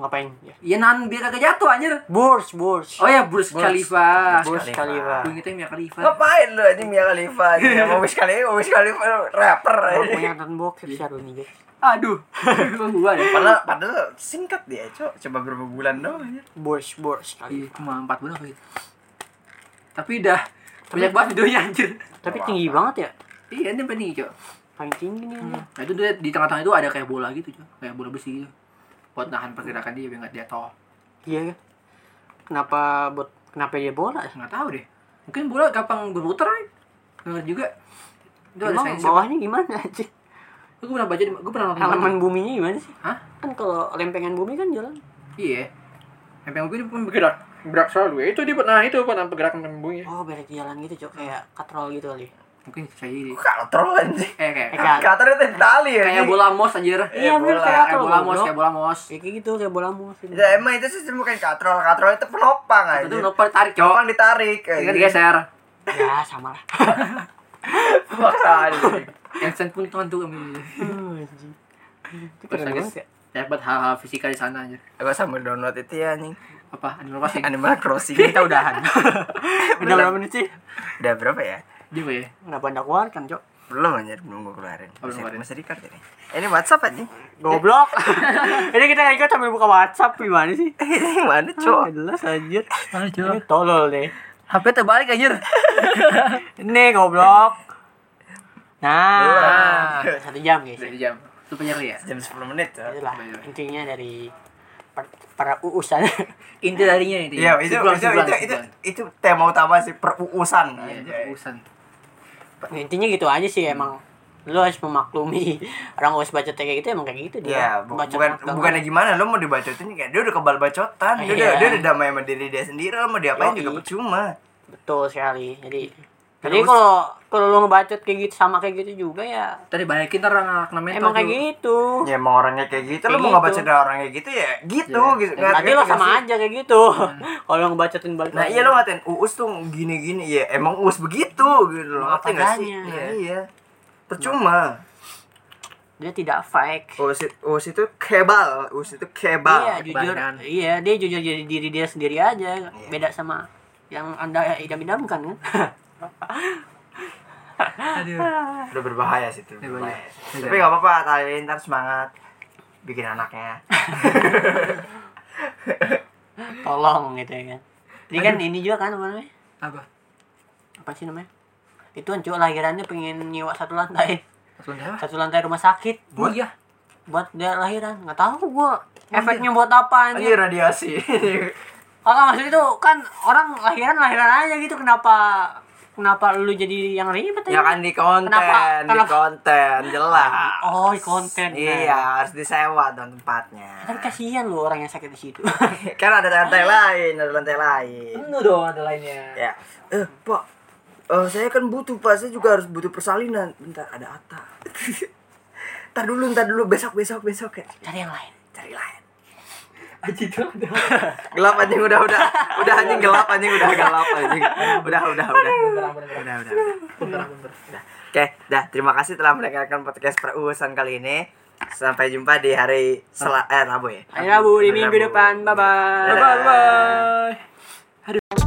Speaker 1: Ngapain? Ya.
Speaker 2: Iya nan biar kagak jatuh anjir.
Speaker 1: Burs, burs.
Speaker 2: Oh iya, ya Burj Khalifa.
Speaker 1: Burs Khalifa.
Speaker 2: Gue ingetnya Mia Khalifa.
Speaker 3: Ngapain lu anjing Mia Khalifa? anjing? Sama Wiz Khalifa, Wiz Khalifa lu rapper
Speaker 1: Gue
Speaker 3: anjing.
Speaker 1: punya nonton bokep sih hari ini, guys.
Speaker 2: Aduh. Gue gua deh.
Speaker 3: Padahal, padahal singkat dia, Cok. Coba berapa bulan doang anjir.
Speaker 1: Burs, burs
Speaker 2: Iya,
Speaker 1: kali.
Speaker 2: cuma 4 bulan kali. Tapi udah banyak banget videonya anjir.
Speaker 1: Tapi tinggi banget ya.
Speaker 2: Iya, ini penting, Cok.
Speaker 1: Paling tinggi nih.
Speaker 2: Nah, itu dia di tengah-tengah itu ada kayak bola gitu, Cok. Kayak bola besi gitu. Buat nahan pergerakan dia biar nggak jatuh.
Speaker 1: Iya. kan? Kenapa buat kenapa dia bola?
Speaker 2: Nggak tahu deh. Mungkin bola gampang berputar, kan? Bener juga. Itu ada
Speaker 1: Emang
Speaker 2: sayang
Speaker 1: bawahnya gimana sih?
Speaker 2: Gue pernah baca, di- gue pernah nonton.
Speaker 1: Halaman buminya gimana sih?
Speaker 2: Hah?
Speaker 1: Kan kalau lempengan bumi kan jalan.
Speaker 2: Iya. Sampai mobil pun bergerak.
Speaker 6: Berak selalu ya. Itu dia nah itu apa namanya pergerakan lambungnya.
Speaker 1: Oh, berak di jalan gitu, Cok. Kayak katrol gitu kali.
Speaker 2: Mungkin bisa jadi.
Speaker 3: Kalau troll anjing.
Speaker 2: Eh kayak
Speaker 1: Kayak
Speaker 3: Katarnya itu tali ya.
Speaker 2: kayak
Speaker 3: anjing.
Speaker 2: bola mos anjir.
Speaker 1: Iya, bener, kayak
Speaker 2: kayak
Speaker 1: katrol,
Speaker 2: bola mos,
Speaker 1: goblok.
Speaker 2: kayak bola mos.
Speaker 1: Ya, kayak gitu, kayak bola mus. gitu.
Speaker 2: Iya,
Speaker 3: Ya emang itu sih bukan katrol, katrol itu penopang aja.
Speaker 2: Itu noper tarik,
Speaker 3: Penopang
Speaker 2: cok.
Speaker 3: ditarik.
Speaker 2: Ini kan digeser.
Speaker 1: Ya, sama lah.
Speaker 3: Paksaan.
Speaker 2: Einstein pun itu kan tuh ambil.
Speaker 1: Oh, anjing. Itu
Speaker 2: Terus,
Speaker 1: keren
Speaker 2: guys.
Speaker 1: banget ya.
Speaker 2: Dapat hal-hal fisika di sana anjir.
Speaker 3: Gue sambil download itu ya anjing.
Speaker 2: Apa? Animal Crossing.
Speaker 3: Animal Crossing kita udahan.
Speaker 1: Udah berapa menit sih?
Speaker 3: Udah berapa ya?
Speaker 2: Dia apa ya?
Speaker 1: Kenapa anda keluarkan, Cok?
Speaker 3: Belum anjir, belum gue keluarin.
Speaker 2: Oh, belum
Speaker 3: Masih,
Speaker 2: keluarin.
Speaker 3: masih record ini. Ini WhatsApp anjing.
Speaker 1: Goblok. Ini kita ikut sambil buka WhatsApp gimana sih?
Speaker 3: Ini mana,
Speaker 1: Cok,
Speaker 3: Cok?
Speaker 1: jelas anjir.
Speaker 2: Mana,
Speaker 1: Ini tolol deh.
Speaker 2: HP terbalik anjir.
Speaker 1: Ini goblok. Nah,
Speaker 3: Belum.
Speaker 1: satu jam guys.
Speaker 2: Dari jam. Itu banyak ya.
Speaker 3: Jam 10 menit, Cok.
Speaker 1: Itulah
Speaker 2: Bener.
Speaker 1: intinya dari per, para uusan.
Speaker 2: Inti darinya itu.
Speaker 3: Iya, itu,
Speaker 2: Sebulan,
Speaker 3: itu,
Speaker 2: sebulan,
Speaker 3: itu, itu,
Speaker 2: sebulan.
Speaker 3: itu tema utama sih, peruusan.
Speaker 2: Iya,
Speaker 3: anjay.
Speaker 2: itu urusan.
Speaker 1: Nah, intinya gitu aja sih emang. Lu harus memaklumi orang harus bacotnya kayak gitu emang kayak gitu dia.
Speaker 3: Iya, bu-
Speaker 1: Bacot
Speaker 3: bukan
Speaker 1: banget.
Speaker 3: bukannya gimana, lo mau dibacotin kayak dia udah kebal bacotan, dia udah
Speaker 1: Iya.
Speaker 3: dia udah damai sama diri dia sendiri, lo mau diapain
Speaker 1: Yoi.
Speaker 3: juga percuma.
Speaker 1: Betul sekali. Jadi jadi kalau kalau lu ngebacot kayak gitu sama kayak gitu juga ya
Speaker 2: Tadi balikin ntar anak namanya
Speaker 1: emang kayak gitu.
Speaker 3: Ya emang orangnya kayak gitu, lo
Speaker 1: Kayak
Speaker 3: mau
Speaker 1: gitu.
Speaker 3: ngebacotin orang kayak gitu ya gitu
Speaker 2: Iya.
Speaker 3: gitu. Nggak-
Speaker 1: Berarti lo
Speaker 3: nggak- nggak
Speaker 1: sama
Speaker 3: sih?
Speaker 1: aja kayak gitu. kalau lu ngebacotin balik.
Speaker 3: Nah
Speaker 1: lagi.
Speaker 3: iya lo ngatain uus tuh gini-gini, ya emang uus begitu gitu lo
Speaker 1: Emang
Speaker 3: ngerti nggak sih?
Speaker 1: padanya.
Speaker 3: Iya iya, percuma.
Speaker 1: dia tidak fake.
Speaker 3: Uus, i- uus itu kebal, uus itu
Speaker 1: Iya,
Speaker 3: kebal.
Speaker 1: jujur.
Speaker 2: Kebalikan.
Speaker 3: kan.
Speaker 1: Iya, dia jujur jadi diri dia sendiri
Speaker 3: Iya.
Speaker 1: aja, beda sama yang Anda idam-idamkan kan.
Speaker 2: Aduh.
Speaker 3: Udah berbahaya sih itu.
Speaker 2: Berbahaya.
Speaker 3: berbahaya. Tapi nggak apa-apa, kalian ntar semangat bikin anaknya.
Speaker 1: Tolong gitu ya kan. Ini kan ini juga kan apa namanya?
Speaker 2: Apa?
Speaker 1: Apa sih namanya? Itu kan cowok lahirannya pengen nyewa satu lantai.
Speaker 2: Langsung dah.
Speaker 1: Satu lantai rumah sakit
Speaker 2: Buat ya.
Speaker 1: buat dia lahiran. Nggak tahu gua efeknya buat apa
Speaker 3: Ini
Speaker 1: aja.
Speaker 3: radiasi.
Speaker 1: Kakak maksud itu kan orang lahiran lahiran aja gitu kenapa kenapa lu jadi yang ribet
Speaker 3: ya kan di konten,
Speaker 1: Kenapa?
Speaker 3: di
Speaker 1: Kenapa?
Speaker 3: konten jelas.
Speaker 1: Oh, konten.
Speaker 3: Iya, harus disewa dong tempatnya.
Speaker 1: Kan kasihan lu orang yang sakit di situ.
Speaker 3: kan ada lantai lain, ada lantai lain.
Speaker 2: Penuh dong ada lainnya.
Speaker 3: Ya. Eh, Pak. eh, saya kan butuh, Pak. Saya juga harus butuh persalinan. Bentar, ada Ata. ntar dulu, ntar dulu. Besok, besok, besok ya.
Speaker 1: Cari yang lain.
Speaker 3: Cari lain.
Speaker 2: Aji itu ada.
Speaker 3: Gelap anjing udah udah. Udah anjing gelap anjing udah gelap anjing. Udah, udah, udah.
Speaker 2: Bentar, bentar, bentar.
Speaker 3: Udah, udah. udah.
Speaker 2: Bentar, bentar.
Speaker 3: Oke, dah terima kasih telah mendengarkan podcast perurusan kali ini. Sampai jumpa di hari Sela eh Rabu ya.
Speaker 1: Hari Rabu di
Speaker 3: Hari
Speaker 1: minggu
Speaker 3: Rabu.
Speaker 1: depan. Bye bye.
Speaker 3: Dadah.
Speaker 2: Bye bye.